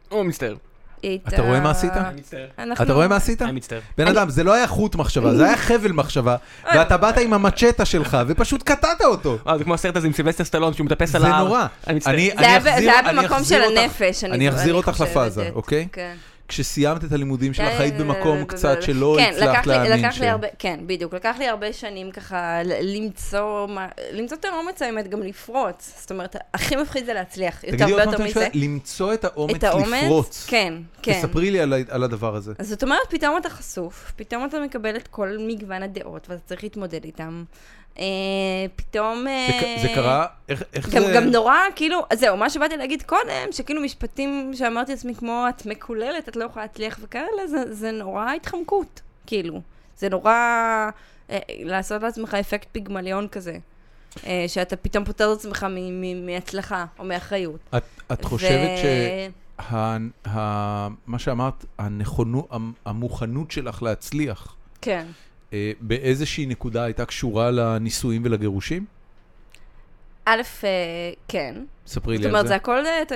B: הוא מצטער.
C: היא הייתה...
A: אתה רואה מה עשית?
B: אני מצטער.
C: אנחנו-
A: אתה רואה מה עשית?
B: אני מצטער.
A: בן אדם, זה לא היה חוט מחשבה, זה היה חבל מחשבה, ואתה באת עם המצ'טה שלך ופשוט קטעת אותו.
B: אה, זה כמו הסרט הזה עם סילבסטר סטלון שהוא מטפס על
A: זה
B: ההר.
A: נורא.
B: אני מצטער.
A: אני-
C: זה היה ב- זה
A: אחזיר-
C: היה
A: אני
C: במקום
A: אחזיר
C: של
A: אותך-
C: הנפש, אני
A: אני אחזיר אותך
C: חושבת
A: לפאזה,
C: את-
A: אוקיי?
C: כן.
A: כשסיימת את הלימודים שלך היית
C: כן,
A: במקום
C: ב- ב-
A: קצת
C: ב-
A: שלא
C: כן,
A: הצלחת
C: לקח לי-
A: להאמין
C: לקח
A: ש...
C: לי הרבה- כן, בדיוק. לקח לי הרבה שנים ככה ל- למצוא מה- למצוא את האומץ האמת, גם לפרוץ. זאת אומרת, הכי מפחיד זה להצליח, יותר
A: תגידי עוד
C: הרבה
A: פעם את
C: יותר מזה.
A: המשפט, למצוא את האומץ
C: את האומץ,
A: לפרוץ.
C: כן, כן.
A: תספרי לי על ה- על הדבר הזה.
C: אז זאת אומרת, פתאום אתה חשוף, פתאום אתה מקבל את כל מגוון הדעות, ואתה צריך להתמודד איתם. אה, פתאום...
A: זה
C: אה,
A: ק- זה קרה? איך איך
C: גם,
A: זה...
C: גם נורא, כאילו, אז זהו, מה שבאתי להגיד קודם, שכאילו משפטים שאמרתי לעצמי, כמו את מקוללת, את לא יכולה להצליח וכאלה, זה, זה נורא התחמקות, כאילו. זה נורא אה, לעשות לעצמך אפקט פיגמליון כזה, אה, שאתה פתאום פותר את עצמך מ- מ- מהצלחה או מאחריות.
A: את- את חושבת שמה שאמרת, הנכונו- המ- המוכנות שלך להצליח,
C: כן.
A: אה, באיזושהי נקודה הייתה קשורה לנישואים ולגירושים?
C: א', אה, כן.
A: ספרי
C: זאת
A: לי על
C: אומרת, זה
A: זה.
C: הכל... אה, ת-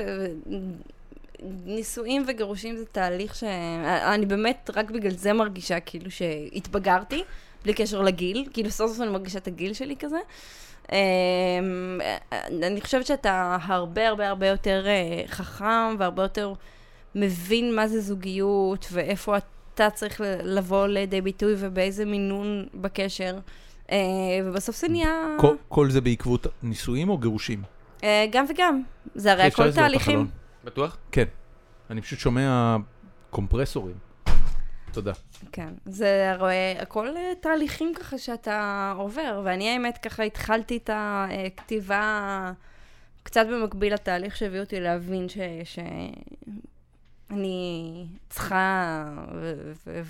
C: נישואים וגירושים זה תהליך ש... אה, אני באמת רק בגלל זה מרגישה כאילו שהתבגרתי, בלי קשר לגיל, כאילו סוף סוף אני מרגישה את הגיל שלי כזה. אמ, אה, אני חושבת שאתה הרבה הרבה הרבה יותר אה, חכם והרבה יותר מבין מה זה זוגיות ואיפה אתה צריך ל- לבוא לידי ביטוי ובאיזה מינון בקשר. אה, ובסוף זה נהיה...
A: כל- כל זה בעקבות נישואים או גירושים?
C: אה, גם וגם. זה הרי
A: אפשר
C: הכל
A: לסגור את
C: תהליכים.
A: החלון?
B: בטוח?
A: כן. אני פשוט שומע קומפרסורים. תודה.
C: כן, זה הרי הכל אה, תהליכים ככה שאתה עובר, ואני האמת ככה התחלתי את הכתיבה קצת במקביל לתהליך שהביא אותי להבין ש... ש... אני צריכה ו- ו-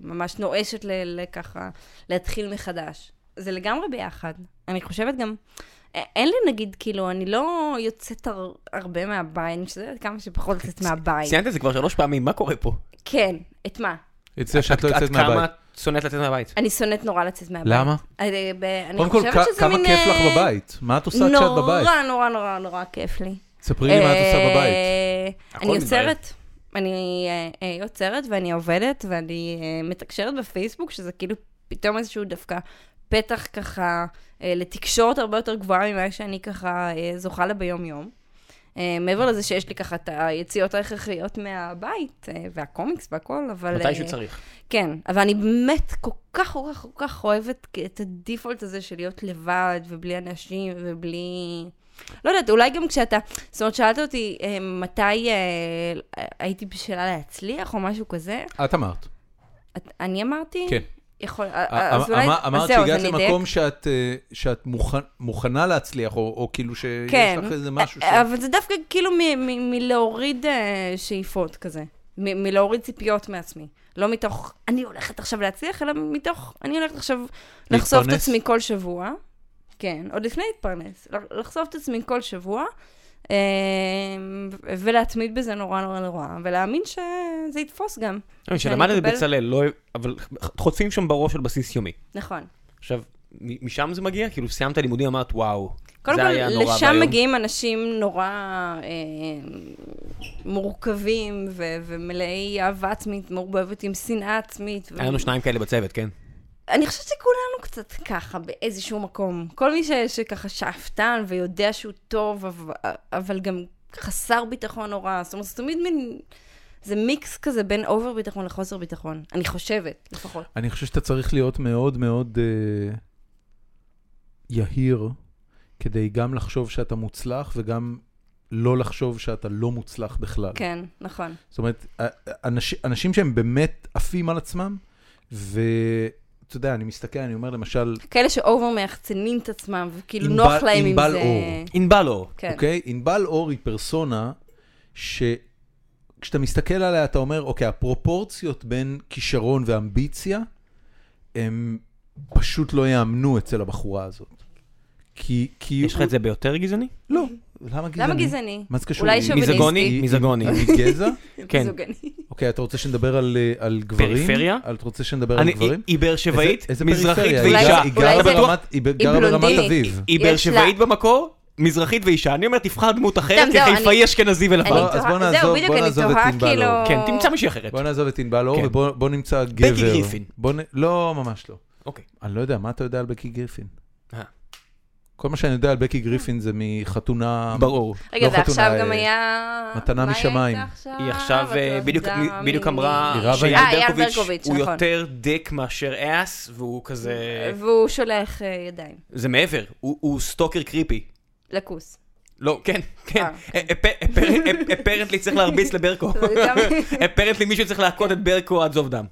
C: וממש נואשת ל- לככה להתחיל מחדש. זה לגמרי ביחד. אני חושבת גם, א- אין לי נגיד, כאילו, אני לא יוצאת הר- הרבה מהבית, אני משתדלת כמה שפחות לצאת מהבית.
B: ציינת את זה כבר שלוש פעמים, מה קורה פה?
C: כן, את מה?
A: את זה שאת לא יוצאת
B: עד כמה
A: מהבית.
B: את שונאת לצאת מהבית?
C: אני שונאת נורא לצאת מהבית.
A: למה?
C: אני, ב- אני
A: קודם כל,
C: חושבת
A: כ-
C: שזה
A: כמה
C: מין,
A: כיף לך
C: אה,
A: בבית? מה את עושה כשאת בבית?
C: נורא, נורא, נורא, נורא כיף לי.
A: ספרי לי מה את עושה בבית.
C: אה,
B: הכל
C: אני
B: מבית.
C: יוצרת. אני אה, אה, יוצרת ואני עובדת ואני אה, מתקשרת בפייסבוק, שזה כאילו פתאום איזשהו דווקא פתח ככה אה, לתקשורת הרבה יותר גבוהה ממה שאני ככה אה, זוכה לה ביום-יום. אה, מעבר לזה שיש לי ככה את היציאות ההכרחיות מהבית, אה, והקומיקס והכל, אבל... אה,
B: מתישהו צריך.
C: כן, אבל אני באמת כל כך, כל כך, כל כך אוהבת את הדיפולט הזה של להיות לבד ובלי אנשים ובלי... לא יודעת, אולי גם כשאתה... זאת אומרת, שאלת אותי אה, מתי אה, הייתי בשאלה להצליח או משהו כזה,
A: את אמרת.
C: את, אני אמרתי?
A: כן.
C: יכול...
A: אמ-
C: אה, אז אולי...
A: אמ-
C: אז
A: אמרת
C: זהו, אז
A: שהגעת
C: אני אדייק.
A: למקום שאת, אה, שאת מוכן- מוכנה להצליח, או או כאילו שיש
C: כן.
A: לך איזה משהו ש...
C: אבל זה דווקא כאילו מ- מ- מלהוריד אה, שאיפות כזה. מ- מלהוריד ציפיות מעצמי. לא מתוך, אני הולכת עכשיו להצליח, אלא מתוך, אני הולכת עכשיו לחשוף את
A: להתפרנס?
C: עצמי כל שבוע. כן, עוד לפני להתפרנס. לח- לחשוף את עצמי כל שבוע, אה, ו- ולהתמיד בזה נורא נורא נורא, ולהאמין שזה יתפוס גם.
B: אני שלמד את זה
C: אקבל-
B: בצלאל, לא- אבל חוטפים שם בראש על בסיס יומי.
C: נכון.
B: עכשיו, מ- משם זה מגיע? כאילו סיימת לימודים, אמרת וואו,
C: קודם
B: זה
C: כל,
B: היה נורא
C: לשם
B: ואיום."
C: מגיעים אנשים נורא אה, מורכבים ו- ומלאי אהבה עצמית, מעורבבת עם שנאה עצמית. ו-
B: היה לנו שניים כאלה בצוות, כן?
C: אני חושבת שכולנו קצת ככה באיזשהו מקום. כל מי ש- שככה שאפתן ויודע שהוא טוב, אבל, אבל גם חסר ביטחון נורא. זאת אומרת, זה תמיד מין... זה מיקס כזה בין אובר ביטחון לחוסר ביטחון. אני חושבת, לפחות.
A: אני חושב שאתה צריך להיות מאוד מאוד אה, יהיר, כדי גם לחשוב שאתה מוצלח, וגם לא לחשוב שאתה לא מוצלח בכלל.
B: אוקיי.
C: כן, נכון.
A: זאת אומרת, אנשים, אנשים שהם באמת עפים על עצמם, ואתה יודע, אני מסתכל, אני אומר למשל,
C: כאלה שאובר מייחצנים את עצמם, וכאילו
A: ענבל-
C: נוח להם עם
A: ענבל
C: זה.
A: אור.
B: ענבל אור.
C: כן.
A: אוקיי? ענבל אור היא פרסונה שכשאתה מסתכל עליה, אתה אומר, אוקיי, הפרופורציות בין כישרון ואמביציה, הם פשוט לא יאמנו אצל הבחורה הזאת. כי... כי
B: יש לך את זה ביותר גזעני?
A: לא. למה גזעני?
C: למה גזעני?
A: מה זה קשור?
C: אולי
A: היא-
C: שוביניסטי.
B: מיזוגוני? מיזוגוני.
A: היא מגזע?
B: כן.
C: מיזוגני.
A: אוקיי, אתה רוצה שנדבר על, אה, על גברים?
B: פריפריה?
A: אתה רוצה שנדבר על
B: אני-
A: גברים?
B: היא- היא באר שבעית,
A: איזה- איזה
B: מזרחית
A: פריפריה? היא
B: ואישה.
A: גרה- היא
C: אולי
A: גרה
C: זה-
A: ברמת- היא גרה ברמת
C: בלונדינית.
A: אביב.
B: היא באר
C: יש לה-
B: שבעית במקור, מזרחית ואישה. אני אומר, תבחר דמות אחרת,
C: זהו,
B: כי
C: אני-
B: חיפאי אשכנזי
C: אני
B: ולבן.
A: בוא- אז בוא
C: תוהה-
A: נעזוב-
C: זהו,
A: בוא
C: בדיוק, אני
A: נעזוב את
C: תוהה
A: ענבל
C: כאילו...
A: אור.
B: כן, תמצא מישהי אחרת.
A: בוא נעזוב את ענבל אור
B: כן.
A: ובוא בוא נמצא גבר.
B: גריפין.
A: בוא נ- לא ממש לא.
B: אוקיי.
A: אני לא יודע, מה אתה יודע על בקי גריפין?
B: אה.
A: כל מה שאני יודע על בקי גריפין זה מחתונה...
B: ברור.
C: רגע,
A: לא חתונה,
C: ועכשיו גם
A: אה,
C: היה...
A: מתנה
C: מה
A: משמיים.
C: היא הייתה עכשיו?
B: היא עכשיו
C: את
B: אה,
C: לא
B: בדיוק-
C: יודעת,
B: בדיוק
C: מי-
B: אמרה
A: היא רבה עם-
C: אה, אייל
B: שאייל ברקוביץ'
C: ברקוביץ',
B: הוא
C: נכון.
B: יותר דיק מאשר אס, והוא כזה...
C: והוא שולח אה, ידיים.
B: זה מעבר, הוא הוא סטוקר קריפי.
C: לכוס.
B: לא, כן, כן.
C: אה,
B: אפרנטלי צריך להרביץ לברקו.
C: זה גם-
B: אפרנטלי מישהו צריך להכות את ברקו עד זוב דם.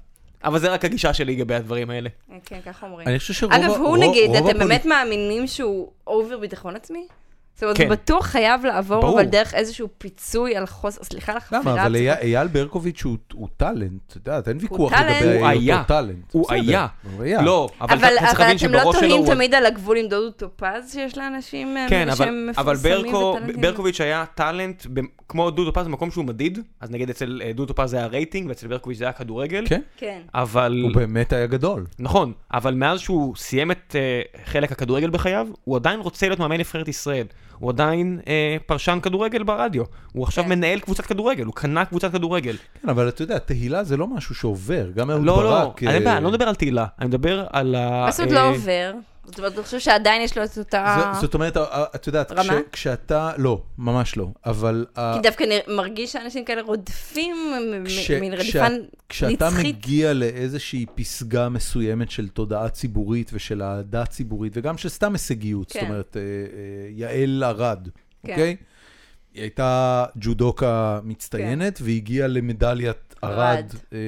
B: אבל זה רק הגישה שלי לגבי הדברים האלה.
C: כן, ככה אומרים.
A: אני חושב שרוב...
C: אגב,
A: ה-
C: הוא
A: רוב-
C: נגיד,
A: רוב
C: אתם
A: הפוליט-
C: באמת מאמינים שהוא אובר ביטחון עצמי? זאת אומרת,
B: כן.
C: זה בטוח חייב לעבור,
A: ברור.
C: אבל דרך איזשהו פיצוי על חוסר, סליחה על החפירה.
A: למה? אבל
C: עצמה.
A: אייל- אייל ברקוביץ' הוא הוא טאלנט, את יודעת, אין ויכוח
C: טאלנט.
A: לגבי
B: הוא היה.
A: היותו טאלנט.
B: הוא
A: בסדר,
B: היה.
A: הוא היה.
B: לא, אבל
C: אבל,
B: אתה צריך
C: אבל
B: להבין
C: אתם לא
B: שבראש שלו
C: תוהים
B: הוא...
C: תמיד על הגבול עם דודו טופז שיש לאנשים אה,
B: כן,
C: שהם
B: אבל, אבל
C: מפורסמים
B: ברקו,
C: וטאלנטים?
B: ברקוביץ' היה טאלנט, ב, כמו דודו פז במקום שהוא מדיד, אז נגיד אצל אה, דודו פז זה היה רייטינג ואצל ברקוביץ' זה היה כדורגל,
A: כן,
C: כן.
B: אבל,
A: הוא באמת היה גדול.
B: נכון, אבל מאז שהוא סיים את אה, חלק הכדורגל בחייו, הוא עדיין רוצה להיות מאמן נבחרת ישראל, הוא עדיין אה, פרשן כדורגל ברדיו, הוא עכשיו
C: כן.
B: מנהל קבוצת כדורגל, הוא קנה קבוצת כדורגל.
A: כן, אבל אתה יודע, תהילה זה לא משהו שעובר, גם אהוד
B: לא, לא,
A: ברק...
B: אני אין
A: אה,
B: בעיה, אני לא מדבר על תהילה, אני מדבר על ה...
C: מה זאת אומרת
B: אה,
C: לא עובר? זאת אומרת, אני חושב שעדיין יש לו את אותה...
A: ז- זאת אומרת, אה, אה, את יודעת, כש-
C: רמה?
A: כשאתה... לא, ממש לא. אבל... ה-
C: כי דווקא נרא- מרגיש שאנשים כאלה רודפים מ- מ-
A: כש-
C: מין רדיפה
A: כשאתה
C: נצחית.
A: מגיע לאיזושהי פסגה מסוימת של תודעה ציבורית ושל אהדה ציבורית, וגם של סתם הישגיות, זאת
C: כן.
A: אומרת, אה, אה, יעל ארד,
C: כן.
A: אוקיי? היא הייתה ג'ודוקה מצטיינת, והגיעה למדליית ארד
C: כן. ארד.
A: אה,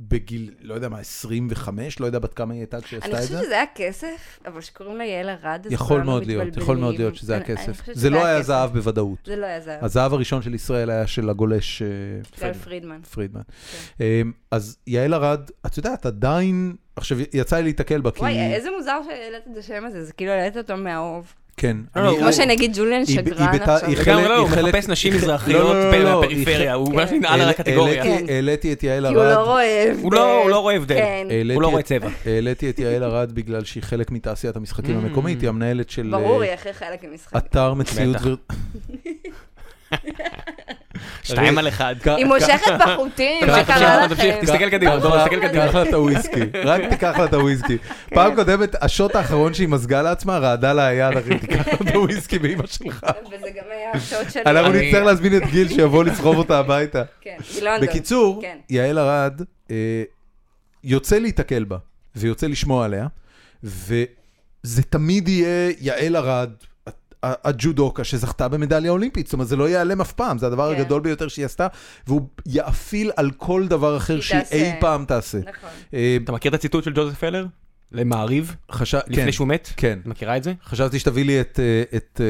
A: בגיל, לא יודע מה, 25, לא יודע בת כמה היא הייתה כשהיא
C: אני
A: עשתה את
C: חושבת
A: זה.
C: שזה היה כסף, אבל כשקוראים לה יעל ארד, אז
A: יכול
C: כולנו
A: מאוד להיות,
C: מתבלבלים. כן,
A: יכול מאוד להיות שזה היה
C: אני- אני
A: כסף.
C: חושבת
A: זה
C: שזה
A: לא
C: היה
A: היה
C: כסף.
A: זהב בוודאות.
C: זה לא היה זהב.
A: הזהב הראשון של ישראל היה של הגולש... אה,
C: גל פרידמן.
A: פרידמן.
C: כן.
A: אמ, אז יעל ארד, את יודעת, עדיין, עכשיו יצא לי להתקל בה, כי...
C: וואי, איזה מוזר שהעלית את השם הזה, זה כאילו העלית אותו מהאוב.
A: כן.
B: לא, לא,
A: אני-
B: הוא-
C: כמו שנגיד ג'וליאן
A: היא- היא
C: שגרן
A: בתה-
C: עכשיו.
A: היא חלק-
B: לגמרי לא, הוא
A: חלק-
B: מחפש נשים
A: היא-
B: מזרחיות
A: לא, לא, לא, לא,
B: מהפריפריה, הוא
C: כן.
B: ממש נעל על
A: העל-
B: הקטגוריה.
A: העליתי- העליתי את יעל
C: כי הוא לא
A: ארד.
C: רואה הבדל.
B: הוא לא- הוא לא רואה הבדל.
C: כן.
A: העליתי
B: הוא לא
A: את-
B: רואה צבע.
A: העליתי את יעל ארד בגלל שהיא חלק מתעשיית המשחקים
B: Mm.
A: המקומית, היא המנהלת של
C: ברור,
A: אה,
C: היא הכי חלק ממשחק.
A: אתר מציאות.
B: בטח.
A: ויר-
B: שתיים על אחד.
A: כ-
C: היא
A: כ-
C: מושכת בחוטים,
A: ככה-
C: מה קרה
A: ככה-
B: תמשיך,
C: לכם?
B: תסתכל
A: ככה-
B: קדימה, דורון,
A: ככה-
B: תסתכל
A: ככה-
B: קדימה.
A: תיקח לה את הוויסקי, רק תיקח לה את הוויסקי.
C: כן.
A: פעם קודמת, השוט האחרון שהיא מזגה לעצמה, רעדה לה היד, אחי, תיקח לה את הוויסקי באמא שלך.
C: וזה גם היה השעות שלי.
A: אנחנו
B: אני-
A: נצטרך להזמין את גיל שיבוא לסחוב אותה הביתה.
C: כן, מלונדון.
A: בקיצור,
C: כן.
A: יעל ארד, אה, יוצא להיתקל בה, ויוצא לשמוע עליה, וזה תמיד יהיה יעל ארד, ה- ה- הג'ודוקה שזכתה במדליה אולימפית, זאת אומרת, זה לא ייעלם אף פעם, זה הדבר
C: כן.
A: הגדול ביותר שהיא עשתה, והוא יאפיל על כל דבר אחר
C: היא
A: שהיא אי
C: תעשה.
A: פעם תעשה.
C: נכון.
A: אה,
B: אתה מכיר את הציטוט של ג'וזף פלר? למעריב,
A: חשב- כן,
B: לפני שהוא מת?
A: כן.
B: את מכירה את זה?
A: חשבתי שתביא לי את, אה, את אה,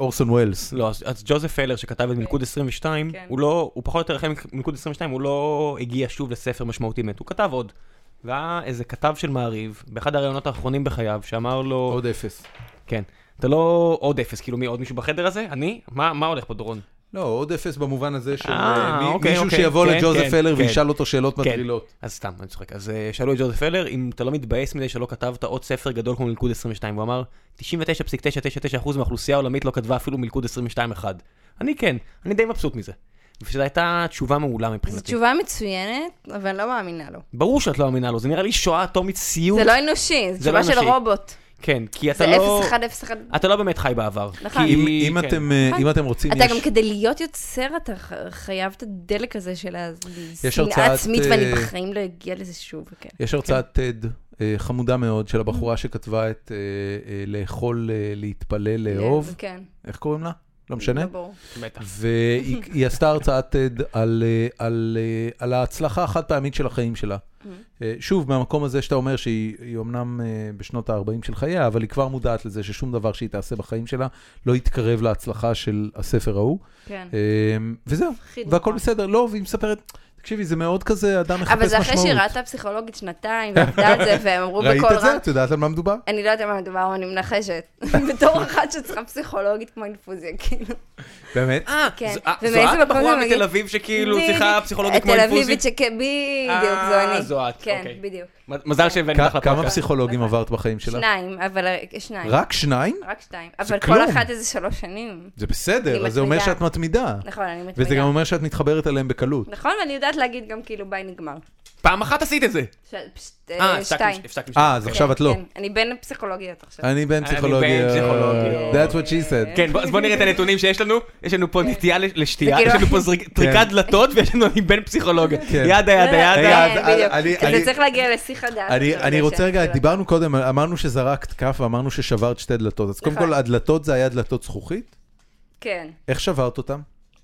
A: אורסון ווילס.
B: לא, אז, אז ג'וזף פלר שכתב את מלכוד 22,
C: כן.
B: הוא לא, הוא פחות או יותר אחרי מלכוד 22, הוא לא הגיע שוב לספר משמעותי מת, הוא כתב עוד. והיה איזה כתב של מעריב, באחד הראיונות האחרונים בחייו, שאמר לו,
A: עוד אפס.
B: כן, אתה לא עוד אפס, כאילו מי עוד מישהו בחדר הזה? אני? מה, מה הולך פה דורון?
A: לא, עוד אפס במובן הזה של
B: אה,
A: אה, מי-
B: אוקיי,
A: מישהו
B: אוקיי,
A: שיבוא
B: כן,
A: לג'וזף
B: כן,
A: פלר
B: כן.
A: וישאל אותו שאלות מטרילות.
B: אז סתם, אני צוחק. אז אה, שאלו את ג'וזף פלר, אם אתה לא מתבאס מזה שלא כתבת עוד ספר גדול כמו מלכוד 22, והוא אמר, 99.999% מהאוכלוסייה העולמית לא כתבה אפילו מלכוד 22 אחד. אני כן, אני די מבסוט מזה. ושזו הייתה תשובה מעולה
C: זו
B: מבחינתי.
C: תשובה מצוינת, אבל אני לא מאמינה לו.
B: ברור שאת לא מאמינה לו, זה נראה לי שואה אטומית סיוט.
C: זה לא אנושי, זו
B: זה לא
C: תשובה של
B: אנושי.
C: רובוט.
B: כן, כי אתה
C: זה
B: לא...
C: 0-1, 0-1.
B: אתה לא באמת חי בעבר.
C: נכון.
B: כי-
A: אם, אם,
B: כן.
A: אתם, אה, אם אתם רוצים,
C: אתה
A: יש,
C: גם כדי להיות יוצר, אתה ח- חייב את הדלק הזה של
A: הרצאת,
C: השנאה עצמית, ואני
A: אה,
C: בחיים לא אגיע לזה שוב, כן. Mm-hmm.
A: יש הרצאת TED אה, חמודה מאוד של הבחורה שכתבה את אה, אה, לאכול, אה, להתפלל, לאהוב,
C: כן.
A: איך קוראים לה? לא משנה.
C: לא ברור.
B: בטח.
A: כן. והיא היא עשתה הרצאת TED על, אה, על, אה, על ההצלחה החד פעמית של החיים שלה.
C: Mm-hmm.
A: אה, שוב, מהמקום הזה שאתה אומר שהיא היא אומנם אה, בשנות ה-40 של חייה, אבל היא כבר מודעת לזה ששום דבר שהיא תעשה בחיים שלה לא יתקרב להצלחה של הספר ההוא.
C: כן.
A: אמ, וזהו,
C: מפחיד
A: והכל
C: נורא.
A: בסדר. לא, והיא מספרת, תקשיבי, זה מאוד כזה, אדם מחפש משמעות.
C: אבל זה אחרי שהיא ראתה פסיכולוגית שנתיים, ועבדה על זה, והם אמרו
A: ראית
C: בקול
A: את זה?
C: רם.
A: את יודעת על מה מדובר?
C: אני לא יודעת מה מדובר, אבל אני מנחשת. בתור אחת שצריכה פסיכולוגית כמו אינפוזיה, כאילו.
A: באמת?
B: אה,
C: כן.
B: זו- אה,
C: ומאיזה
B: זו את
C: מקום
B: הבחורה
C: זה מגיע?
B: מתל אביב שכאילו
C: בדיוק.
B: צריכה פסיכולוגית כמו
C: התל
B: אינפוזית?
C: אביבית שכן, בדיוק, זו
B: אה,
C: אני.
B: זו את, אוקיי.
C: כן, בדיוק.
B: מזל שהבאנו
A: כ-
B: אותך
A: כמה
B: לפודקאסט.
A: פסיכולוגים עברת בחיים שלך?
C: נכון. שניים, אבל אה, שניים.
A: רק שניים?
C: רק שתיים. אבל
A: כלום.
C: כל אחת איזה שלוש שנים.
A: זה
C: אני
A: בסדר, אז זה אומר
C: מתמידה.
A: שאת מתמידה.
C: נכון, אני מתמידה.
A: וזה גם אומר שאת מתחברת אליהם בקלות.
C: נכון, ואני יודעת להגיד גם כאילו ביי נגמר.
B: פעם אחת עשית את זה.
C: ש- פש- אה,
B: אה,
C: שתיים.
B: הפסקתי. הפסקתי.
A: אה, אז עכשיו את לא.
C: כן, אני בין פסיכולוגיות עכשיו.
A: אני בן
B: אני
A: פסיכולוגיה.
B: בן פסיכולוגיה.
A: That's what she said.
B: כן, בוא- אז בוא נראה את הנתונים שיש לנו. יש לנו פה נטייה לש- לשתייה,
C: זה
B: יש
C: כאילו-
B: לנו פה זריק- טריקת דלתות, ויש לנו אני בן פסיכולוגיה.
A: כן.
B: ידה, ידה,
C: כן,
B: ידה.
A: רגע, אז-
C: בדיוק.
A: אני-
C: כי
A: אני-
C: זה צריך להגיע לשיא חדש.
A: אני,
C: עכשיו,
A: אני
C: כדי
A: רוצה רגע,
C: שהפסיכולוגיה-
A: דיברנו קודם, אמרנו שזרקת כף ואמרנו ששברת שתי דלתות. אז קודם
C: נכון.
A: כל, הדלתות זה היה דלתות זכוכית?
C: כן,
A: איך שברת אותן?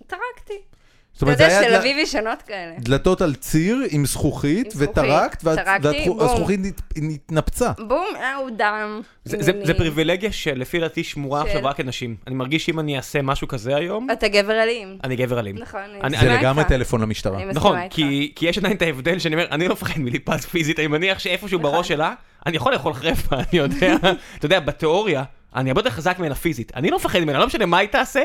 C: טרקתי.
A: זאת
C: אתה
A: אומרת, זה
C: יודע,
A: היה
C: תל
A: דל-
C: אביב ישנות כאלה.
A: דלתות על ציר עם זכוכית,
C: עם זכוכית.
A: וטרקת,
C: טרקתי, בום.
A: והזכוכית התנפצה.
C: בום, אה, הוא דם.
B: זה, זה, זה
C: ענייני.
B: פריבילגיה שלפי דעתי שמורה
C: של-
B: עכשיו רק לנשים. אני מרגיש שאם אני אעשה משהו כזה היום,
C: אתה גבר אלים.
B: אני גבר אלים.
C: נכון, אני
B: אני-
A: זה
C: מסכימה
A: לגמרי
C: איתך.
A: טלפון למשטרה.
C: אני
B: נכון,
C: מסכימה איתך.
B: כי, כי יש עדיין את ההבדל שאני אומר, אני לא מפחד מליפז פיזית, אני מניח שאיפשהו
C: נכון.
B: בראש שלה, אני יכול לאכול חרפה, אני יודע, אתה יודע, בתיאוריה, אני הרבה יותר חזק ממנה פיזית. אני לא מפחד ממנה, לא משנה מה היא תעשה,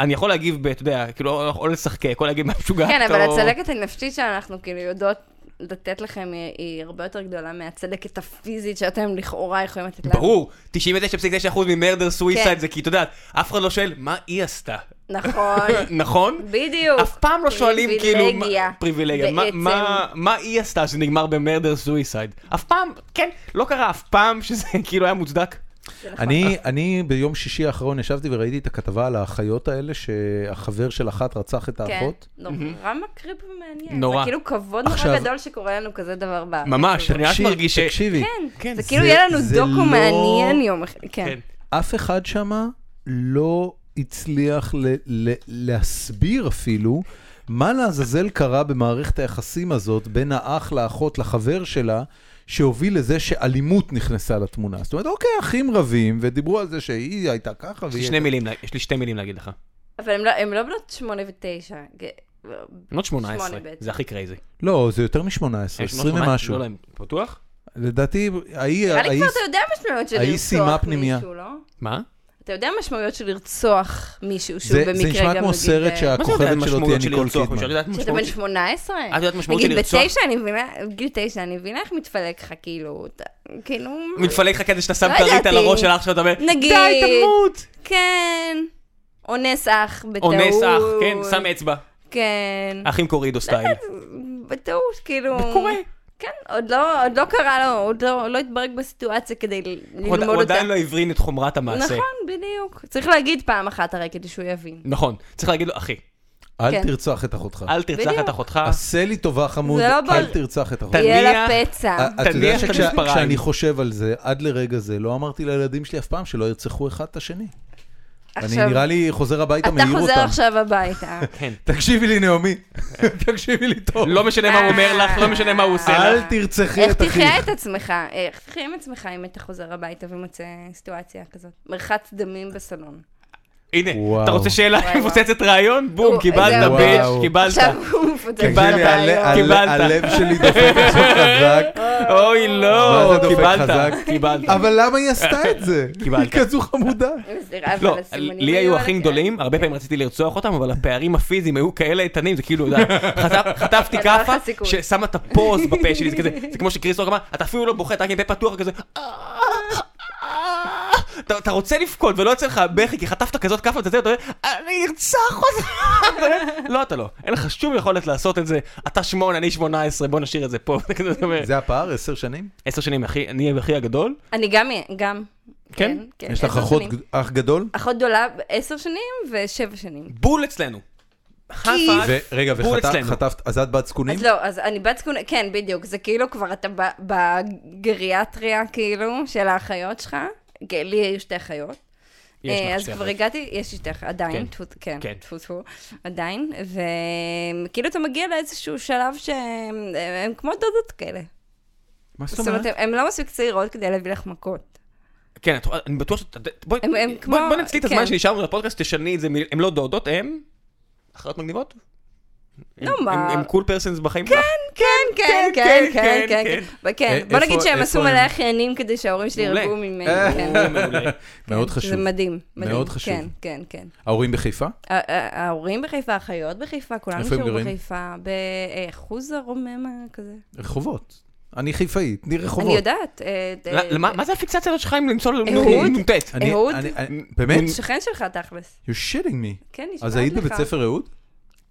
B: אני יכול להגיב, ב- אתה יודע, כאילו, או לשחקק, או להגיד מה משוגעת,
C: כן, אבל
B: או-
C: הצלקת הנפשית שאנחנו כאילו יודעות לתת לכם היא- היא הרבה יותר גדולה מהצלקת הפיזית שאתם לכאורה יכולים לתת לנו.
B: ברור, 99.9% ממרדר סוויסייד
C: כן.
B: זה כי, אתה יודע, אף אחד לא שואל, מה היא עשתה,
C: נכון,
B: נכון?
C: בדיוק.
B: אף פעם לא שואלים כאילו... מה-
C: פריבילגיה.
B: פריבילגיה. מה-
C: בעצם.
B: מה- מה היא עשתה שנגמר במרדר סוויסייד? אף פעם, כן, לא קרה אף פעם שזה כאילו היה מוצדק.
A: אני, אני ביום שישי האחרון ישבתי וראיתי את הכתבה על האחיות האלה, שהחבר של אחת רצח את
C: כן,
A: האחות.
C: נורא מקריב ומעניין.
B: נורא.
C: זה כאילו כבוד נורא
A: עכשיו-
C: גדול שקורה לנו כזה דבר בארץ.
B: ממש, אני רק
A: תקשיב-
B: מרגיש ש...
A: תקשיבי,
B: כן,
C: כן, זה כאילו
A: זה-
C: יהיה לנו
A: זה
C: דוקו
A: לא-
C: מעניין יום אחד. כן.
B: כן.
A: אף אחד שמה לא הצליח ל- ל- להסביר אפילו מה לעזאזל קרה במערכת היחסים הזאת בין האח לאחות לחבר שלה. שהוביל לזה שאלימות נכנסה לתמונה. זאת אומרת, אוקיי, אחים רבים, ודיברו על זה שהיא הייתה ככה,
B: יש לי
A: והיא...
B: שני מילים, לה- יש לי שתי מילים להגיד לך.
C: אבל הם לא- הם לא בנות שמונה ותשע. ג-
B: הם עוד 18,
C: שמונה בעצם.
B: זה הכי קרייזי.
A: לא, זה יותר מ-18, 20 ומשהו.
B: לא, לא, הם- בטוח?
A: לדעתי, ההיא...
C: נראה לי
A: ההיא-
C: כבר אתה יודע משמעויות של
A: האי סיימה
C: לרצוח
A: פנימיה.
C: מישהו, לא?
B: מה?
C: אתה יודע משמעויות של לרצוח מישהו שהוא
A: זה,
C: במקרה גם
A: זה נשמע כמו
C: נגיד,
A: סרט
C: אה,
B: מה זה יודע
A: שהכוכבת שלו תהיה
B: המשמעויות של
A: ניקול
B: לרצוח?
A: קידמן.
B: מישהו? את יודעת
C: שאתה בן
B: משמעות-
C: 18?
B: את יודעת אה, משמעות של
C: נגיד
B: לרצוח?
C: בתשע אני מבינה, בגיל תשע אני מבינה איך מתפלק לך, כאילו, אתה- כאילו,
B: מתפלג לך כזה שאתה שם
C: לא
B: כרית
C: ידעתי.
B: על הראש של אח שלך, אתה אומר,
C: נגיד.
B: די, תמות!
C: כן, אונס אח בטעות.
B: אונס אח, כן, שם אצבע.
C: כן.
B: אחים קורידו סטייל.
C: בטעות, כאילו...
B: קורה.
C: כן, עוד לא, עוד לא קרה לו, עוד לא, לא התברג בסיטואציה כדי ל-
B: הוא
C: ללמוד
B: עדיין-
C: אותה.
B: הוא עדיין לא הברין את חומרת המעשה.
C: נכון, בדיוק. צריך להגיד פעם אחת הרי כדי שהוא יבין.
B: נכון. צריך להגיד לו, אחי,
A: אל
C: כן.
A: תרצח את אחותך.
B: אל תרצח את
C: בדיוק.
B: אחותך.
A: עשה לי טובה חמוד,
C: זה לא
A: אל
C: בר-
A: תרצח את אחותך.
B: תניח-
C: יהיה לה פצע.
A: את יודעת
B: אה, תניח את המספריים.
A: שכשאני חושב על זה, עד לרגע זה, לא אמרתי לילדים שלי אף פעם שלא ירצחו אחד את השני. אני
C: עכשיו-
A: נראה לי חוזר הביתה,
C: אתה
A: מעיר
C: חוזר
A: אותם.
C: עכשיו הביתה.
B: כן.
A: תקשיבי לי, נעמי. תקשיבי לי טוב.
B: לא משנה מה הוא אומר לך, לא משנה מה הוא עושה לך.
A: אל תרצחי
C: איך
A: את
C: תחיה
A: אחיך.
C: את עצמך? איך תחיה עם עצמך אם אתה חוזר הביתה ומוצא סיטואציה כזאת? מרחץ דמים בסלון.
B: הנה,
A: וואו.
B: אתה רוצה שאלה
C: וואו.
B: מבוססת רעיון? בום,
C: הוא-
B: קיבלת
C: זהו.
B: ביץ',
A: וואו.
B: קיבלת.
C: עכשיו הוא מפוצץ את
A: תקשיבי, הלב-
C: הרעיון.
A: הלב-
B: קיבלת.
A: הלב שלי דופק עכשיו חזק.
B: אוי, לא,
A: מה זה דופק
B: קיבלת,
A: חזק?
B: קיבלת. לא,
A: אבל למה היא עשתה את זה?
B: קיבלת.
A: היא כזו חמודה.
C: בסדר, אבל
B: לא,
C: הסימנים
B: לי היו
C: על
B: אחים
C: הקיר.
B: גדולים, הרבה פעמים רציתי לרצוח אותם, אבל הפערים הפיזיים היו כאלה איתנים, זה כאילו, אתה יודע, חטף- חטפתי
C: אין לך
B: כאפה,
C: סיכוי.
B: ששמה את הפוז בפה שלי, זה כזה, זה כמו שקריס רוק אמר, אתה אפילו לא בוכה, אתה רק עם פה פתוח, כזה, "אה, אה, אתה אתה רוצה לבכות ולא יוצא לך בכי, כי חטפת כזאת כאפה, אתה יודע, אתה אומר, אני ארצח אותך, לא, אתה לא, אין לך שום יכולת לעשות את זה, אתה שמונה, אני שמונה עשרה, בוא נשאיר את זה פה, אתה כזה אומר,
A: זה הפער, עשר שנים?
B: עשר שנים, אחי, אני אחי הגדול,
C: אני גם, גם.
B: כן?
C: כן.
A: יש לך
C: עשר
A: אחות,
C: שנים.
A: אח גדול?
C: אחות גדולה עשר שנים ושבע שנים.
B: בול אצלנו.
C: אה,
B: High five,
A: ורגע,
B: בול אצלנו.
A: וחטפת, אז את בת זקונים?
C: אז לא, אז אני בת זקונה, כן, בדיוק, זה כאילו כבר אתה ב- בגריאטריה, כאילו, של האחיות שלך. כן, לי היו שתי אחיות.
B: יש לך
C: אה, אז
B: שתי
C: כבר
B: אחיות.
C: הגעתי, יש לי שתי אחיות,
B: כן.
C: עדיין, טפו- כן,
B: כן.
C: טפו טפו, עדיין, וכאילו אתה מגיע לאיזשהו שלב שהם הם כמו דודות כאלה.
A: מה זאת
C: זאת אומרת,
A: אומרת?
C: הם- הם לא מספיק צעירות כדי להביא לך מכות.
B: כן, את- אני בטוח שאת... בואי
C: הם- הם
B: בואי-
C: כמו-
B: בואי נצלי את הזמן
C: כן.
B: שנשארנו לפודקאסט, תשני את זה, מ- הם לא דודות, הם... אחיות מגניבות?
C: נו,
B: הם-
C: לא, מה?
B: הם- הם קול פרסונס בחיים שלך?
C: כן, כן, כן, כן, כן, כן.
A: אה,
C: כן, בוא נגיד
A: איפה-
C: שהם
A: איפה
C: עשו
A: הם?
C: מלא אחיינים כדי שההורים שלי
B: מעולה.
C: ירגעו ממני.
A: אה.
C: כן.
B: מעולה, מעולה.
A: מאוד
C: כן,
A: חשוב.
C: זה מדהים, מדהים.
A: מאוד חשוב.
C: כן, כן, כן.
A: ההורים בחיפה?
C: ה- ה- ההורים בחיפה, האחיות בחיפה, כולנו
A: איפה הם
C: שהוא
A: גרים?
C: בחיפה, בחוזה רוממה כזה.
A: רחובות. אני חיפאי, תני רחובות.
C: אני יודעת. אה, אה,
B: למה- מה זה הפיקסציה הזאת שלך עם למצוא לנו
C: אהוד?
B: נ"ט?
A: אני-
C: אהוד?
A: אני- אני- באמת?
C: אה, שכן שלך, תכלס.
A: You're shitting me.
C: כן, נשמעת לך.
A: אז היית בבית ספר אהוד?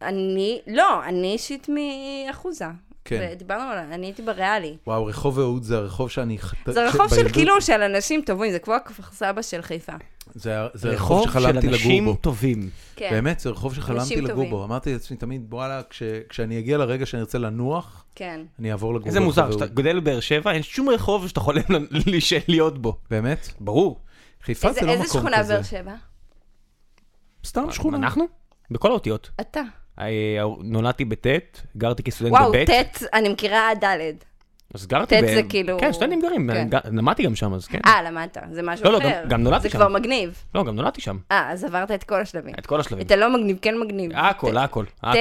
C: אני, לא, אני אישית מאחוזה.
A: כן.
C: דיברנו על, אני הייתי בריאלי.
A: וואו, רחוב אהוד זה הרחוב שאני... חת-
C: זה רחוב של
A: שבילדות-
C: כאילו של אנשים טובים, זה כמו הכפר סבא של חיפה.
A: זה ה- זה הרחוב שחלמתי לגור בו.
B: טובים.
C: כן.
A: באמת, זה רחוב שחלמתי
C: אנשים
A: לגור
C: טובים.
A: בו. אמרתי לעצמי תמיד, וואלה, כש- כשאני אגיע לרגע שאני ארצה לנוח,
C: כן.
A: אני אעבור לגור
B: איזה
A: ברחוב
B: מוזר, שאתה
A: אהוד.
B: גודל בבאר שבע, אין שום רחוב שאתה חולם ל- להישאר להיות בו.
A: באמת?
B: ברור.
A: חיפה
C: איזה אה,
A: זה לא
C: איזה
A: מקום
C: שכונה באר
A: כזה.
C: שבע?
A: סתם שכונה.
B: אנחנו? בכל האותיות.
C: אתה.
B: אה, נולדתי בטט, גרתי כסטודנט
C: וואו,
B: בבית.
C: ט', אני מכירה עד ד'.
B: אז גרתי
C: ט'
B: ב...
C: זה כאילו-
B: כן, שטוינדים גרים,
C: כן.
B: אני ג- למדתי גם שם, אז כן.
C: אה, למדת, זה משהו
B: לא,
C: אחר.
B: לא, גם- גם נולדתי
C: זה
B: שם.
C: כבר מגניב.
B: לא, גם נולדתי שם.
C: אה, אז עברת את כל השלבים.
B: את כל השלבים. אה,
C: את הלא מגניב, כן מגניב.
B: הכל, הכל, הכל.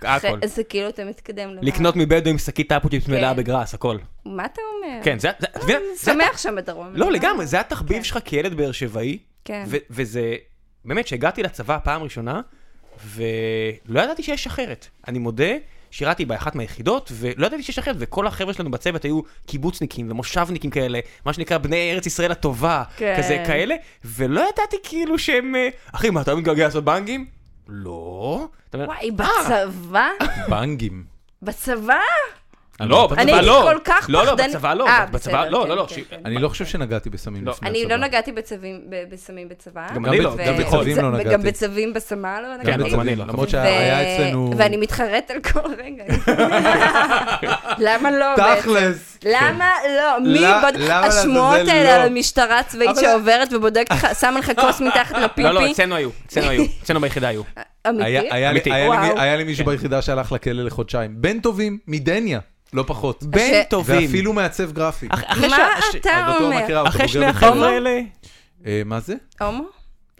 C: ט',
B: הכל.
C: זה כאילו אתה מתקדם למעלה.
B: לקנות מבדו עם שקית אפוצ'יפס מלאה
C: כן.
B: בגראס, הכל.
C: מה אתה אומר?
B: כן, זה... זה- את מבינה? זה-
C: שמח שם בדרום.
B: לא, לגמרי, זה התחביב שלך כילד באר שבעי.
C: אה, כן.
B: ו- וזה... באמת, שהגעתי לצבא פעם ראשונה, ולא ידעתי שיש אחרת. אני מודה, שירתי באחת מהיחידות, ולא ידעתי שיש אחרת, וכל החבר'ה שלנו בצוות היו קיבוצניקים ומושבניקים כאלה, מה שנקרא בני ארץ ישראל הטובה,
C: כן.
B: כזה כאלה, ולא ידעתי כאילו שהם... אה, אחי, מה, אתה מתגעגע לעשות בנגים? לא. אתה אומר,
C: וואי,
B: "אה,
C: בצבא?
A: בנגים.
C: בצבא?
B: לא,
C: אני
B: בצבא
C: הייתי
B: לא.
C: כל כך
B: לא, לא,
C: פחדנית.
B: בצבא לא.
C: אה,
B: בצבא
C: בסדר,
B: לא,
C: כן,
B: לא, לא.
C: כן,
B: ש-
C: כן.
A: אני לא חושב שנגעתי בסמים
B: לא.
A: לפני הצבא.
C: אני לא נגעתי בצווים- ב- בסמים בצבא.
B: גם אני לא,
C: ו-
B: גם
A: בצווים לא
C: זה-
A: נגעתי.
C: גם בצווים בשמה לא
B: כן,
A: גם
B: אבל
C: נגעתי.
B: גם אני
A: בצווים,
B: לא.
A: למרות
C: ו-
A: שהיה אצלנו...
C: ואני מתחרט על כל רגע. למה לא? בעצם?
A: תכלס.
C: למה לא? מי
A: למה-
C: בודק?
A: למה
C: השמועות
A: לעזאזל
C: האלה
A: לא?
C: על משטרה צבאית
A: אבל-
C: שעוברת ובודקת לך, שמה לך כוס מתחת
B: לא, לא,
C: לפיפי?
B: אצלנו היו, אצלנו היו, אצלנו ביחידה היו.
A: היה-
C: אמיתי?
A: היה לי-
B: אמיתי. כן.
A: היה לי מי-
C: וואו.
A: היה לי מישהו ביחידה שהלך לכלא לחודשיים. בן טובים מדניה, לא פחות.
B: בן
C: ש-
B: טובים.
A: ואפילו מעצב גרפי.
B: אח- אחרי
C: מה
B: שה- ש-
C: אתה
A: את בטוח
C: אומר?
A: מכירה אותו,
B: אחרי
A: בוגר
B: שני
A: בטח.
B: החבר'ה אה, האלה,
A: אה, מה זה?
C: הומו?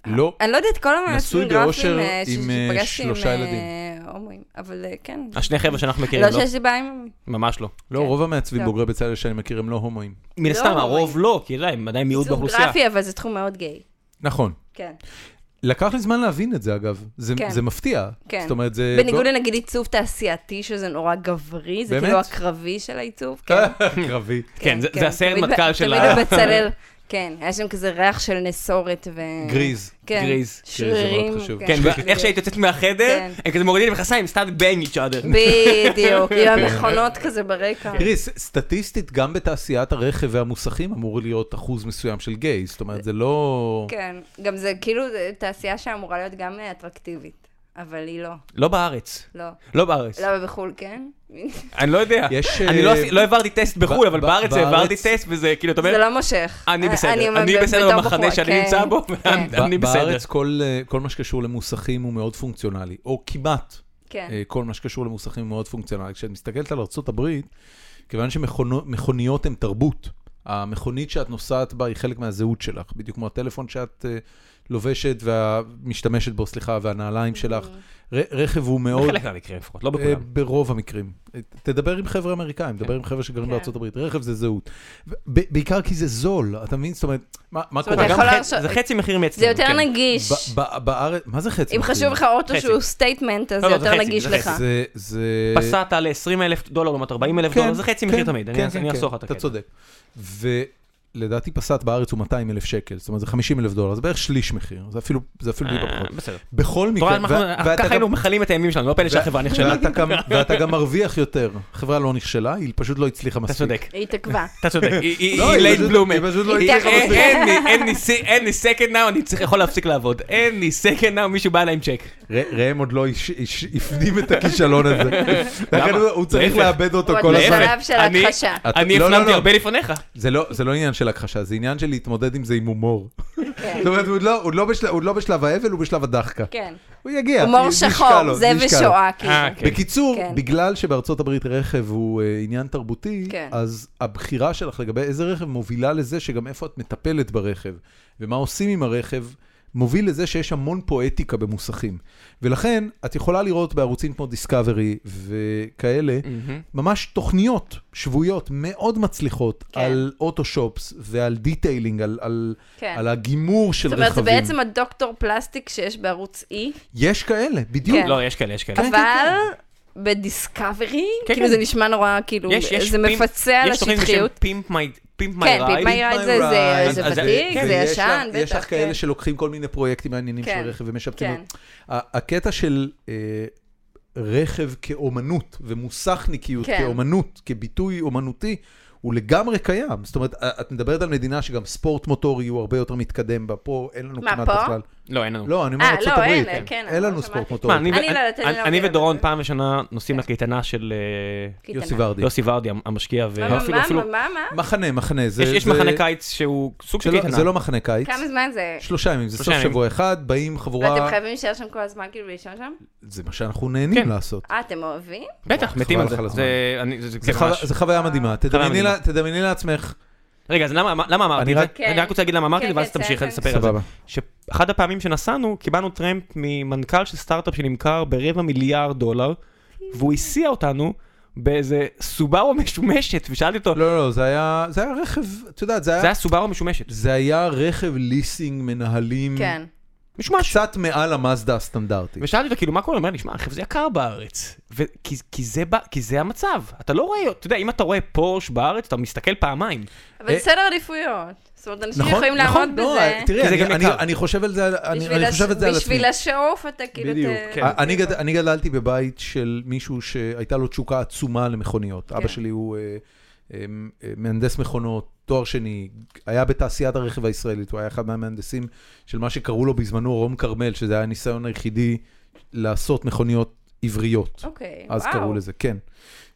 A: לא.
C: אני לא יודעת, כל
A: נשוי
C: המעשים גרפים
A: באושר
C: אה, ש-
A: עם, אה,
C: שפגשתי עם
A: שלושה
C: אה,
A: ילדים.
C: הומואים, אבל אה, כן.
B: השני חבר'ה שאנחנו מכירים,
C: לא
B: לא,
C: שיש לי בעיה עם הומואים.
B: ממש לא.
A: לא, רוב המעצבים
C: טוב.
A: בוגרי בצלאל שאני מכיר הם לא הומואים.
B: מן
C: לא,
B: הסתם,
C: אבל-
B: הרוב לא, כי לא, הם עדיין מיעוט
C: עיצוב
B: באוכלוסייה.
C: גרפי, אבל זה תחום מאוד גיי.
A: נכון.
C: כן.
A: לקח לי זמן להבין את זה, אגב. זה,
C: כן.
A: זה מפתיע.
C: כן.
A: זאת אומרת,
B: אה,
A: זה... לא-
C: בניגוד לנגיד עיצוב תעשייתי, שזה נורא גברי, זה
A: באמת?
C: כאילו הקרבי של העיצוב. כן,
A: ל... קרבי.
B: אה, כן, זה- זה הסיירת
C: תמיד ב-
B: מטכ"ל של ה...
C: תמיד בבצלאל, כן, היה שם כזה ריח של נסורת ו...
A: גריז.
C: כן.
B: גריז.
A: גריז זה
C: שרירים.
A: מאוד חשוב.
B: כן, ואיך שהיית יוצאת מהחדר,
C: כן.
B: הם כזה מורידים מכנסיים, סתם bang each other.
C: בדיוק,
B: כן.
C: עם המכונות כזה ברקע.
A: תראי, ס- סטטיסטית, גם בתעשיית הרכב והמוסכים אמור להיות אחוז מסוים של גיי. זאת אומרת, זה לא...
C: כן, גם זה כאילו זה תעשייה שאמורה להיות גם אה, אטרקטיבית, אבל היא לא,
B: לא בארץ.
C: לא.
B: לא בארץ.
C: למה בחו"ל כן?
B: אני לא יודע.
A: יש,
B: אני לא
A: אה,
B: עשיתי- לא העברתי טסט בחו"ל,
A: ב-
B: אבל
A: ב-
B: בארץ
A: בארץ-
B: העברתי טסט, וזה כאילו, אתה
C: זה
B: אומר,
C: לא מושך.
B: אני בסדר, אני
C: ב-
B: בסדר
C: בתור
B: במחנה
C: בחורה,
B: שאני
C: כן.
B: נמצא בו,
C: כן,
A: ב-
B: אני בסדר.
A: בארץ כל, אה, כל מה שקשור למוסכים הוא מאוד פונקציונלי, או כמעט
C: כן.
A: אה, כל מה שקשור למוסכים הוא מאוד פונקציונלי. כשאת מסתכלת על ארה"ב, כיוון שמכוניות הן תרבות, המכונית שאת נוסעת בה היא חלק מהזהות שלך, בדיוק כמו הטלפון שאת אה, לובשת, והמשתמשת בו, סליחה, והנעליים שלך.
C: Mm-hmm.
A: ר- רכב הוא מאוד...
B: בחלק מהמקרים לפחות, לא
A: אה,
B: בכולם.
A: ברוב המקרים. אה, תדבר עם חבר'ה אמריקאים,
C: כן.
A: תדבר עם חבר'ה שגרים בארצות הברית. רכב זה זהות. ו- ב- בעיקר כי זה זול, אתה מבין? זאת אומרת, מה מה
C: זאת אומרת,
A: קורה?
C: אתה
B: גם
C: יכול
B: חצי-
C: להרשות-
B: זה חצי מחיר מאצלנו.
C: זה יותר
B: כן.
C: נגיש.
A: ב- ב- בארץ, מה זה חצי?
C: אם
A: מחיר?
C: חשוב לך אוטו
B: חצי.
C: שהוא סטייטמנט, אז
B: לא,
C: זה
B: לא, זה
C: יותר
B: חצי,
C: נגיש
B: זה
C: לך.
B: חצי.
A: זה... זה...
B: פסעת ל-20 אלף דולר לעומת 40 אלף
A: כן,
B: דולר, זה חצי
A: כן,
B: מחיר תמיד, אני
A: כן,
B: אני
A: כן,
B: אחסוך
A: כן,
B: את
A: אתה
B: הקטע.
A: צודק. ולדעתי פסת בארץ הוא 200 אלף שקל, זאת אומרת זה 50 אלף דולר, זה בערך שליש מחיר, זה אפילו זה אפילו טיפה
B: אה,
A: פחות.
B: בסדר.
A: בכל
B: אתה רואה,
A: מקרה,
B: אנחנו-
A: ו- ואתה
B: ככה
A: גם-
B: היינו מכלים את הימים שלנו, לא פלא
A: ו-
B: שהחברה נכשלה.
A: ואתה גם- ואתה גם מרוויח יותר, החברה לא נכשלה, היא פשוט לא הצליחה
B: אתה
A: מספיק.
B: צודק,
C: היא התעכבה.
B: אתה צודק. היא- היא
A: לא, היא
B: לייט
A: פשוט-
B: בלומר.
A: היא פשוט לא
C: היא
A: הצליחה
C: תכף-
A: מספיק.
B: אין לי, אין לי, סי- אין לי second now, אני צריך, יכול להפסיק לעבוד. אין לי second now, מישהו בא אליי עם צ'ק.
A: ר- ראם עוד לא איש- איש- הפנים את הכישלון הזה. לכן
B: למה?
A: הוא- הוא צריך
B: להפך.
A: לאבד אותו
C: הוא עוד
A: כל
C: לא
A: הזמן.
C: שלב
B: להפך,
C: של
B: אני- אה,
C: הכחשה.
A: את-
B: אני
A: לא, לא,
B: הפנמתי
A: לא.
B: הרבה לפניך.
A: זה לא, זה לא עניין של הכחשה, זה עניין של להתמודד עם זה עם הומור.
C: כן.
A: זאת אומרת, הוא עוד לא- הוא עוד לא בשל- הוא עוד לא בשלב האבל, הוא בשלב הדחקה.
C: כן.
A: הוא יגיע.
C: הומור
A: נשקע לו,
C: שחור, זה
A: נשקע לו.
C: ושואה, כאילו.
B: אה, כן.
A: בקיצור,
C: כן.
A: בגלל שבארצות הברית רכב הוא אה, עניין תרבותי,
C: כן.
A: אז הבחירה שלך לגבי איזה רכב מובילה לזה שגם איפה את מטפלת ברכב, ומה עושים עם הרכב, מוביל לזה שיש המון פואטיקה במוסכים. ולכן, את יכולה לראות בערוצים כמו דיסקאברי וכאלה,
B: מהמם.
A: ממש תוכניות שבועיות מאוד מצליחות
C: כן.
A: על אוטושופס ועל דיטיילינג, על, על,
C: כן.
A: על הגימור של
C: זאת
B: כן,
A: רכבים.
C: אומרת, זה בעצם הדוקטור פלסטיק שיש בערוץ E,
A: יש כאלה, בדיוק.
C: כן.
B: לא, יש כאלה, יש כאלה.
C: אבל בדיסקאברי,
B: כן,
C: כאילו
B: כן.
C: זה נשמע נורא, כאילו,
B: יש, יש
C: זה
B: פימפ-
C: מפצה על
B: יש תוכנית בשם
C: השטחיות.
B: Pimp My- Pimp My
C: כן,
B: Ride.
C: פיפ מי רייד זה- זה-
A: Right.
C: זה
B: אז- אז-
C: ותיק,
B: כן,
C: זה
A: ויש
C: ישן,
A: לך- יש
C: בטח,
A: לך כאלה
C: כן.
A: שלוקחים כל מיני פרויקטים מעניינים של
C: כן,
A: רכב ומשפצים.
C: כן.
A: אותו. ה- הקטע של אה, רכב כאומנות ומוסכניקיות
C: כן.
A: כאומנות, כביטוי אומנותי, הוא לגמרי קיים. זאת אומרת, את מדברת על מדינה שגם ספורט מוטורי הוא הרבה יותר מתקדם בה, פה אין לנו
C: מה,
A: כמעט
C: פה?
A: בכלל.
B: לא, אין לנו.
A: לא, אני אומר
C: אה,
A: ארצות
C: לא,
A: הברית.
C: אין, כן,
A: אין
C: לא
A: לנו
C: שמעתי.
A: ספורט
B: מה,
A: מוטורי.
B: אני ו-
C: אני לא יודעת, אני
B: אני-
C: לא
B: אני
C: מכירה.
B: ודורון פעם ראשונה נוסעים לקייטנה של אה,
C: קייטנה.
A: יוסי ורדי.
B: יוסי ורדי, המשקיע,
C: מה, כן. מה,
B: ואפילו, אפילו-
C: מה, מה, מה?
A: מחנה, מחנה. זה-
B: יש יש
A: זה-
B: מחנה קיץ שהוא סוג של
A: שלא-
B: קייטנה.
A: זה לא מחנה קיץ.
C: כמה זמן זה? לא
A: שלושה ימים, זה סוף
B: שלושה ימים.
A: שבוע אחד, באים
C: ואתם
A: חבורה,
C: חייבים להישאר שם כל הזמן כאילו לישון שם?
A: זה מה שאנחנו נהנים
B: כן.
A: לעשות.
C: אה, אתם אוהבים?
B: בטח,
A: חבל
B: מתים על
A: לך
B: זה.
A: על הזמן.
B: זה- אני- זה- זה
A: זה
B: כן,
A: חו-
B: ממש.
A: זה חוויה מדהימה, תדמייני
B: מדהימה.
A: לה- תדמייני לעצמך,
B: רגע, אז למה למה אמרתי
A: אני
B: את זה?
A: רק-
C: כן.
B: אני רק רוצה להגיד למה אמרתי את זה,
C: כן,
B: ואז
C: כן,
B: תמשיך
C: כן.
B: לספר את זה.
A: סבבה.
B: שאחת הפעמים שנסענו, קיבלנו טרמפ ממנכ"ל של סטארט-אפ שנמכר ברבע מיליארד דולר, והוא הסיע אותנו באיזה סובארו משומשת, ושאלתי אותו,
A: לא, לא, לא, זה היה זה היה רכב, את יודעת, זה
B: זה
A: היה-
B: היה סובארו משומשת.
A: זה היה רכב ליסינג
B: Mm.
A: מנהלים,
C: כן.
B: משומש.
A: קצת מעל המאזדה הסטנדרטית.
B: ושאלתי אותו, כאילו, מה קורה? הוא אומר לי, שמע, אחי, זה יקר בארץ. ו- כי- כי זה ב- כי זה המצב. אתה לא רואה, אתה יודע, אם אתה רואה פורש בארץ, אתה מסתכל פעמיים.
C: אבל
A: אה,
C: סדר עדיפויות. זאת אומרת, אנשים
A: נכון,
C: יכולים
A: נכון,
C: לעמוד
A: לא,
C: בזה.
A: תראי,
B: כי זה
A: אני-
B: גם
A: אני-
B: יקר.
A: אני חושב על זה, אני
C: בשביל
A: אני
C: הש-
A: חושב את זה על עצמי.
C: בשביל השאוף אתה כאילו...
B: בדיוק,
C: ת-
B: כן.
A: אה, אני, גד, אני גדלתי בבית של מישהו שהייתה לו תשוקה עצומה למכוניות.
C: כן.
A: אבא שלי הוא אה, אה, אה, מהנדס מכונות, תואר שני, היה בתעשיית הרכב הישראלית, הוא היה אחד מהמהנדסים של מה שקראו לו בזמנו רום כרמל, שזה היה הניסיון היחידי לעשות מכוניות עבריות.
C: אוקיי, וואו.
A: אז קראו לזה, כן.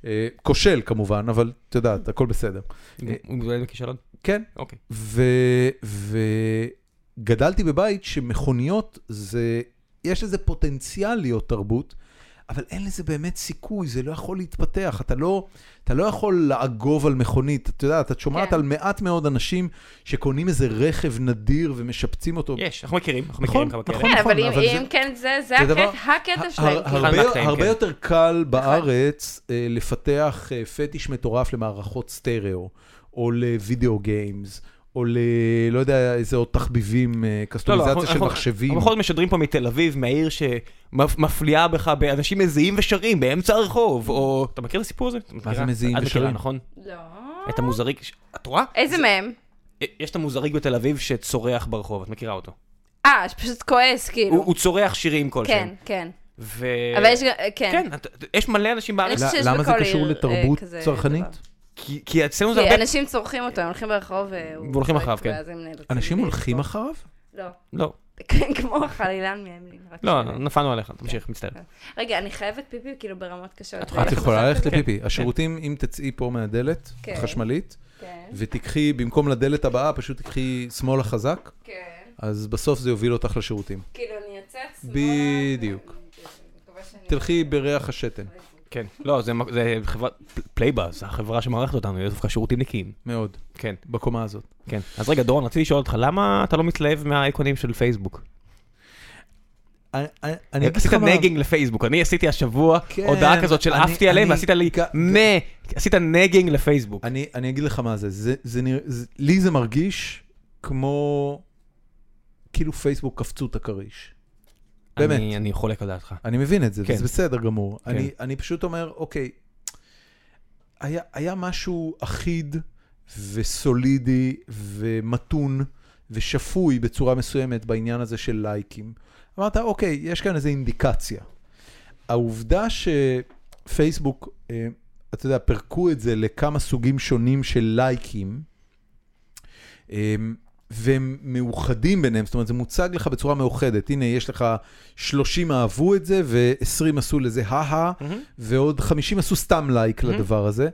A: אה, כושל כמובן, אבל את יודעת, הכל בסדר. אה,
B: הוא מתמודד בכישלון?
A: כן,
B: אוקיי.
A: וגדלתי בבית שמכוניות זה, יש לזה פוטנציאל להיות תרבות, אבל אין לזה באמת סיכוי, זה לא יכול להתפתח, אתה לא, אתה לא יכול לאגוב על מכונית, אתה יודע, את שומעת
C: כן.
A: על מעט מאוד אנשים שקונים איזה רכב נדיר ומשפצים אותו.
B: יש, אנחנו מכירים, אנחנו
A: נכון,
B: מכירים כמה כאלה.
A: נכון.
C: כן, אבל
A: אבל
C: אם-
A: זה-
C: אם כן, זה זה
A: זה דבר-
C: הקטע- הקטע
A: הר-
C: שלהם. כאילו. נכון.
B: חלק
A: הרבה,
B: מהקטעים,
A: הרבה
B: כן.
A: יותר קל בארץ אה, לפתח אה, פטיש מטורף למערכות סטריאו, או לוידאו גיימס, או ל... לא יודע איזה עוד תחביבים, אה,
B: לא, לא,
A: קסטומיזציה
B: אנחנו-
A: של
B: אנחנו-
A: מחשבים.
B: אנחנו משדרים פה מתל אביב, מהעיר שמפליאה בך באנשים מזיעים ושרים באמצע הרחוב, או... אתה מכיר את הסיפור הזה? את מכירה?
A: מזיעים
B: את מכירה,
A: ושרים?
B: נכון?
C: לא.
B: את המוזריק, ש- את רואה?
C: איזה מהם?
B: יש את המוזריק בתל אביב שצורח ברחוב, את מכירה אותו.
C: אה, שפשוט כועס,
B: הוא
C: כאילו.
B: הוא צורח שירים
C: כן,
B: כלשהם.
C: כן.
B: ו...
A: אה,
C: אבל יש גם, כן.
B: כן, את- את- יש מלא אנשים
C: אני
B: בארץ,
C: חושבת שיש
A: למה זה
C: בכל
A: קשור
C: עיר, אה,
A: לתרבות
C: כזה דבר.
A: צרכנית?
B: כי- כי אצלנו זה
C: כי
B: הרבה...
C: אנשים צורכים אותו, הם הולכים ברחוב והוא...
B: והולכים
C: צועק,
B: אחריו, כן.
C: ואז הם נאלצים
A: אנשים
C: לצעוק.
A: הולכים אחריו?
C: לא.
B: לא,
C: כן, כמו חלילן מהמלין. רק
B: לא,
C: שנייה.
B: נפלנו עליך, תמשיך, מצטער.
C: רגע, אני חייבת פיפי כאילו ברמות קשות.
B: את יכולה
A: את
B: ללכת
A: יכולה ללכת
B: כן,
A: לפיפי. השירותים, אם תצאי פה מהדלת
C: כן.
A: החשמלית,
C: כן,
A: ותיקחי, במקום לדלת הבאה, פשוט תיקחי שמאלה חזק,
C: כן.
A: אז בסוף זה יוביל אותך לשירותים.
C: כאילו, אני יוצאת שמאלה.
A: בדיוק.
C: ואני כאילו, מקווה שאני-
A: תלכי בריח השתן,
B: כן. לא, זה מ- זה חברת פלייבאז, החברה שמארחת אותנו, יש לך שירותים נקיים.
A: מאוד,
B: כן,
A: בקומה הזאת.
B: כן. אז רגע, דורון, רציתי לשאול אותך, למה אתה לא מתלהב מהאייקונים של פייסבוק?
A: אני אני אגיד
B: עשית
A: לך מה...
B: אה, נגינג לפייסבוק, אני עשיתי השבוע
A: כן,
B: הודעה כזאת של
A: אני-
B: עפתי עליהם
A: אני-
B: ועשית לי
A: ג-
B: מה, עשית נגינג לפייסבוק.
A: אני, אני אגיד לך מה זה, זה, זה, נרא, זה לי זה מרגיש כמו, כאילו פייסבוק קפצו את הכריש. באמת.
B: אני- אני חולק על דעתך.
A: אני מבין את זה,
B: כן.
A: כן. זה בסדר גמור.
B: כן.
A: כן. אני, אני פשוט אומר, אוקיי, היה, היה משהו אחיד וסולידי ומתון ושפוי בצורה מסוימת בעניין הזה של לייקים. אמרת, אוקיי, יש כאן איזו אינדיקציה. העובדה שפייסבוק, אה, אתה יודע, פירקו את זה לכמה סוגים שונים של לייקים, אה, והם מאוחדים ביניהם, זאת אומרת, זה מוצג לך בצורה מאוחדת. הנה, יש לך 30 אהבו את זה, ו-20 עשו לזה הא-הא, ועוד 50 עשו סתם לייק לדבר הזה.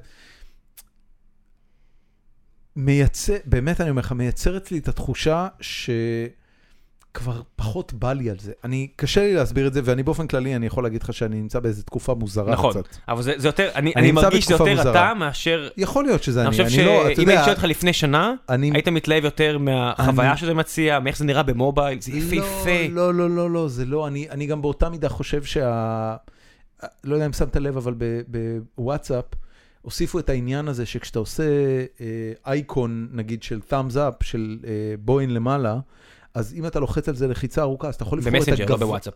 A: מייצר, באמת אני אומר לך, מייצר אצלי את התחושה שכבר פחות בא לי על זה. אני, קשה לי להסביר את זה, ואני באופן כללי, אני יכול להגיד לך שאני נמצא באיזו תקופה מוזרה
B: נכון,
A: קצת.
B: אבל זה זה יותר, אני אני
A: נמצא
B: מרגיש שזה
A: בתקופה
B: יותר
A: מוזרה.
B: אתה מאשר...
A: יכול להיות שזה
B: אני
A: אני,
B: חושב
A: אני לא, אתה
B: שאם הייתי
A: יודע,
B: שואל אותך לפני שנה,
A: אני...
B: היית מתלהב יותר מהחוויה
A: אני-
B: שזה מציע, מאיך זה נראה במובייל, זה יפהפה.
A: לא, לא, לא, לא, לא, זה לא, אני, אני גם באותה מידה חושב שה... לא יודע אם שמת לב, אבל ב- בוואטסאפ הוסיפו את העניין הזה שכשאתה עושה אה, אייקון, נגיד, של thumbs up, של אה, בוין למעלה, אז אם אתה לוחץ על זה לחיצה ארוכה, אז אתה יכול לבחור את
B: במסנג'ר, לא
A: הגוון.
B: בוואטסאפ.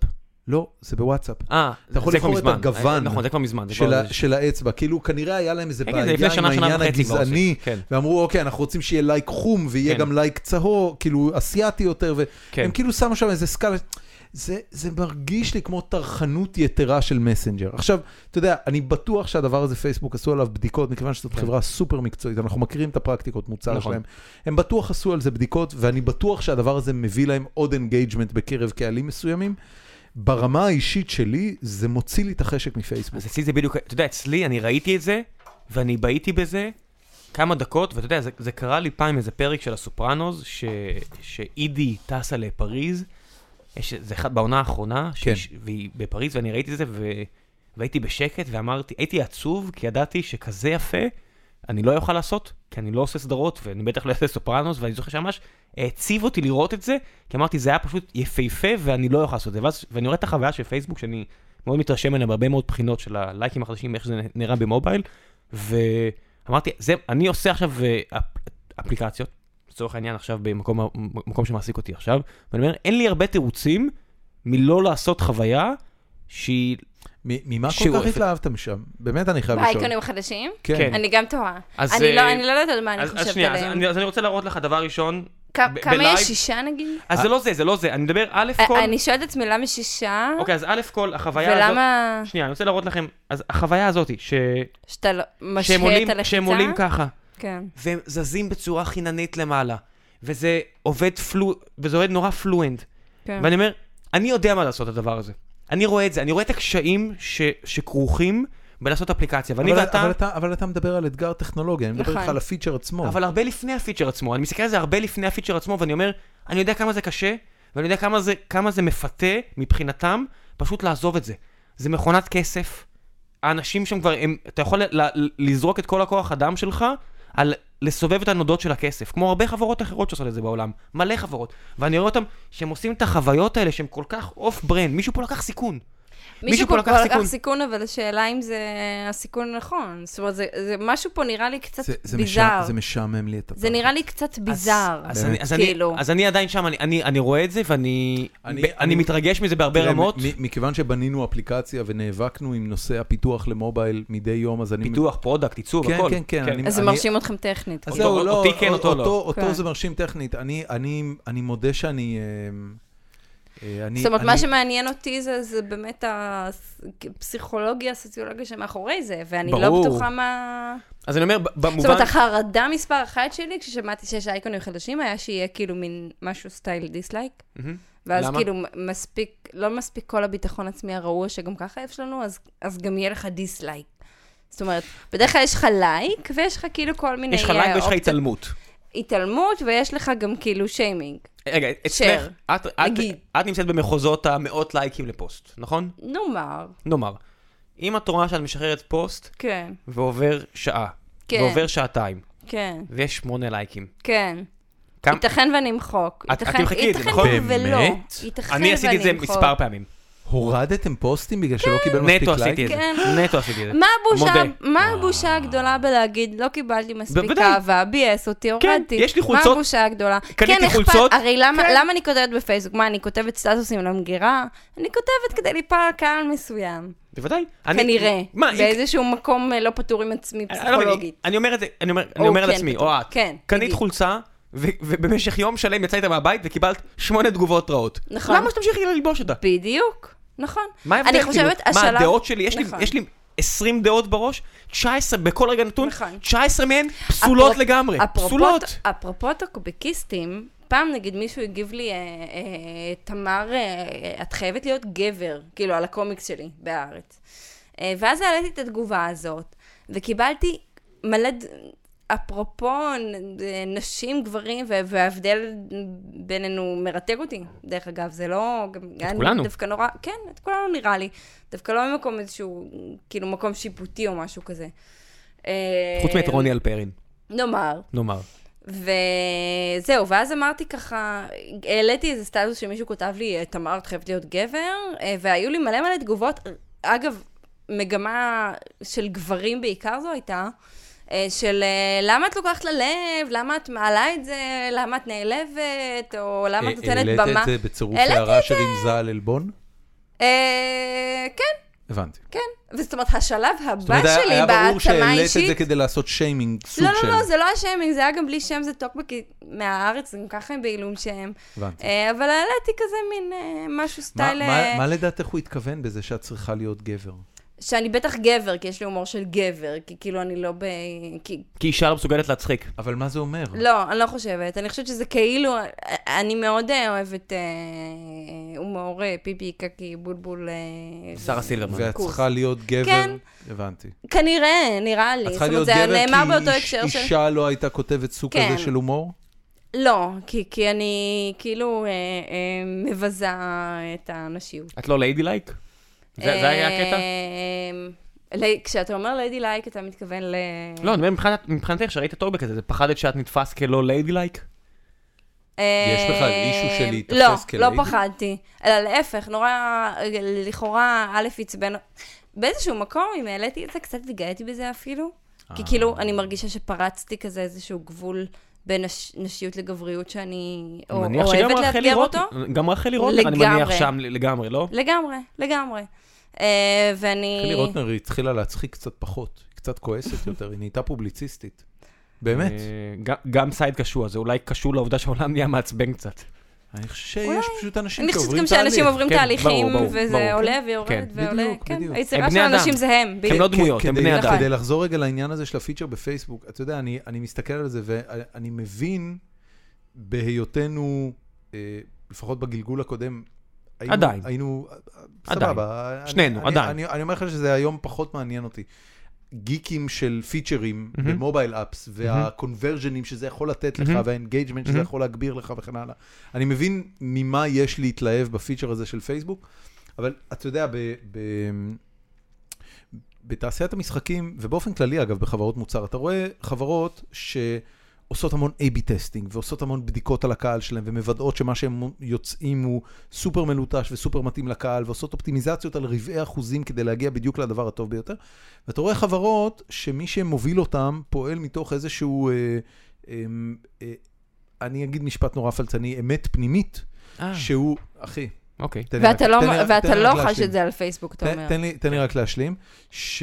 A: לא, זה בוואטסאפ.
B: אה,
A: אתה יכול
B: זה כבר
A: לבחור את
B: מזמן.
A: הגוון
B: נכון, זה כבר מזמן. זה
A: של,
B: כבר-
A: ה, של האצבע, כאילו כנראה היה להם איזה
B: כן, כן, זה לפני
A: בעיה עם
B: שנה, שנה
A: העניין
B: וחצי כבר
A: הגזעני,
B: הוסיפו, כן.
A: ואמרו אוקיי, אנחנו רוצים שיהיה לייק חום ויהיה
B: כן.
A: גם לייק צהור, כאילו אסיאתי יותר,
B: כן.
A: והם כאילו שמו שם איזה סקאלה, זה, זה מרגיש לי כמו טרחנות יתרה של מסנג'ר. עכשיו, אתה יודע, אני בטוח שהדבר הזה, פייסבוק עשו עליו בדיקות, מכיוון שזאת חברה סופר מקצועית, אנחנו מכירים את הפרקטיקות מוצר
B: נכון.
A: שלהם. הם בטוח עשו על זה בדיקות, ואני בטוח שהדבר הזה מביא להם עוד אינגייג'מנט בקרב קהלים מסוימים. ברמה האישית שלי, זה מוציא לי את החשק מפייסבוק.
B: אז אצלי זה בדיוק, אתה יודע, אצלי אני ראיתי את זה, ואני בהיתי בזה כמה דקות, ואתה יודע, זה, זה קרה לי פעם איזה פרק של הסופרנוז, ש, שאידי טסה לפריז, יש, זה אחד בעונה האחרונה,
A: כן.
B: שהיא, והיא בפריז, ואני ראיתי את זה, ו, והייתי בשקט, ואמרתי, הייתי עצוב, כי ידעתי שכזה יפה, אני לא אוכל לעשות, כי אני לא עושה סדרות, ואני בטח לא אעשה סופרנוס, ואני זוכר שממש העציב אותי לראות את זה, כי אמרתי, זה היה פשוט יפהפה, ואני לא יכול לעשות את זה. ואז, ואני רואה את החוויה של פייסבוק, שאני מאוד מתרשם ממנה בהרבה מאוד בחינות של הלייקים החדשים, איך שזה נראה במובייל, ואמרתי, זה, אני עושה עכשיו אה, אפ- אפליקציות, לצורך העניין עכשיו במקום ה- מקום שמעסיק אותי עכשיו, ואני אומר, אין לי הרבה תירוצים מלא לעשות חוויה שהיא...
A: מ- ממה
B: שהוא
A: כל כך
B: אפס.
A: התלהבת משם? באמת, אני חייב לשאול.
C: האייקונים החדשים?
B: כן.
C: אני גם תוהה.
B: אז,
C: אני לא
B: אה,
C: אני לא יודעת על מה אני
B: אז, אז
C: חושבת
B: שנייה, אז
C: עליהם.
B: אני, אז אני רוצה להראות לך דבר ראשון.
C: כ-
B: ב-
C: כמה
B: בלייב-
C: יש? שישה נגיד?
B: אז זה לא זה, זה לא זה, אני מדבר א' כל...
C: אה, אני שואלת את עצמי למה שישה,
B: אוקיי, אז א' כל, החוויה הזאת...
C: ולמה
B: שנייה, אני רוצה להראות לכם, אז החוויה הזאת, ש...
C: שאתה לא- משהה
B: שהם עולים,
C: את הלחיצה?
B: שהם עולים ככה,
C: כן.
B: והם זזים בצורה חיננית למעלה, וזה עובד פלו... וזה עובד נורא פלואנט.
C: כן.
B: ואני אומר, אני יודע מה לעשות את הדבר הזה. אני רואה את זה, אני רואה את הקשיים ש... שכרוכים בלעשות אפליקציה, ואני
A: אבל,
B: ואתה...
A: אבל, אתה, אבל אתה מדבר על אתגר טכנולוגי, אני מדבר
C: נכון.
A: איתך על הפיצ'ר עצמו.
B: אבל הרבה לפני הפיצ'ר עצמו, אני מסתכל על זה הרבה לפני הפיצ'ר עצמו, ואני אומר, אני יודע כמה זה קשה, ואני יודע כמה זה, כמה זה מפתה מבחינתם, פשוט לעזוב את זה. זה מכונת כסף, האנשים שם כבר, הם, אתה יכול ל- ל- לזרוק את כל הכוח אדם שלך על לסובב את הנודות של הכסף, כמו הרבה חברות אחרות שעושות את זה בעולם, מלא חברות, ואני רואה אותם שהם עושים את החוויות האלה שהם כל כך אוף ברנד, מישהו פה לקח סיכון.
C: מישהו פה כבר לקח סיכון, אבל השאלה אם זה הסיכון נכון. זאת אומרת, זה זה- משהו פה נראה לי קצת
A: זה, זה,
C: ביזאר.
A: משע, זה משעמם לי את הפחד.
C: זה נראה לי קצת ביזאר.
B: אז, אז, אני, אז, אני,
C: כאילו.
B: אז אני עדיין שם, אני, אני, אני רואה את זה ואני
A: אני-
B: אני, אני,
A: אני-
B: מתרגש מזה בהרבה
A: תראה,
B: רמות.
A: מ- מכיוון שבנינו אפליקציה ונאבקנו עם נושא הפיתוח למובייל מדי יום, אז אני...
B: פיתוח, פרודקט, עיצוב,
A: כן,
B: הכל.
A: כן, כן, אני-
C: אז זה מרשים אתכם טכנית. כאילו.
A: אז
B: אותו-
A: זהו, לא,
B: אותי כן,
A: א-
B: אותו לא.
A: אותו
C: כן.
A: זה מרשים טכנית. אני- אני אני מודה שאני... אמ, אה, אני-
C: זאת אומרת, מה
A: אני-
C: שמעניין אותי זה, זה באמת הפסיכולוגיה, הסוציולוגיה שמאחורי זה, ואני
A: ברור.
C: לא בטוחה מה...
B: אז אני אומר, ב-
C: זאת
B: במובן...
C: אומרת, החרדה מספר אחת שלי, כששמעתי שיש אייקונים חדשים, היה שיהיה כאילו מין משהו סטייל דיסלייק.
B: מהמם.
C: ואז
B: למה?
C: כאילו מ- מספיק, לא מספיק כל הביטחון עצמי הרעוע שגם ככה יש לנו, אז, אז גם יהיה לך דיסלייק. זאת אומרת, בדרך כלל יש לך לייק, ויש לך כאילו כל מיני...
B: יש לך לייק
C: אה,
B: ויש לך
C: אופציות-
B: התעלמות.
C: התעלמות, ויש לך גם כאילו שיימינג.
B: רגע,
C: share,
B: אצלך, את- את-
C: נגיד.
B: את נמצאת במחוזות המאות לייקים לפוסט, נכון?
C: נאמר,
B: נאמר, אם את רואה שאת משחררת פוסט
C: כן,
B: ועובר שעה,
C: כן.
B: ועובר שעתיים,
C: כן,
B: ויש שמונה לייקים.
C: כן.
B: כמה-
C: ייתכן ואני אמחוק.
B: את- את
C: ייתכן-
B: תמחקי את זה,
C: ייתכן
B: נכון?
C: ולא.
A: באמת?
C: ייתכן
B: אני עשיתי את זה
C: ואני אמחוק.
B: מספר פעמים.
A: הורדתם פוסטים בגלל שלא קיבל מספיק
B: נטו
A: לייק?
B: עשיתי את זה.
C: כן.
B: נטו עשיתי את זה.
C: מה הבושה,
B: מודה.
C: מה הבושה הגדולה בלהגיד, לא קיבלתי מספיק
B: בוודאי. כן,
C: אהבה, ביאס אותי, הורדתי.
B: יש לי חולצות-
C: מה הבושה הגדולה?
B: קניתי
C: כן, אכפת-
B: חולצות.
C: הרי למה,
B: כן.
C: למה אני כותבת בפייסבוק? מה, אני כותבת סטטוסים למגירה? אני כותבת כדי ליפול על קהל מסוים.
B: בוודאי. אני-
C: כנראה.
B: מה, אם-
C: באיזשהו מקום אה, לא פטור עם עצמי
B: אני לא מבין,
C: פסיכולוגית.
B: אני אומר את זה, אני אומר, אני
C: או
B: אומר
C: כן,
B: לעצמי,
C: פתאום.
B: או את,
C: כן,
B: קנית
C: בדיוק.
B: חולצה, ו- ובמשך יום שלם יצאת מהבית וקיבלת שמונה תגובות רעות.
C: נכון.
B: למה שתמשיכי ללבוש אותה?
C: בדיוק, נכון.
B: מה ההבדל?
C: אני
B: כאילו?
C: חושבת, השלב...
B: מה, הדעות שלי, יש לי-
C: נכון.
B: יש לי 20 דעות בראש, 19 בכל רגע נתון,
C: נכון.
B: 19 מהן פסולות
C: אפרופ-
B: לגמרי.
C: אפרופו-
B: פסולות.
C: אפרופו טוקבקיסטים, פעם נגיד מישהו הגיב לי, אה, אה, תמר, אה, את חייבת להיות גבר, כאילו, על הקומיקס שלי בהארץ. אה, ואז העליתי את התגובה הזאת, וקיבלתי מלא... ד- אפרופו נ- אה, נשים, גברים, ו- וההבדל בינינו מרתק אותי, דרך אגב, זה לא... גם- אני
B: כולנו.
C: דווקא נורא, כן, את כולנו נראה לי. דווקא לא ממקום איזשהו, כאילו, מקום שיפוטי או משהו כזה. אה,
B: חוץ מאת רוני אלפרין,
C: נאמר.
B: נאמר.
C: וזהו, ואז אמרתי ככה, העליתי איזה סטטוס שמישהו כותב לי, תמר, את חייבת להיות גבר, אה, והיו לי מלא מלא תגובות. אגב, מגמה של גברים בעיקר זו הייתה, אה, של אה, למה את לוקחת ללב, למה את מעלה את זה, למה את נעלבת, או למה את
A: אה,
C: נותנת
A: העלית
C: במה.
A: את זה בצירוף
C: העליתי
A: הערה
C: את זה.
A: שרימזה על עלבון?
C: אה, כן,
A: הבנתי.
C: וזאת אומרת, השלב
A: זאת אומרת,
C: הבא
A: היה-
C: שלי
A: היה ברור
C: בהעצמה
A: שהעלית את זה
C: אישית...
A: כדי לעשות שיימינג סוג
C: לא,
A: של...
C: לא, לא, זה לא השיימינג, זה היה גם בלי שם, זה טוקבקי מהארץ, זה גם ככה הם בעילום שם.
A: הבנתי.
C: אה, אבל העליתי כזה מין אה, משהו
A: מה-
C: סטייל...
A: מה-
C: אה,
A: מה לדעתך הוא התכוון בזה שאת צריכה להיות גבר?
C: שאני בטח גבר, כי יש לי הומור של גבר, כי כאילו אני לא ב... כי...
B: כי אישה לא מסוגלת להצחיק.
A: אבל מה זה אומר?
C: לא, אני לא חושבת. אני חושבת שזה כאילו... אני מאוד אה, אוהבת אה, הומור אה, פיפי, קקי, בולבול... אה,
B: שרה סילברמן.
A: ואת
C: קורס.
A: צריכה להיות גבר?
C: כן.
A: הבנתי.
C: כנראה, נראה לי.
A: את
C: זאת
A: צריכה
C: אומרת,
A: להיות
C: זה היה נאמר באותו
A: גבר כי
C: הקשר
A: איש-
C: של...
A: אישה לא הייתה כותבת סוג
C: כן.
A: כזה של הומור?
C: לא, כי, כי אני כאילו אה, אה, מבזה את הנשיות.
B: את לא ליידי לייק? זה זה היה הקטע?
C: אה, לי- כשאתה אומר ליידי לייק, אתה מתכוון ל...
B: לא, אני אומר מבחינת- מבחינתך, שראית את הטוקבק הזה, זה פחדת שאת נתפס כלא ליידי לייק?
A: יש בכלל
C: אה,
A: אישו של להיתפס
C: לא, לא
A: כליידי?
C: פחדתי. אלא להפך, נורא, לכאורה, א', עצבן... באיזשהו מקום, אם העליתי את זה, קצת התגאיתי בזה אפילו.
A: אה,
C: כי כאילו, אני מרגישה שפרצתי כזה איזשהו גבול בין נש- נשיות לגבריות שאני או-
B: אני מניח שגם
C: אוהבת
B: רחלי
C: לאתגר
B: רוט-
C: אותו.
B: גם רחלי רוטנר, אני מניח
C: לגמרי.
B: שם לגמרי, לא?
C: לגמרי, לגמרי. אה, ואני...
A: חילי רוטנר התחילה להצחיק קצת פחות, היא קצת כועסת יותר, היא נהייתה פובליציסטית. באמת.
B: אה, גם- גם סייד קשור, זה אולי קשור לעובדה שהעולם נהיה מעצבן קצת.
A: אני חושב שיש פשוט אנשים
C: אני חושבת
A: שעוברים
C: גם
A: תהליך.
C: שאנשים עוברים
B: כן,
C: תהליכים,
B: ברור, ברור,
C: וזה
B: ברור.
C: עולה
B: כן,
C: ויורד ועולה.
A: בדיוק,
C: כן,
A: בדיוק.
C: היצירה
B: הם
C: של
B: בני
C: אנשים
B: אדם.
C: זה הם,
B: הם
C: בדיוק.
B: לא דמויות, הם
A: כדי-
B: בני אדם.
A: כדי לחזור רגע לעניין הזה של הפיצ'ר בפייסבוק, אתה יודע, אני, אני מסתכל על זה ואני מבין בהיותנו, אה, לפחות בגלגול הקודם, היינו,
B: עדיין.
A: היינו, אה,
B: עדיין.
A: סבבה. אני-
B: שנינו,
A: אני,
B: עדיין.
A: אני, אני אומר לך שזה היום פחות מעניין אותי. גיקים של פיצ'רים
B: מהמם.
A: במובייל אפס, והקונברג'נים שזה יכול לתת לך,
B: מהמם.
A: והאינגייג'מנט שזה
B: מהמם.
A: יכול להגביר לך וכן הלאה. אני מבין ממה יש להתלהב בפיצ'ר הזה של פייסבוק, אבל אתה יודע, ב- ב- בתעשיית המשחקים, ובאופן כללי אגב, בחברות מוצר, אתה רואה חברות שעושות המון A-B טסטינג, ועושות המון בדיקות על הקהל שלהם, ומוודאות שמה שהם יוצאים הוא סופר מלוטש וסופר מתאים לקהל, ועושות אופטימיזציות על רבעי אחוזים כדי להגיע בדיוק לדבר הטוב ביותר. ואתה רואה חברות שמי שמוביל אותם פועל מתוך איזשהו, אה, אה, אה, אני אגיד משפט נורא פלצני, אמת פנימית,
B: אה,
A: שהוא, אחי,
B: אוקיי.
A: תן לי רק-
C: ואתה לא-
A: תן לי רק- תן
C: ואתה
A: לי
C: לא
A: רק
C: חש
A: להשלים.
C: את זה על פייסבוק, אתה
A: תן-
C: אומר. כן.
A: תן לי- תן לי רק להשלים, ש-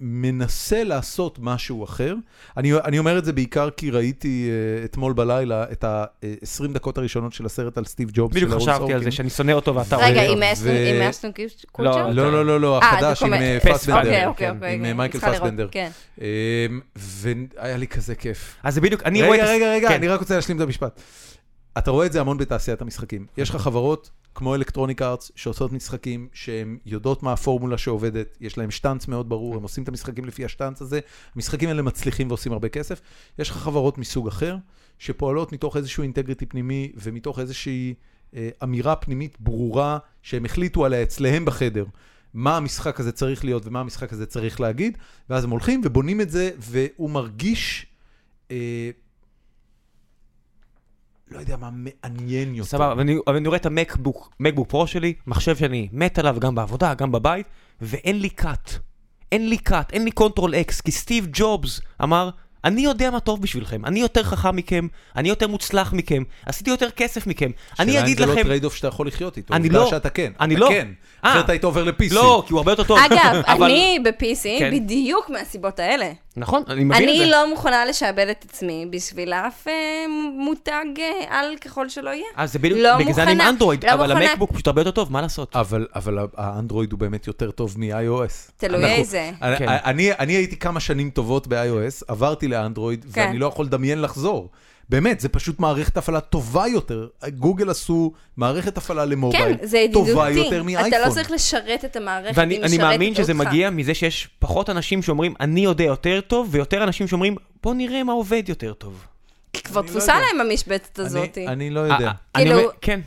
A: שמנסה לעשות משהו אחר. אני אני אומר את זה בעיקר כי ראיתי אה, אתמול בלילה את ה-20 דקות הראשונות של הסרט על סטיב ג'ובס.
B: בדיוק
A: של אהרון
B: חשבתי על
A: סורקין.
B: זה, שאני שונא אותו ואתה אוהב
C: רגע,
B: אותו.
C: עם אסטון-
A: ו-
C: עם אסטון קוצ'ר?
A: לא, לא, לא, לא,
C: אה,
A: החדש
C: זה
A: עם
C: קומד-
A: אה,
B: פס-
C: אוקיי,
A: פסבנדר,
C: אוקיי,
A: כן,
C: אוקיי.
A: עם אה,
C: אני
A: מייקל
C: צריכה לראות,
A: פסבנדר.
C: כן.
A: אמ, והיה לי כזה כיף.
B: אז זה בדיוק, אני רואה את...
A: רגע,
B: הס-
A: רגע, רגע,
B: כן.
A: אני רק רוצה להשלים את המשפט. אתה רואה את זה המון בתעשיית המשחקים. יש לך חברות כמו אלקטרוניק ארץ שעושות משחקים, שהן יודעות מה הפורמולה שעובדת, יש להן שטאנץ מאוד ברור, הם עושים את המשחקים לפי השטאנץ הזה, המשחקים האלה מצליחים ועושים הרבה כסף. יש לך חברות מסוג אחר, שפועלות מתוך איזשהו אינטגריטי פנימי ומתוך איזושהי אה, אמירה פנימית ברורה שהם החליטו עליה אצלהם בחדר. מה המשחק הזה צריך להיות ומה המשחק הזה צריך להגיד, ואז הם הולכים ובונים את זה, והוא מרגיש אה, לא יודע מה מעניין יותר.
B: סבבה, אבל אני- אבל אני רואה את המקבוק, מקבוק פרו שלי, מחשב שאני מת עליו גם בעבודה, גם בבית, ואין לי קאט. אין לי קאט, אין לי קונטרול אקס, כי סטיב ג'ובס אמר, אני יודע מה טוב בשבילכם, אני יותר חכם מכם, אני יותר מוצלח מכם, עשיתי יותר כסף מכם, אני אגיד
A: השאלה אם זה
B: לכם...
A: לא טרייד אוף שאתה יכול לחיות איתו.
B: אני
A: עובדה
B: לא.
A: שאתה כן.
B: אני
A: אתה
B: לא.
A: כן.
B: אה.
A: אחרת היית עובר ל-PC.
B: לא, כי הוא הרבה יותר טוב.
C: אגב,
B: אבל-
C: אני ב-PC
B: כן.
C: בדיוק מהסיבות האלה.
B: נכון, אני מבין את זה.
C: אני לא מוכנה לשעבד את עצמי בשביל אף אה, מותג אה, על ככל שלא יהיה.
B: אז אה, זה בדיוק,
C: לא
B: בגלל זה אני עם
C: מוכנה,
B: אנדרואיד,
C: לא
B: אבל
C: מוכנה.
B: המקבוק פשוט הרבה יותר טוב, מה לעשות?
A: אבל, אבל ה- האנדרואיד הוא באמת יותר טוב מ-iOS.
C: תלוי
A: אנחנו-
C: איזה.
A: אני,
B: כן.
A: אני, אני הייתי כמה שנים טובות ב-iOS, עברתי לאנדרואיד,
C: כן.
A: ואני לא יכול לדמיין לחזור. באמת, זה פשוט מערכת הפעלה טובה יותר. גוגל עשו מערכת הפעלה למובייל
C: כן, זה
A: אה, טובה
C: ידידותי.
A: יותר מאייפון.
C: אתה לא צריך לשרת את המערכת, היא
B: ואני
C: משרתת
B: אני
C: אותך.
B: מאמין שזה מגיע מזה שיש פחות אנשים שאומרים, אני יודע יותר טוב, ויותר אנשים שאומרים, בוא נראה מה עובד יותר טוב.
C: כי כבר
A: אני לא
C: תפוסה
A: יודע.
C: להם המשבצת הזאת.
A: אני, אני לא
B: אה,
A: יודע.
B: אה, אני
C: כאילו-
B: אומר- כן,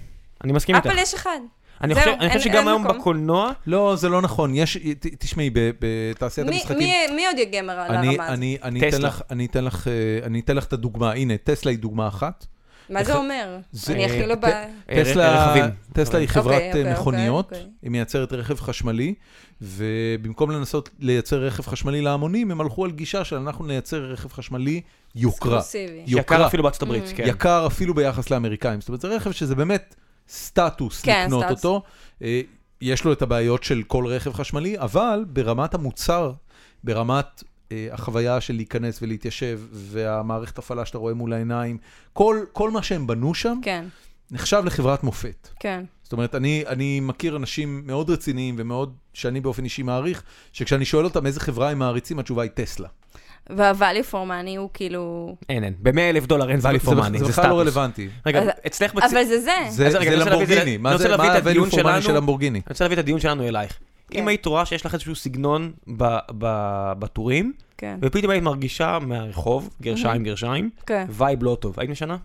B: אני מסכים איתך.
C: אפל יש אחד.
B: אני
C: זהו,
B: חושב אני
C: אין-
B: חושב שגם
C: אין
B: היום
C: מקום.
B: בקולנוע,
A: לא, זה לא נכון. יש, ת, תשמעי, ב- בתעשיית
C: מי-
A: המשחקים...
C: מי- מי עוד יגמר על
A: אני,
C: הרמה הזאת?
A: אני, אני, אתן
B: טסלה.
A: לך, אני, אתן לך, אה, אני אתן לך את הדוגמה, הנה, טסלה היא דוגמה אחת.
C: מה זה
A: איך-
C: אומר?
A: זה-
C: אני הכי לא ב...
A: אה,
B: אה,
A: טסלה,
B: רכבים.
A: טסלה היא חברת
C: אוקיי,
A: אה,
C: אוקיי,
A: מכוניות,
C: אוקיי, אוקיי.
A: היא מייצרת רכב חשמלי, ובמקום לנסות לייצר רכב חשמלי להמונים, הם הלכו על גישה של אנחנו נייצר רכב חשמלי יוקרה.
C: אקסקלוסיבי.
B: יקר
A: יוקרה,
B: אפילו בארצות הברית,
C: Mm.
B: כן.
A: יקר אפילו ביחס לאמריקאים. זאת אומרת, זה רכב שזה באמת סטטוס
C: כן,
A: לקנות
C: סטטוס.
A: אותו. אה, יש לו את הבעיות של כל רכב חשמלי, אבל ברמת המוצר, ברמת אה, החוויה של להיכנס ולהתיישב, והמערכת הפעלה שאתה רואה מול העיניים, כל, כל מה שהם בנו שם,
C: כן,
A: נחשב לחברת מופת.
C: כן.
A: זאת אומרת, אני, אני מכיר אנשים מאוד רציניים ומאוד, שאני באופן אישי מעריך, שכשאני שואל אותם איזה חברה הם מעריצים, התשובה היא טסלה.
C: וה-value for money הוא כאילו...
B: אין, אין. ב-100 אלף דולר אין value
A: זה-
B: for money,
A: זה
B: זה
A: בכלל לא
B: סטטוס.
A: רלוונטי.
B: רגע,
C: אבל-
B: אצלך בצ...
C: אבל זה זה.
A: זה
B: אז רגע,
A: זה
B: אני רוצה להביא את זה-
A: למבורגיני,
B: אני
A: מה
B: רוצה
A: זה-
B: להביא
A: מה
B: את הדיון
A: ה-value for money של
B: שלנו.
A: למבורגיני?
B: אני רוצה להביא את הדיון שלנו אלייך.
C: כן.
B: אם היית רואה שיש לך איזשהו סגנון ב- ב- בטורים,
C: כן,
B: ופתאום היית מרגישה מהרחוב, גרשיים גרשיים,
C: כן.
B: וייב לא טוב, היית משנה?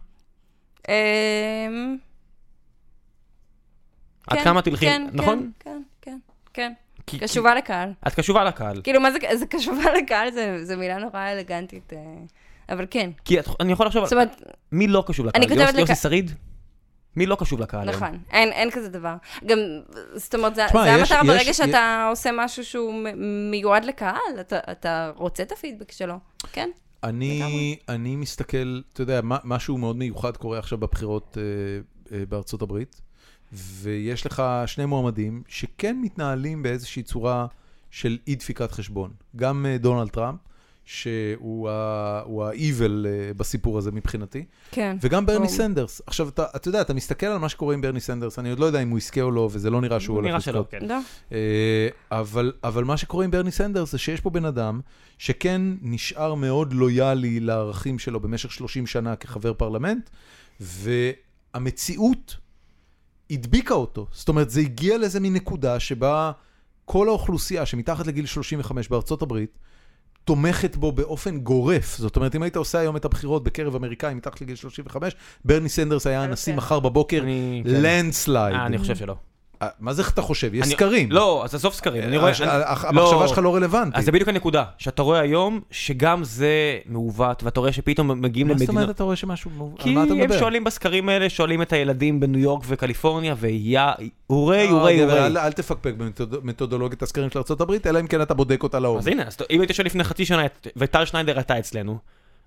C: אמ,
B: עד
C: כן,
B: כמה תלכי,
C: כן,
B: נכון?
C: כן, כן, כן.
B: כי-
C: כן. קשובה לקהל.
B: כי- את קשובה לקהל.
C: כאילו, מה זה, זה קשובה לקהל? זה, זה מילה נורא אלגנטית, אה, אבל כן.
B: כי את- אני יכול לחשוב, על-
C: זאת אומרת,
B: מי לא קשוב לקהל?
C: אני כותבת
B: יוסי-
C: לק-
B: יוסי שריד? מי לא קשוב לקהל? היום?
C: נכון, אין, אין כזה דבר. גם, זאת אומרת, זה,
A: תשמע,
C: זה
A: יש-
C: המטרה
A: יש-
C: ברגע
A: יש-
C: שאתה עושה משהו שהוא מ- מיועד לקהל, אתה, אתה רוצה את הפידבק שלו, כן?
A: אני, אני מסתכל, אתה יודע, מה- משהו מאוד מיוחד קורה עכשיו בבחירות אה, אה, בארצות הברית, ויש לך שני מועמדים שכן מתנהלים באיזושהי צורה של אי דפיקת חשבון. גם אה, דונלד טראמפ, שהוא ה- הוא ה-evil אה, בסיפור הזה מבחינתי,
C: כן.
A: וגם ברני
C: ברור.
A: סנדרס. עכשיו, אתה, אתה יודע, אתה מסתכל על מה שקורה עם ברני סנדרס, אני עוד לא יודע אם הוא יזכה או לא, וזה לא נראה שהוא הולך
B: נראה
A: לזכות.
B: שלא, כן.
C: לא,
A: אה, אבל, אבל מה שקורה עם ברני סנדרס זה שיש פה בן אדם שכן נשאר מאוד לויאלי לערכים שלו במשך 30 שנה כחבר פרלמנט, והמציאות הדביקה אותו. זאת אומרת, זה הגיע לאיזה מין נקודה שבה כל האוכלוסייה שמתחת לגיל 35 בארצות הברית, תומכת בו באופן גורף. זאת אומרת, אם היית עושה היום את הבחירות בקרב אמריקאים מתחת לגיל 35, ברני סנדרס היה הנשיא
C: לוקח.
A: מחר בבוקר,
B: כן, אני- כן. אה, אני
A: לנדסלייד.
B: חושב שלא.
A: מה זה אתה חושב? יש
B: אני-
A: סקרים. אה,
B: לא, אז עזוב סקרים. אני רואה...
A: הש-
B: אני-
A: הח-
B: לא.
A: המחשבה שלך לא רלוונטית.
B: אז זה בדיוק הנקודה, שאתה רואה היום שגם זה מעוות, ואתה רואה שפתאום מגיעים
A: מה זאת
B: למדינות...
A: אומרת אתה רואה שמשהו, מוב- על
B: כי
A: מה אתה
B: הם
A: מדבר?
B: שואלים בסקרים האלה, שואלים את הילדים בניו יורק וקליפורניה, ויא, אורי,
A: לא,
B: אורי,
A: גבר, אל-
B: אורי.
A: אל תפקפק במתודולוגיית הסקרים של ארה"ב, אלא אם כן אתה בודק אותה לעומק.
B: אז הנה, אז אם היית שואל לפני חצי שנה, את- וטל שניידר הייתה אצלנו,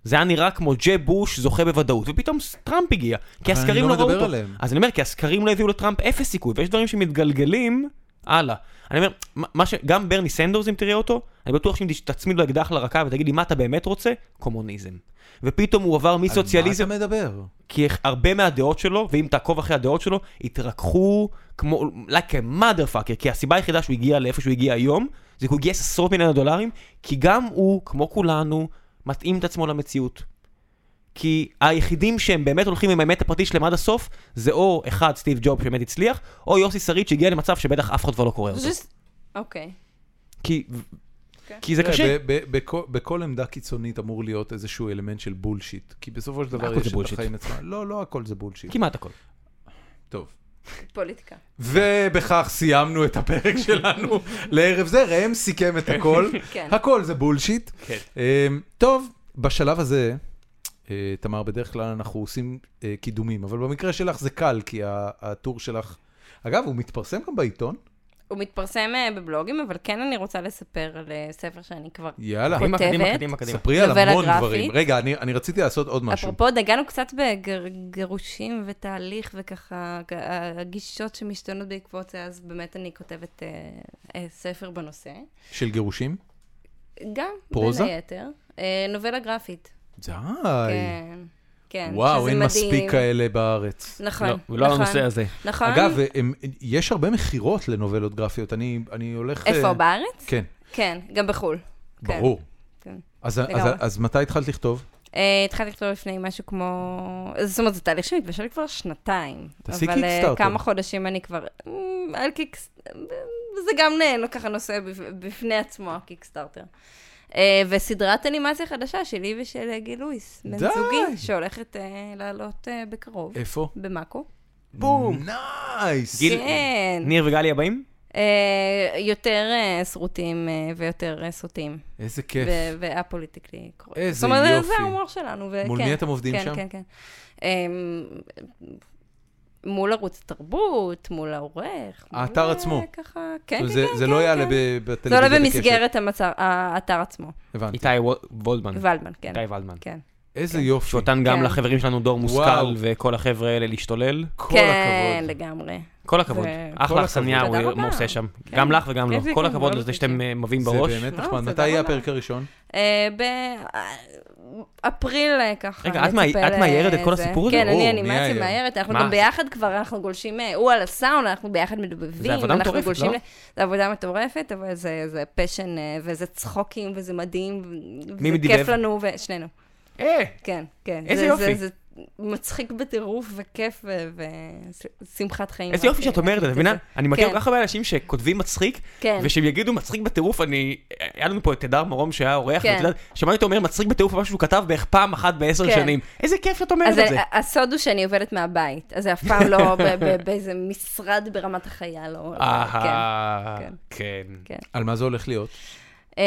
B: זה היה נראה כמו ג'ה בוש זוכה בוודאות, ופתאום טראמפ הגיע, כי
A: אבל אני
B: הסקרים
A: לא
B: לא ראו
A: מדבר
B: אותו.
A: עליהם.
B: אז אני אומר, כי הסקרים לא הביאו לטראמפ אפס סיכוי, ויש דברים שמתגלגלים הלאה. אני אומר, מה- מה ש... גם ברני סנדרס, אם תראה אותו, אני בטוח שאם תצמיד לו אקדח לרקה ותגיד לי, מה אתה באמת רוצה? קומוניזם. ופתאום הוא עבר
A: על
B: מסוציאליזם
A: מה אתה מדבר?
B: כי הרבה מהדעות שלו, ואם תעקוב אחרי הדעות שלו, התרככו כמו, like a motherfucker, כי הסיבה היחידה שהוא הגיע לאיפה שהוא הגיע היום, זה כי הוא גייס עשרות מיליון דולרים, כי גם הוא, כמו כולנו, מתאים את עצמו למציאות. כי היחידים שהם באמת הולכים עם האמת הפרטית שלהם עד הסוף, זה או אחד, סטיב ג'וב שבאמת הצליח, או יוסי שריד שהגיע למצב שבטח אף אחד כבר לא קורא אותו.
C: פשוט... אוקיי.
B: כי,
C: כן.
B: כי זה קשה.
A: ב- ב- בכ- בכל עמדה קיצונית אמור להיות איזשהו אלמנט של בולשיט, כי בסופו של דבר
B: לא, הכל
A: יש
B: זה
A: את
B: בולשיט.
A: החיים עצמם. לא, לא הכל זה בולשיט.
B: כמעט הכל.
A: טוב.
C: פוליטיקה.
A: ובכך סיימנו את הפרק שלנו לערב זה, ראם סיכם את הכל,
C: כן.
A: הכל זה בולשיט.
B: כן.
A: אמ, טוב, בשלב הזה, אה, תמר, בדרך כלל אנחנו עושים אה, קידומים, אבל במקרה שלך זה קל, כי ה- הטור שלך... אגב, הוא מתפרסם גם בעיתון?
C: הוא מתפרסם אה, בבלוגים, אבל כן אני רוצה לספר על אה, ספר שאני כבר...
A: יאללה,
B: כן,
C: כותבת.
B: קדימה, קדימה, קדימה.
A: ספרי על
C: נובלה
A: המון
C: גרפית.
A: דברים. רגע, אני אני רציתי לעשות עוד משהו.
C: אפרופו, נגענו קצת בגירושים ותהליך וככה, ג- הגישות שמשתנות בעקבות זה, אז באמת אני כותבת אה, אה, ספר בנושא.
A: של גירושים?
C: גם,
A: פרוזה?
C: בין היתר. אה, נובלה גרפית.
A: די.
C: כן. כן.
A: וואו,
C: שזה
A: אין
C: מדהים.
A: מספיק כאלה בארץ.
C: נכון,
B: לא,
C: נכון.
B: הוא לא על הנושא הזה.
C: נכון.
A: אגב, הם- יש הרבה מכירות לנובלות גרפיות. אני אני הולך... אה,
C: איפה, בארץ?
A: כן,
C: כן, גם בחו"ל. כן,
A: ברור.
C: כן.
A: אז, אז,
C: לגמרי.
A: אז מתי התחלת לכתוב?
C: אה, התחלתי לכתוב לפני משהו כמו... זאת אומרת, זה תהליך שמתבשל כבר שנתיים.
A: תעשי
C: אבל אה,
A: קיקסטארטר.
C: כמה חודשים אני כבר... אמ, על קיקס... זה גם נה- ככה נושא בפ- בפני עצמו, הקיקסטארטר. אה, וסדרת אנימציה חדשה שלי ושל אה, גיל לואיס, בן
A: די.
C: זוגי, שהולכת אה, לעלות אה, בקרוב,
A: איפה?
C: במאקו.
B: בום.
A: נייס!
B: גיל-
C: כן.
B: ניר וגלי הבאים?
C: אה, יותר אה, סרוטים אה, ויותר אה, סוטים.
A: איזה כיף.
C: ו- והפוליטיקלי קורקט.
A: איזה
C: זאת אומרת, זה-
A: יופי.
C: זה ההומור שלנו. וכן,
A: מול מי אתם עובדים
C: כן,
A: שם?
C: כן, כן, כן. אמ, מול ערוץ התרבות, מול העורך. מול,
A: האתר
C: אה,
A: עצמו.
C: ככה, כן, כן,
A: זה,
C: כן.
A: זה
C: כן,
A: לא יעלה
C: כן.
A: ב- בטלוויזיה.
C: זה עולה
A: בקשת.
C: במסגרת המצ- האתר עצמו.
A: הבנתי.
B: איתי וולדמן.
C: ולדמן, כן.
B: איתי ולדמן.
C: כן.
A: איזה יופי.
B: שאותן גם
C: כן.
B: לחברים שלנו, דור מושכל
A: וואו.
B: וכל החבר'ה האלה להשתולל.
A: כל
C: כן,
A: הכבוד.
C: לגמרי.
B: כל הכבוד,
C: זה-
A: כל
B: אחלה אכסניה
C: הכבוד.
B: הוא
C: תודה רבה.
B: עושה שם.
C: כן.
B: גם לך וגם לו.
C: איזה
B: כל
C: כבוד,
B: הכבוד לזה שאתם אה, מביאים בראש.
A: זה באמת
C: לא,
A: נחמד.
C: תודה
A: מתי יהיה
C: רבה.
A: הפרק הראשון?
C: אה, באפריל אה, ככה.
B: רגע, את מה-
C: נטפל,
B: את מאיירת את כל
C: זה.
B: הסיפור הזה?
C: כן,
A: או,
C: אני
A: מי
C: אנימציה
A: היה?
C: מאיירת, אנחנו
B: מה?
C: גם ביחד כבר, אנחנו גולשים, אה, הוא על הסאונד, אנחנו ביחד מדובבים.
B: זה עבודה
C: אנחנו
B: מטורפת,
C: גולשים
B: לא?
C: ל- זה עבודה מטורפת, אבל זה זה פשן, אה, וזה צחוקים, וזה מדהים. ו-
B: מי
C: וזה
B: מדיבב?
C: כיף לנו, ושנינו.
B: אה,
C: כן, כן.
B: איזה
C: זה- זה-
B: יופי.
C: זה מצחיק בטירוף, וכיף, ושמחת חיים.
B: איזה
C: רק,
B: יופי שאת
C: אה,
B: אומרת, את
C: זה.
B: מבינה? אני מכיר
C: כן.
B: כל כך הרבה אנשים שכותבים מצחיק,
C: כן.
B: ושהם יגידו מצחיק בטירוף, אני... היה לנו פה את תדר מרום שהיה אורח,
C: כן.
B: ואת יודעת, שמעתי אותו אומר מצחיק בטירוף על משהו שהוא כתב בערך פעם אחת בעשר
C: כן.
B: שנים. איזה כיף שאת אומרת את
C: אז
B: זה.
C: ה- הסוד הוא שאני עובדת מהבית, אז זה אף פעם לא ב- ב- באיזה משרד ברמת החייל, או... כן.
B: אהה,
C: כן,
B: כן.
C: כן.
A: על מה זה הולך להיות?
C: אמ,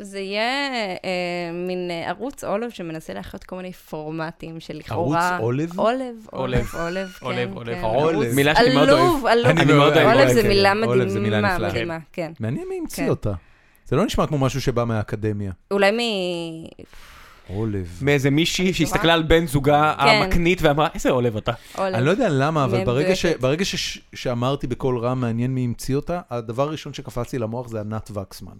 C: זה יהיה אה, מין אה, ערוץ עולב שמנסה להחיות כל מיני פורמטים שלכאורה...
A: ערוץ עולב?
C: עולב, עולב,
B: עולב.
C: עולב, כן.
B: עולב, עולב,
C: כן,
B: עולב.
C: ערוץ
B: מילה שאני מאוד אוהב.
C: עלוב, עלוב.
B: אני מאוד אוהב
C: עולב
B: עולב,
C: זה
B: כן.
C: מילה
A: עולב זה מילה
C: מדהימה,
A: נפלאה.
C: מדהימה, כן.
A: מעניין מי המציא
C: כן.
A: אותה. זה לא נשמע כמו משהו שבא מהאקדמיה.
C: אולי מ...
A: עולב.
B: מאיזה מישהי שהסתכלה על בן זוגה
C: כן.
B: המקנית ואמרה, איזה עולב אתה.
C: עולב.
A: אני לא יודע למה, אבל
C: מי
A: ברגע, ש...
C: מדויקת.
A: ברגע ש... שאמרתי בקול רם מעניין מי המציא אותה, הדבר הראשון שקפץ לי למוח זה ענת וקסמן.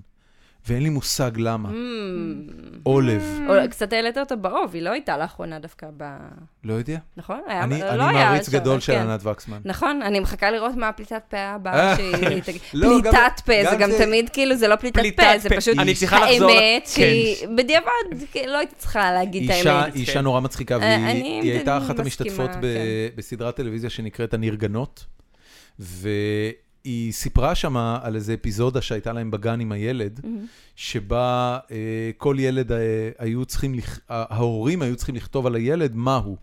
A: ואין לי מושג למה.
C: Mm. אמ,
A: עולב.
C: או- קצת העלית אותה באוב, היא לא הייתה לאחרונה דווקא ב...
A: לא יודע.
C: נכון? היה-
A: אני,
C: לא
A: אני
C: היה
A: מעריץ
C: שעבר,
A: גדול של
C: כן.
A: ענת וקסמן.
C: נכון, אני מחכה לראות מה הפליטת פה הבאה שהיא תגיד.
A: לא, גם-
C: פליטת פה, זה
A: גם
C: גם
A: זה-
C: תמיד, כאילו, זה לא פליטת
B: פליטת
C: פה, זה
B: פה.
C: פשוט
B: אני צריכה לחזור-
C: האמת
B: כן.
C: שהיא, בדיעבד, כאילו, לא הייתי צריכה להגיד את
A: אישה,
C: האמת.
A: אישה נורא מצחיקה, והיא
C: אה, אני
A: היא הייתה אחת
C: מסכימה,
A: המשתתפות ב,
C: כן.
A: בסדרת טלוויזיה שנקראת הנרגנות, והיא סיפרה שמה על איזה אפיזודה שהייתה להם בגן עם הילד, שבה אה, כל ילד, אה, היו צריכים, לכ... ההורים היו צריכים לכתוב על הילד מהו.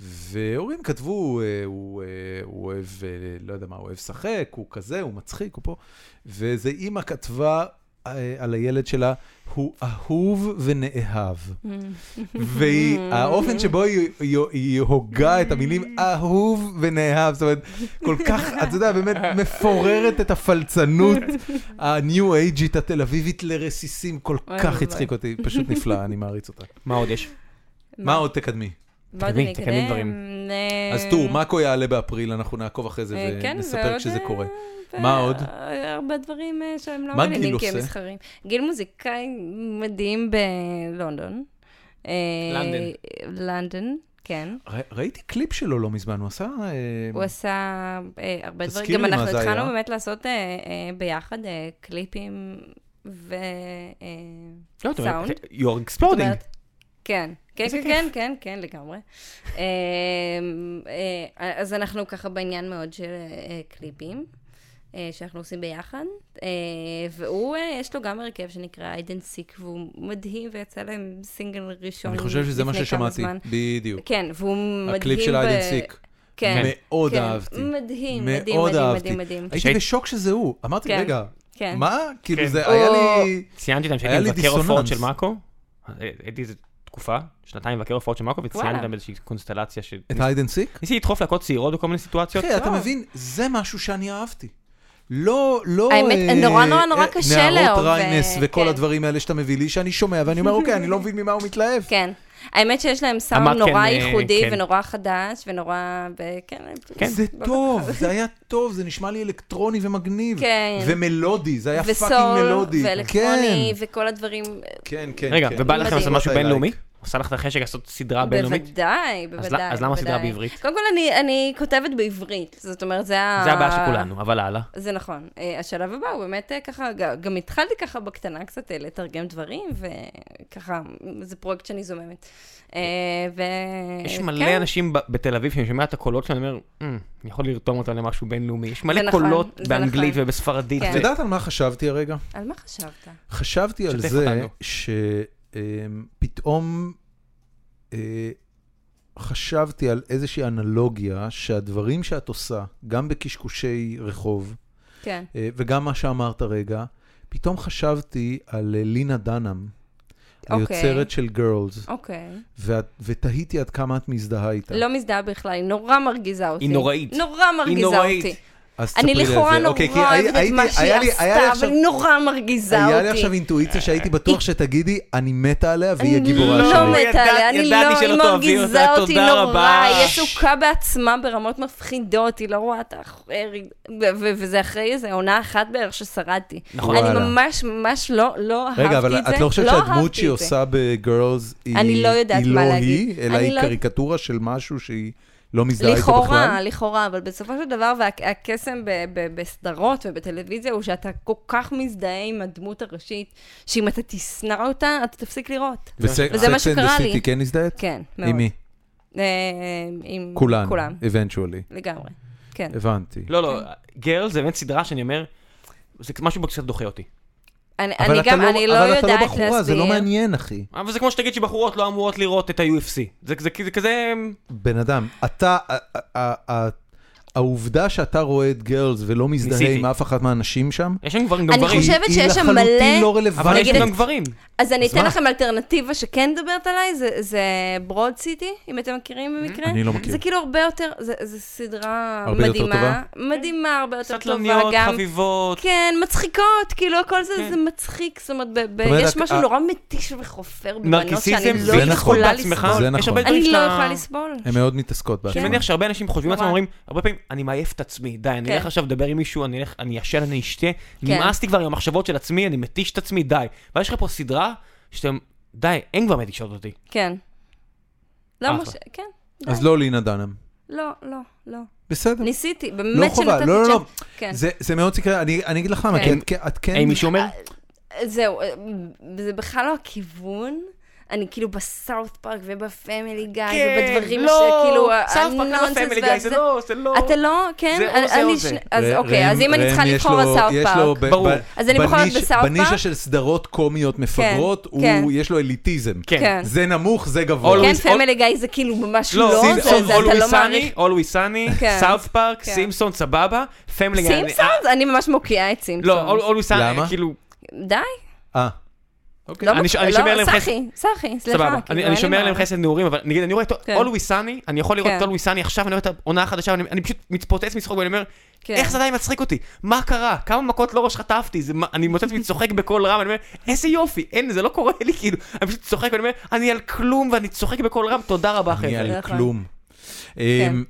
A: והורים כתבו, אה, הוא, אה, הוא אוהב, אה, לא יודע מה, הוא אוהב לשחק, הוא כזה, הוא מצחיק, הוא פה. ואיזה אימא כתבה אה, על הילד שלה, הוא אהוב ונאהב. והאופן שבו היא, היא, היא הוגה את המילים אהוב ונאהב, זאת אומרת, כל כך, אתה יודע, באמת מפוררת את הפלצנות הניו אייג'ית התל אביבית לרסיסים, כל
C: אוי,
A: כך
C: אוי,
A: הצחיק אותי, פשוט נפלא, אני מעריץ אותה.
B: מה עוד יש?
A: מה עוד תקדמי?
C: מה עוד
B: תקדמי,
C: אני
B: תקדמי
C: אקדם?
B: דברים.
C: אה,
A: אז טור, מאקו יעלה באפריל, אנחנו נעקוב אחרי זה
C: אה, כן,
A: ונספר
C: ועוד,
A: כשזה
C: אה,
A: קורה.
C: ו-
A: מה עוד?
C: הרבה דברים אה, שהם לא
A: מה
C: מעניינים
A: גיל
C: כי הם
A: עושה?
C: מסחרים. גיל מוזיקאי מדהים בלונדון. אה,
B: לונדון.
C: לונדון, כן.
A: ר- ראיתי קליפ שלו לא מזמן, הוא עשה... אה,
C: הוא עשה אה, הרבה
A: תזכירי
C: דברים, גם
A: לי מה
C: אנחנו
A: זה
C: התחלנו
A: היה.
C: באמת לעשות אה, אה, ביחד אה, קליפים ו... אה,
B: לא, את אומרת,
A: כן,
C: סאונד. זאת
B: You're exploding.
C: אומרת, כן, כן,
B: איזה
C: כן,
B: כיף.
C: כן, כן, כן, לגמרי. אה, אה, אז אנחנו ככה בעניין מאוד של אה, קליפים. אה, שאנחנו עושים ביחד, אה, והוא, אה, יש לו גם הרכב שנקרא איידן סיק, והוא מדהים, ויצא להם סינגל ראשון
A: אני
C: לפני כמה זמן.
A: חושב שזה מה ששמעתי, בדיוק.
C: כן, והוא מדהים.
A: הקליפ של
C: ב-
A: איידן סיק.
C: כן.
A: מאוד
C: כן,
A: אהבתי.
C: מדהים,
A: מאוד
C: מדהים, מדהים,
A: אהבתי.
C: מדהים, מדהים.
A: הייתי
B: שהי-
A: בשוק שזה הוא. אמרתי,
C: כן,
A: רגע,
C: כן.
A: מה? כאילו
B: כן.
A: זה
C: או-
A: היה לי...
B: ציינתי להם
A: היה
B: שהייתי
A: לי
B: מבקר הופעות של
A: דיסוננס.
B: מאקו. הייתי איזה תקופה, שנתיים מבקר הופעות של מאקו, וציינתי
C: וואלה.
B: להם איזושהי קונסטלציה ש...
A: את היידן סיק?
B: ניסיתי לדחוף להקות צעירות בכל מיני סיטואציות.
A: אחי, אתה מבין? זה משהו שאני אהבתי. לא, לא...
C: האמת,
A: אה,
C: נורא נורא
A: אה,
C: נורא קשה
A: נערות
C: לאהוב, אה,
A: ריינס וכל
C: כן.
A: הדברים האלה שאתה מביא לי, שאני שומע, ואני אומר, אוקיי, אני לא מבין ממה הוא מתלהב.
C: כן. האמת שיש להם
B: אמרת
C: סאונד נורא
B: כן, אה,
C: ייחודי
B: כן.
C: ונורא חדש ונורא... ב- כן,
B: כן.
A: זה טוב, זה היה טוב, זה נשמע לי אלקטרוני ומגניב.
C: כן.
A: ומלודי, זה היה פאקינג
C: וסול
A: מלודי.
C: ואלקטרוני וכל הדברים.
A: כן, כן,
B: רגע,
A: כן.
B: ובא לכם לעשות
C: מדהים.
B: משהו
A: I like.
B: בינלאומי? עושה לך את החשק לעשות סדרה בינלאומית?
C: בוודאי,
B: אה, אז
C: בוודאי.
B: אז למה הסדרה
C: בוודאי.
B: בעברית?
C: קודם כל, אני- אני כותבת בעברית. זאת אומרת, זה ה...
B: זה הבעיה של כולנו, אבל הלאה.
C: זה נכון. אה, השלב הבא הוא באמת אה, ככה, ג- גם התחלתי ככה בקטנה קצת אה, לתרגם דברים, וככה, זה פרויקט שאני זוממת. אה, ו...
B: יש
C: כן.
B: מלא אנשים ב- בתל אביב שאני שומע את הקולות שלהם, אני אומר, "אמ, אני יכול לרתום אותם למשהו בינלאומי. יש
C: זה
B: מלא
C: נכון,
B: קולות
C: זה
B: באנגלית
C: נכון.
B: ובספרדית.
C: כן.
A: את
B: ו-
A: יודעת על מה חשבתי הרגע?
C: על מה חשבת?
A: חשבתי על
B: שתף
A: זה אה,
B: אותנו.
A: שפתאום אה, חשבתי על איזושהי אנלוגיה שהדברים שאת עושה, גם בקשקושי רחוב,
C: כן.
A: אה, וגם מה שאמרת רגע, פתאום חשבתי על אה, לינה דנאם,
C: אוקיי.
A: היוצרת של גרלס,
C: אוקיי.
A: ואת- ותהיתי עד כמה את מזדהה איתה.
C: לא מזדהה בכלל, היא נורא מרגיזה אותי.
B: היא נוראית.
C: נורא מרגיזה
B: נוראית.
C: אותי.
A: אז
C: אני
A: תספרי לי על
C: לכאורה
A: זה.
C: נורא
A: אוקיי, כי הי-
C: אוהבת את
A: הייתי-
C: מה שהיא
A: היה לי- היה לי
C: עשתה, אבל
A: עכשיו-
C: היא נורא מרגיזה אותי.
A: היה לי עכשיו אינטואיציה שהייתי בטוח שתגידי, אני מתה עליה והיא
C: אה. אני
A: הגיבורה
C: לא
A: שלי.
C: מתה
B: ידעתי-
C: עליה, אני
B: ידעתי
C: לא,
B: שלא
C: היא
B: תאהבי אותה,
C: מרגיזה אותי
B: תודה רבה.
C: נורא, היא עסוקה בעצמה ברמות מפחידות, היא לא רואה את האחר, היא- ו- ו- וזה אחרי איזה עונה אחת בערך ששרדתי.
B: נכון.
C: אני
A: וואלה.
C: ממש ממש לא לא אהבתי את זה,
A: לא. רגע, אבל את לא חושבת שהדמות
C: אהבתי
A: שהיא
C: את זה.
A: עושה בגirls היא
C: אני לא יודעת
A: היא
C: מה
A: לא
C: להגיד.
A: היא, אלא
C: אני
A: היא
C: לא-
A: קריקטורה של משהו שהיא לא מזדהה איתו
C: לכאורה,
A: בכלל?
C: לכאורה, אבל בסופו של דבר, והקסם בסדרות ובטלוויזיה הוא שאתה כל כך מזדהה עם הדמות הראשית, שאם אתה תשנא אותה, אתה תפסיק לראות. וזה מה שקרה לי.
A: סיטי כן הזדהית?
C: כן, מאוד.
A: עם מי?
C: אה, עם
A: כולן.
C: כולם,
A: eventually.
C: לגמרי. כן.
A: הבנתי.
B: לא, לא, גרל זה באמת סדרה שאני אומר, זה משהו קצת דוחה אותי.
C: אני,
A: אבל
C: אני
A: אתה
C: גם, אני לא
A: אבל
C: יודעת
A: אתה
C: להסביר.
A: לא בחורה, זה לא מעניין, אחי.
B: אבל זה כמו שתגיד שבחורות לא אמורות לראות את ה-UFC. זה, זה, זה כזה...
A: בן אדם, אתה, ה- ה- ה- העובדה שאתה רואה את גרלס ולא מזדהה
B: ניסיתי.
A: עם אף אחת מהנשים שם,
B: יש שם גברים גם
C: אני
B: גברים.
C: חושבת
A: היא
C: שיש שם
A: לחלוטין
C: מלא...
A: לא
B: אבל יש
A: רלוונטית.
B: שם גם גברים.
C: אז אני
A: אז
C: אתן
A: מה?
C: לכם אלטרנטיבה שכן מדברת עליי, זה, זה ברוד סיטי, אם אתם מכירים במקרה.
A: אני לא מכיר.
C: זה כאילו הרבה יותר, זה, זה סדרה
A: הרבה יותר
C: מדהימה. מדהימה, הרבה יותר טובה
B: סטלניות,
C: גם.
B: חביבות.
C: כן, מצחיקות, כאילו הכל זה,
B: כן.
C: זה מצחיק, זאת אומרת, ב- ב-
A: אומרת,
C: יש
A: ה-
C: משהו
A: ה-
C: נורא מתיש וחופר בבנות
B: נרקיסיזם,
C: שאני
A: זה
C: לא
A: נכון.
C: יכולה
A: בעצמך.
C: לסבול.
A: זה
B: יש
A: נכון.
B: הרבה דברים
C: אני לא
B: שאתה-
C: יכולה לסבול.
A: הן מאוד
C: כן.
A: מתעסקות
B: אני
A: בעצמם.
B: מניח שהרבה אנשים חושבים לעצמם,
C: נורא.
B: אומרים, הרבה פעמים, אני מעייף את עצמי, די, אני
C: כן.
B: אלך עכשיו לדבר עם מישהו, אני אלך, אני אשן, אני אשתה, נמאסתי כבר עם המחשבות של עצמי, אני מתיש את עצמי, די. ואז יש לך פה סדרה שאתם, די, אין כבר מתישות אותי.
C: כן. לא,
B: אחלה.
C: משה, כן,
A: אז לא לינה דנם.
C: לא, לא, לא.
A: בסדר.
C: ניסיתי,
A: לא
C: באמת
A: חובה, לא, לא, לא.
C: צ'אנס. כן.
A: זה- זה מאוד סקרה, אני אני אגיד לך למה, כי
B: כן.
A: את כן- את כן...
B: היי, מישהו אומר?
C: זהו, אה, זה בכלל לא הכיוון. אני כאילו בסאוט פארק ובפמילי גיא,
B: כן,
C: ובדברים כאילו,
B: לא,
C: שכאילו, אה, לא
B: פארק גיא, זה לא, זה לא.
C: אתה לא, כן?
B: זה או
C: אני-
B: זה או
C: אני
B: זה.
C: שני- אז
A: ראם-
C: אוקיי, אז אם אני
A: ראם,
C: צריכה
A: יש
C: לבחור
A: לו-
C: על סאוט
A: יש לו
C: פארק.
A: ב-
B: ברור.
A: ב-
C: אז אני בוחרת
A: בניש-
C: בסאוט
A: בנישה
C: פארק.
A: של סדרות קומיות מפגרות, הוא-
C: כן.
A: יש לו אליטיזם.
B: כן.
C: כן.
A: זה נמוך, זה גבוה.
B: Always-
C: כן,
B: לואיס- אול-
C: פמילי גיא זה כאילו ממש
B: לא,
C: לא,
A: סימפסונס,
C: זה- זה אתה
B: אולוויס
C: לא
B: סאני,
C: מעריך.
B: אולוויס סאני,
C: כן.
B: סאוף פארק,
C: כן.
B: סימפסון סבבה, פמילי גיא.
C: סימפסונס? אני ממש מוקיעה את
B: אה, לא,
C: סימפסונס.
B: אולוויס סאני,
A: למה?
B: כאילו,
C: די, כן.
A: אה,
C: לא
B: אני ש- אני שומר
C: מוקיעה,
B: להם
C: לא,
B: חסד.
C: סחי, סחי, סליחה.
B: סבבה,
C: כאילו,
B: אני-
C: אין
B: אני
C: לי
B: שומר
C: מה.
B: עליהם חסד נעורים, אבל נגיד, אני רואה את
C: כן.
B: אולווי סאני, אני יכול לראות
C: כן.
B: את אולווי סאני עכשיו, אני רואה את העונה החדשה, ואני- אני פשוט מתפוצץ מצחוק, ואני אומר,
C: כן.
B: איך זה עדיין מצחיק אותי? מה קרה? כמה מכות לא ראש חטפתי? זה מה- אני מוצא את עצמי צוחק בקול רם, אני אומר, איזה יופי, אין, זה לא קורה לי, כאילו, אני פשוט צוחק, ואני אומר, אני על כלום, ואני צוחק בקול רם, תודה רבה,
A: אני
B: חבר'ה.
A: על
C: נכון. כן.
A: כלום. אמ,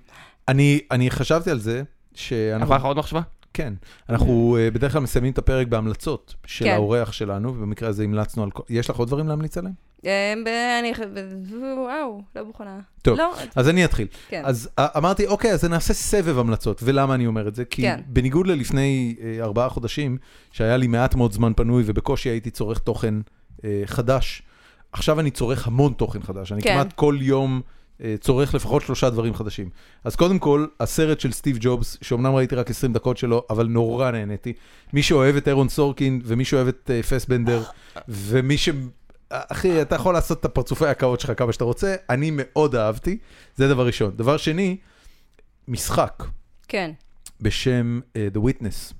A: אני אני חשבתי על זה, שאנחנו
B: עבר לך עוד מחשבה?
A: כן, אנחנו אה, בדרך כלל מסיימים את הפרק בהמלצות של
C: כן.
A: האורח שלנו, ובמקרה הזה המלצנו על... כל- יש לך עוד דברים להמליץ עליהם?
C: אה, ב- אני... ב- וואו, לא מוכנה.
A: טוב.
C: לא,
A: אז אני אתחיל.
C: כן.
A: אז א- אמרתי, אוקיי, אז נעשה סבב המלצות. ולמה אני אומר את זה? כי
C: כן.
A: בניגוד ללפני אה, ארבעה חודשים, שהיה לי מעט מאוד זמן פנוי ובקושי הייתי צורך תוכן אה, חדש, עכשיו אני צורך המון תוכן חדש. אני
C: כן.
A: כמעט כל יום אה, צורך לפחות שלושה דברים חדשים. אז קודם כל, הסרט של סטיב ג'ובס, שאומנם ראיתי רק 20 דקות שלו, אבל נורא נהניתי. מי שאוהב את אירון סורקין, ומי שאוהב את אה, פסבנדר, ומי ש... אה, אחי, אתה יכול לעשות את הפרצופי הקאות שלך כמה שאתה רוצה, אני מאוד אהבתי, זה דבר ראשון. דבר שני, משחק
C: כן.
A: בשם אה, The Witness.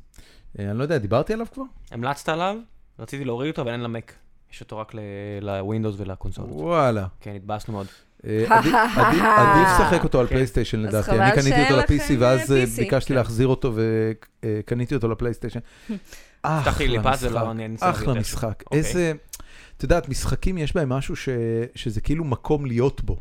A: אה, אני לא יודע, דיברתי עליו כבר?
B: המלצת עליו, רציתי להוריד אותו, אבל אין למק. יש אותו רק ל- לווינדוס ולקונסולות.
A: וואלה.
B: כן, התבאסנו מאוד.
A: אה, עדיף- עדיף עדיף לשחק אותו על
B: כן.
A: פלייסטיישן
C: אוקיי. אז
A: לדעתי,
C: חבל
A: אני קניתי אותו
C: שאין
A: ל-PC
C: לכם,
A: ואז אה,
C: אה, PC.
A: ביקשתי להחזיר אותו וקניתי אותו לפלייסטיישן.
B: הבטחתי לי
A: אחלה
B: לפת, זה לא-
A: משחק,
B: אני אנסה
A: אחלה
B: יותר.
A: משחק.
B: אוקיי.
A: איזה, את יודעת, משחקים יש בהם משהו ש- שזה כאילו מקום להיות בו.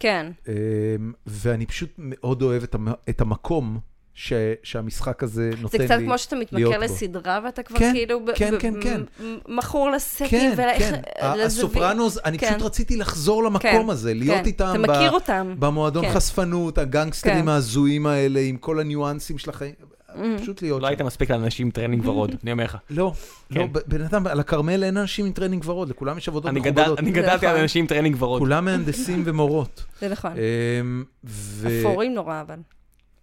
C: כן.
A: אמ, ואני פשוט מאוד אוהב את, המ... את המקום ש... שהמשחק הזה נותן
C: זה
A: לי.
C: קצת כמו שאתה מתמכר
A: להיות בו.
C: לסדרה ואתה כבר
A: כן,
C: כאילו... ב-
A: כן,
C: ב-
A: כן, כן.
C: מ- מכור לסטים
A: כן,
C: ולאיך...
A: כן. ה-
C: לזווית.
A: הסופרנוס, אני
C: כן.
A: פשוט רציתי לחזור למקום
C: כן,
A: הזה, להיות
C: כן.
A: איתם
C: אתה
A: ב-
C: מכיר אותם.
A: במועדון
C: כן.
A: חשפנות, הגנגסטרים
C: כן. Mm-hmm.
A: ההזויים האלה, עם כל הניואנסים של החיים,
C: Mm,
A: פשוט להיות
B: לא
A: שם.
B: היית מספיק לאנשים טרנינג ורוד, אני אומר לך.
A: לא, לא,
B: כן.
A: ב- בן אדם, על הכרמל אין אנשים עם טרנינג ורוד, לכולם יש עבודות
B: אני גדל-
A: מכובדות.
B: אני גדלתי על
C: נכון.
B: אנשים עם טרנינג ורוד.
A: כולם מהנדסים ומורות.
C: זה נכון.
A: אמ, ו-
C: אפורים נורא, אבל.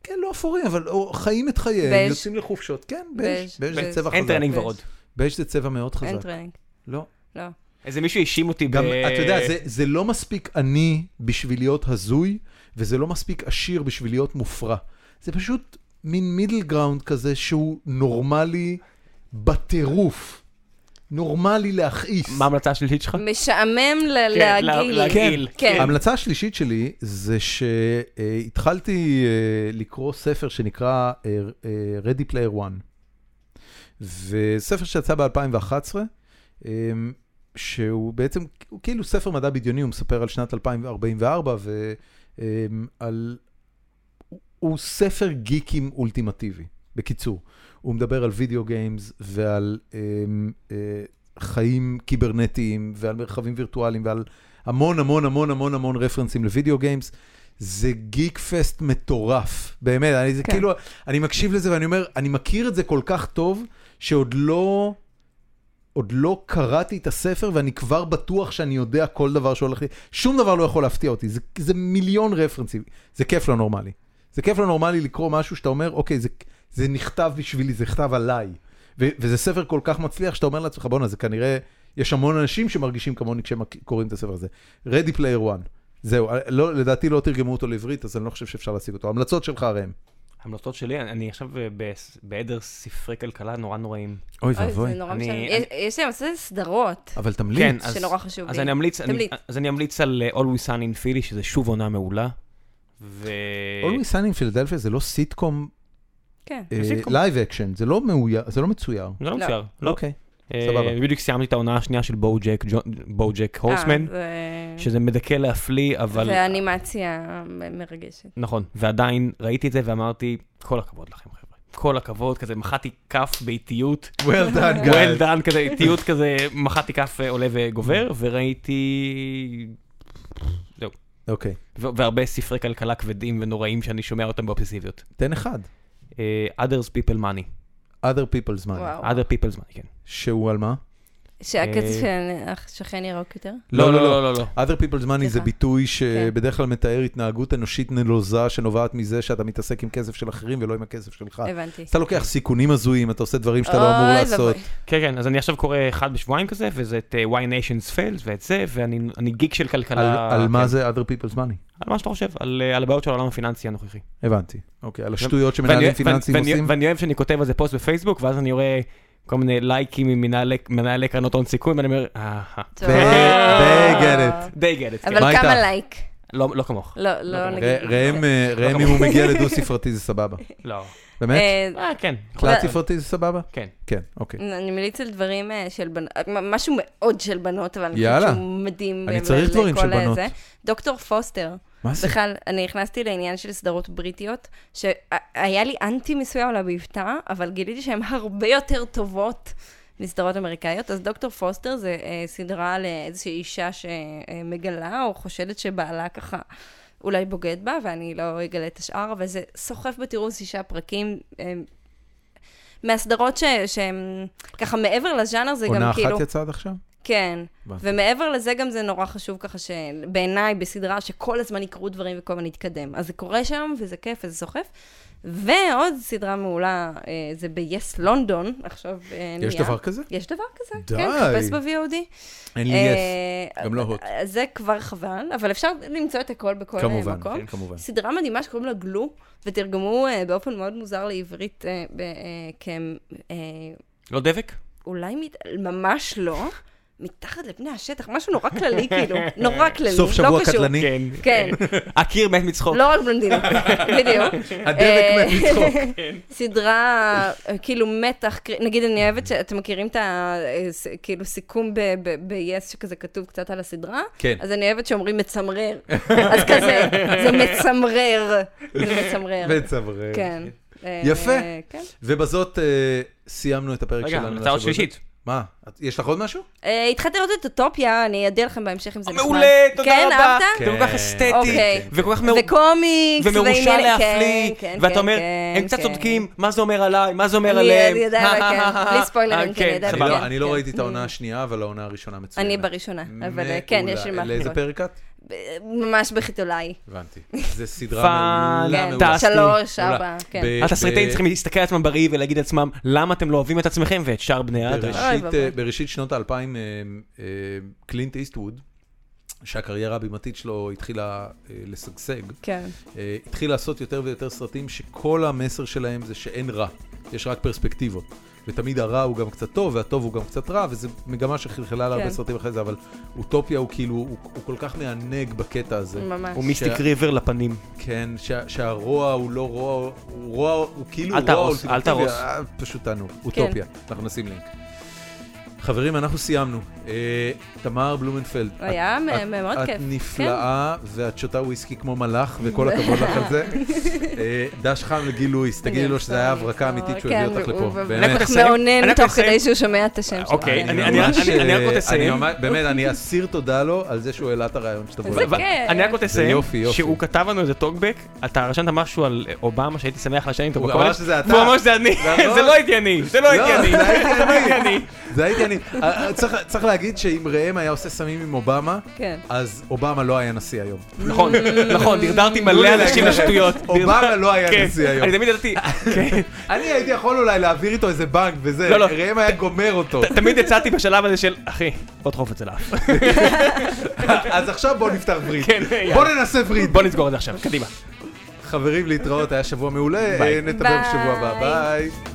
A: כן, לא אפורים, אבל או- חיים את חייהם,
C: בז'.
A: יוצאים לחופשות. כן, בז',
C: בז'.
A: בז' זה
C: בז'.
A: צבע
B: אין
A: חזק.
B: טרנינג
C: חזק.
B: ורוד.
A: בז' זה צבע מאוד
C: אין
A: חזק.
C: טרנינג.
A: לא.
C: לא.
B: איזה מישהו האשים אותי ב...
A: גם, אתה יודע, זה- זה לא מספיק עני בשביל להיות הזוי, וזה לא מספיק עשיר בשביל להיות מופרע. זה פשוט מין מידל גראונד כזה שהוא נורמלי בטירוף. נורמלי להכעיס.
B: מה ההמלצה השלישית שלך?
C: משעמם ל-
B: כן, לה-
C: להגעיל.
B: להגעיל,
C: כן.
B: כן.
A: ההמלצה השלישית שלי זה שהתחלתי אה, לקרוא ספר שנקרא אה, אה, Ready Player One. וספר שיצא ב-2011, אה, שהוא בעצם, הוא כאילו ספר מדע בדיוני, הוא מספר על שנת 2044 ועל... אה, הוא ספר גיקים אולטימטיבי, בקיצור. הוא מדבר על וידאו גיימס ועל אה, אה, חיים קיברנטיים ועל מרחבים וירטואליים ועל המון המון המון המון המון רפרנסים לוידאו גיימס. זה גיק פסט מטורף, באמת, אני, זה
C: כן.
A: כאילו, אני מקשיב לזה ואני אומר, אני מכיר את זה כל כך טוב, שעוד לא, עוד לא קראתי את הספר ואני כבר בטוח שאני יודע כל דבר שהולך לי, שום דבר לא יכול להפתיע אותי, זה, זה מיליון רפרנסים, זה כיף לא נורמלי. זה כיף לא נורמלי לקרוא משהו שאתה אומר, אוקיי, זה, זה נכתב בשבילי, זה נכתב עליי. ו- וזה ספר כל כך מצליח, שאתה אומר לעצמך, בואנה, זה כנראה, יש המון אנשים שמרגישים כמוני כשהם קוראים את הספר הזה. Ready Player One. זהו, לא, לדעתי לא תרגמו אותו לעברית, אז אני לא חושב שאפשר להשיג אותו. המלצות שלך, ראם.
B: ההמלצות שלי, אני- אני עכשיו אה, בס- בעדר ספרי כלכלה נורא נוראים.
A: אוי
C: אוי, זה לא- נורא
B: אני-
C: משעמם.
B: אני-
C: יש- יש להם עושה סדרות.
A: אבל תמליץ.
B: כן, אז-
C: שנורא חשוב
B: אז
C: לי.
B: אני אמליץ, אני,
C: תמליץ.
B: אז אני אמליץ על אה, Always Sun in Philly, שזה שוב עונה מעולה. ו...
A: Always Sunny in Philadelphia זה לא סיטקום
C: כן.
A: אה,
B: סיטקום.
A: לייב אקשן, זה לא מאויר, זה לא מצויר.
B: זה לא
C: לא.
B: מצויר. לא.
A: אוקיי.
B: אה,
A: סבבה.
B: בדיוק סיימתי את העונה השנייה של בואו-ג'ק בואו-ג'ק הורסמן,
C: אה, ו-
B: שזה מדכא להפליא, אבל...
C: ואנימציה מ- מרגשת.
B: נכון, ועדיין ראיתי את זה ואמרתי, כל הכבוד לכם חבר'ה. כל הכבוד, כזה מחאתי כף באיטיות,
A: Well done, guys.
B: well done, כזה איטיות כזה, מחאתי כף אה, עולה וגובר, וראיתי...
A: אוקיי,
B: ו- והרבה ספרי כלכלה כבדים ונוראים שאני שומע אותם באובססיביות.
A: תן אחד.
B: אה, Others People Money.
A: Other People's Money.
C: וואו.
B: Other People's Money, כן.
A: שהוא על מה?
C: שהקץ
B: אה,
C: של השכן ירוק יותר?
A: לא, לא, לא,
B: לא, לא.
A: other people's money זה
C: סליחה. כן.
A: ביטוי שבדרך כלל מתאר התנהגות אנושית נלוזה שנובעת מזה שאתה מתעסק עם כסף של אחרים ולא עם הכסף שלך.
C: הבנתי.
A: אז אה, אתה לוקח סיכונים הזויים, אתה עושה דברים שאתה לא אמור
C: אוקיי. אוי,
A: לעשות.
C: ואבוי.
B: כן, כן, אז אני עכשיו קורא אחד בשבועיים כזה, וזה את אה, Why Nations Fails ואת זה, ואני אני גיק של
A: על-
B: כלכלה.
A: על מה
B: כן.
A: זה other people's money?
B: על מה שאתה חושב, על אה, על הבעיות של העולם הפיננסי הנוכחי.
A: הבנתי. אוקיי, על השטויות שמנהלים
B: ואני-
A: פיננסיים
B: ואני-
A: עושים?
B: ואני אוהב שאני כותב על זה פוסט בפייסבוק, ואז אני רואה כל מיני לייקים ממנהלי מנהלי קרנות הון סיכון, ואני אומר, "אה, אהה,
C: טוב.
A: They- they get
B: די גט,
C: אבל
A: מה
C: כמה
A: איתך?
C: לייק?
B: כן. לא לא כמוך,
C: לא, לא
B: לא,
C: נגיד.
A: ר- ראם, אה, ראם, אם הוא מגיע לדו-ספרתי זה סבבה.
C: אוקיי.
B: לא.
A: באמת?
C: אה,
B: אה, כן,
A: תלת-ספרתי זה סבבה?
B: כן.
A: כן, אוקיי.
C: אני ממליץ על דברים אה, של בנות, משהו מאוד של בנות, אבל אני חושבת
A: יאללה.
C: שהוא מדהים.
A: אני
C: ב-
A: צריך
C: לכל
A: דברים של
C: הזה.
A: בנות.
C: דוקטור פוסטר,
A: מה זה?
C: בכלל, אני נכנסתי לעניין של סדרות בריטיות, שהיה לי אנטי מסוים לבבטה, אבל גיליתי שהן הרבה יותר טובות מסדרות אמריקאיות. אז דוקטור פוסטר זה אה, סדרה לאיזושהי אישה שמגלה או חושדת שבעלה ככה אולי בוגד בה, ואני לא אגלה את השאר, אבל זה סוחף בטירוף שישה פרקים. אה, מהסדרות ש- שהן ככה מעבר לז'אנר זה
A: עונה
C: גם כאילו...
A: אחת יצאה עד עכשיו?
C: כן.
A: הבנתי.
C: ומעבר לזה גם זה נורא חשוב ככה שבעיניי בסדרה שכל הזמן יקרו דברים וכל הזמן נתקדם. אז זה קורה שם וזה כיף וזה סוחף. ועוד סדרה מעולה, אה, זה ב-yes לונדון, עכשיו אה, נהיה.
A: יש דבר כזה?
C: יש דבר כזה,
A: די.
C: כן, חפש ב-VOD.
A: אין לי יס.
C: אה,
A: גם לא הוט.
C: אה, זה כבר חבל, אבל אפשר למצוא את הכל בכל אה,
A: כמובן,
C: מקום.
A: כן, כמובן.
C: סדרה מדהימה שקוראים לה גלו, ותרגמו אה, באופן מאוד מוזר לעברית אה, ב- אה, כהם, אה,
B: לא דבק?
C: אולי מת... ממש לא, מתחת לפני השטח, משהו נורא כללי, כאילו, נורא כללי,
A: סוף
C: לא
A: שבוע
C: קשור.
A: קטלני. אוקיי.
B: כן.
C: כן,
B: הקיר מת מצחוק.
C: לא רק בלונדינות, בדיוק.
A: הדבק
C: אה,
A: מת מצחוק.
C: סדרה, אה, כאילו מתח, קר- נגיד אני אוהבת שאתם מכירים את ה... אה, ס- כאילו סיכום ב-yes שכזה כתוב קצת על הסדרה?
A: כן.
C: אז אני אוהבת שאומרים מצמרר. אז כזה, זה מצמרר. זה מצמרר.
A: וצברר.
C: כן. אה,
A: יפה.
C: כן.
A: ובזאת אה, סיימנו את הפרק
B: רגע,
A: שלנו.
B: המלצה
A: לשבוע
B: עוד
A: הזה.
B: שלישית.
A: מה? את- יש לך עוד משהו?
C: אה, התחלתי לראות את אוטופיה, אני אודיע לכם בהמשך אם זה נחמד.
B: מעולה, תודה
C: כן,
B: רבה.
C: אהבת?
B: זה כל כך אסתטי,
C: אוקיי.
B: וכל כך מעולה.
C: וקומיקס,
B: ומרושע
C: ועניינים-
B: להפליא,
C: כן, כן,
B: ואתה
C: כן,
B: אומר,
C: כן,
B: הם קצת
C: כן.
B: צודקים, מה זה אומר עליי, מה זה אומר
C: אני-
B: עליהם.
C: אני יודעת,
B: אה,
C: כן.
B: אה, אה,
C: בלי
B: אה,
C: ספוילרים,
B: אה,
C: כן, אני יודעת,
A: אני
B: סבבה.
A: לא-
C: כן,
A: אני לא
C: כן.
A: ראיתי את העונה השנייה, אבל העונה הראשונה מצוינת.
C: אני בראשונה, אבל אה, כן, יש לי
A: מעולה.
C: מה
A: לאיזה
C: לחכות.
A: פרק את?
C: ב- ממש בחתוליי.
A: הבנתי. זו סדרה מעולה
C: כן,
B: מעולה.
A: מעולה.
B: טס.
C: שלוש,
B: מעולה.
C: ארבע, כן.
A: ב-
B: התסריטאים
A: ב-
B: צריכים להסתכל על עצמם בראי ולהגיד לעצמם, למה אתם לא אוהבים את עצמכם ואת שאר בני האדם.
A: בראשית,
C: אוי ואבוי.
A: אה, בראשית שנות האלפיים, אה, אה, קלינט איסטווד, שהקריירה הבימתית שלו התחילה אה, לשגשג,
C: כן.
A: אה, התחיל לעשות יותר ויותר סרטים שכל המסר שלהם זה שאין רע, יש רק פרספקטיבות. ותמיד הרע הוא גם קצת טוב, והטוב הוא גם קצת רע, וזו מגמה שחלחלה להרבה
C: כן.
A: סרטים אחרי זה, אבל אוטופיה הוא כאילו, הוא, הוא כל כך מענג בקטע הזה.
C: ממש.
B: הוא מיסטיק ריבר לפנים.
A: כן, שה, שהרוע הוא לא רוע, הוא רוע, הוא כאילו
B: אל
A: רוע
B: תהרוס, אל
A: אולטימטיבי,
B: תהרוס. כן.
A: אה, פשוט תענוג, אוטופיה, אנחנו נשים לינק. חברים, אנחנו סיימנו. אה, תמר בלומנפלד. את-
C: היה מ-
A: את-
C: מאוד כיף,
A: את
C: כן.
A: נפלאה, ואת שותה וויסקי כמו מלאך, וכל הכבוד לך על זה. אה, דש חם לגיל לואיס, תגידי לו שזו הייתה הברקה אמיתית שהוא הביא אותך לפה.
C: כן, הוא
A: באמת.
C: בטח
B: לסיים. אני
C: מאונן
B: רק
C: תוך
B: לסיים.
C: כדי שהוא שומע את השם שלך.
B: אוקיי, אני- אני-
A: ממש,
B: אני- אני רק רוצה
A: אה,
B: לסיים.
A: ממש- באמת, אני אסיר תודה לו על זה שהוא העלה את הרעיון שתבוא.
C: איזה
A: לפה.
B: ו-
C: כיף.
B: אני רק רוצה
A: זה
B: לסיים,
A: יופי, יופי.
B: שהוא כתב לנו איזה טוקבק, אתה רשמת משהו על אה, אובמה שהייתי שמח לשבת איתו
A: הוא
B: בקולג',
A: אמר שזה אתה.
B: והוא אמר שזה אני,
A: נכון.
B: זה לא הייתי אני, זה לא הייתי אני,
A: זה הייתי
B: זה לא הייתי
A: אני.
B: אני.
C: כן.
A: זה הייתי אני. אה, אה, צריך- צריך להגיד שאם ראם היה עושה סמים עם אובמה,
C: כן.
A: אז אובמה לא היה נשיא היום.
B: נכון, נכון, דרדרתי
A: תנו לי
B: מלא אנשים
A: להגיד
B: לשטויות.
A: לכם, לא, אובמה לא היה
B: כן,
A: נשיא היום.
B: אני תמיד ידעתי, כן,
A: אני הייתי יכול אולי להעביר איתו איזה בנק וזה,
B: לא, לא.
A: ראם היה גומר אותו.
B: ת- תמיד יצאתי בשלב הזה של, אחי, בוא תחוף את זה לאף.
A: אז עכשיו בוא נפתח וריד.
B: כן, יאללה.
A: בוא ננסה וריד.
B: בוא נסגור את זה עכשיו, קדימה.
A: חברים, להתראות, היה שבוע מעולה.
B: ביי.
A: אה, נדבר בשבוע
C: ביי.
A: הבא, ביי.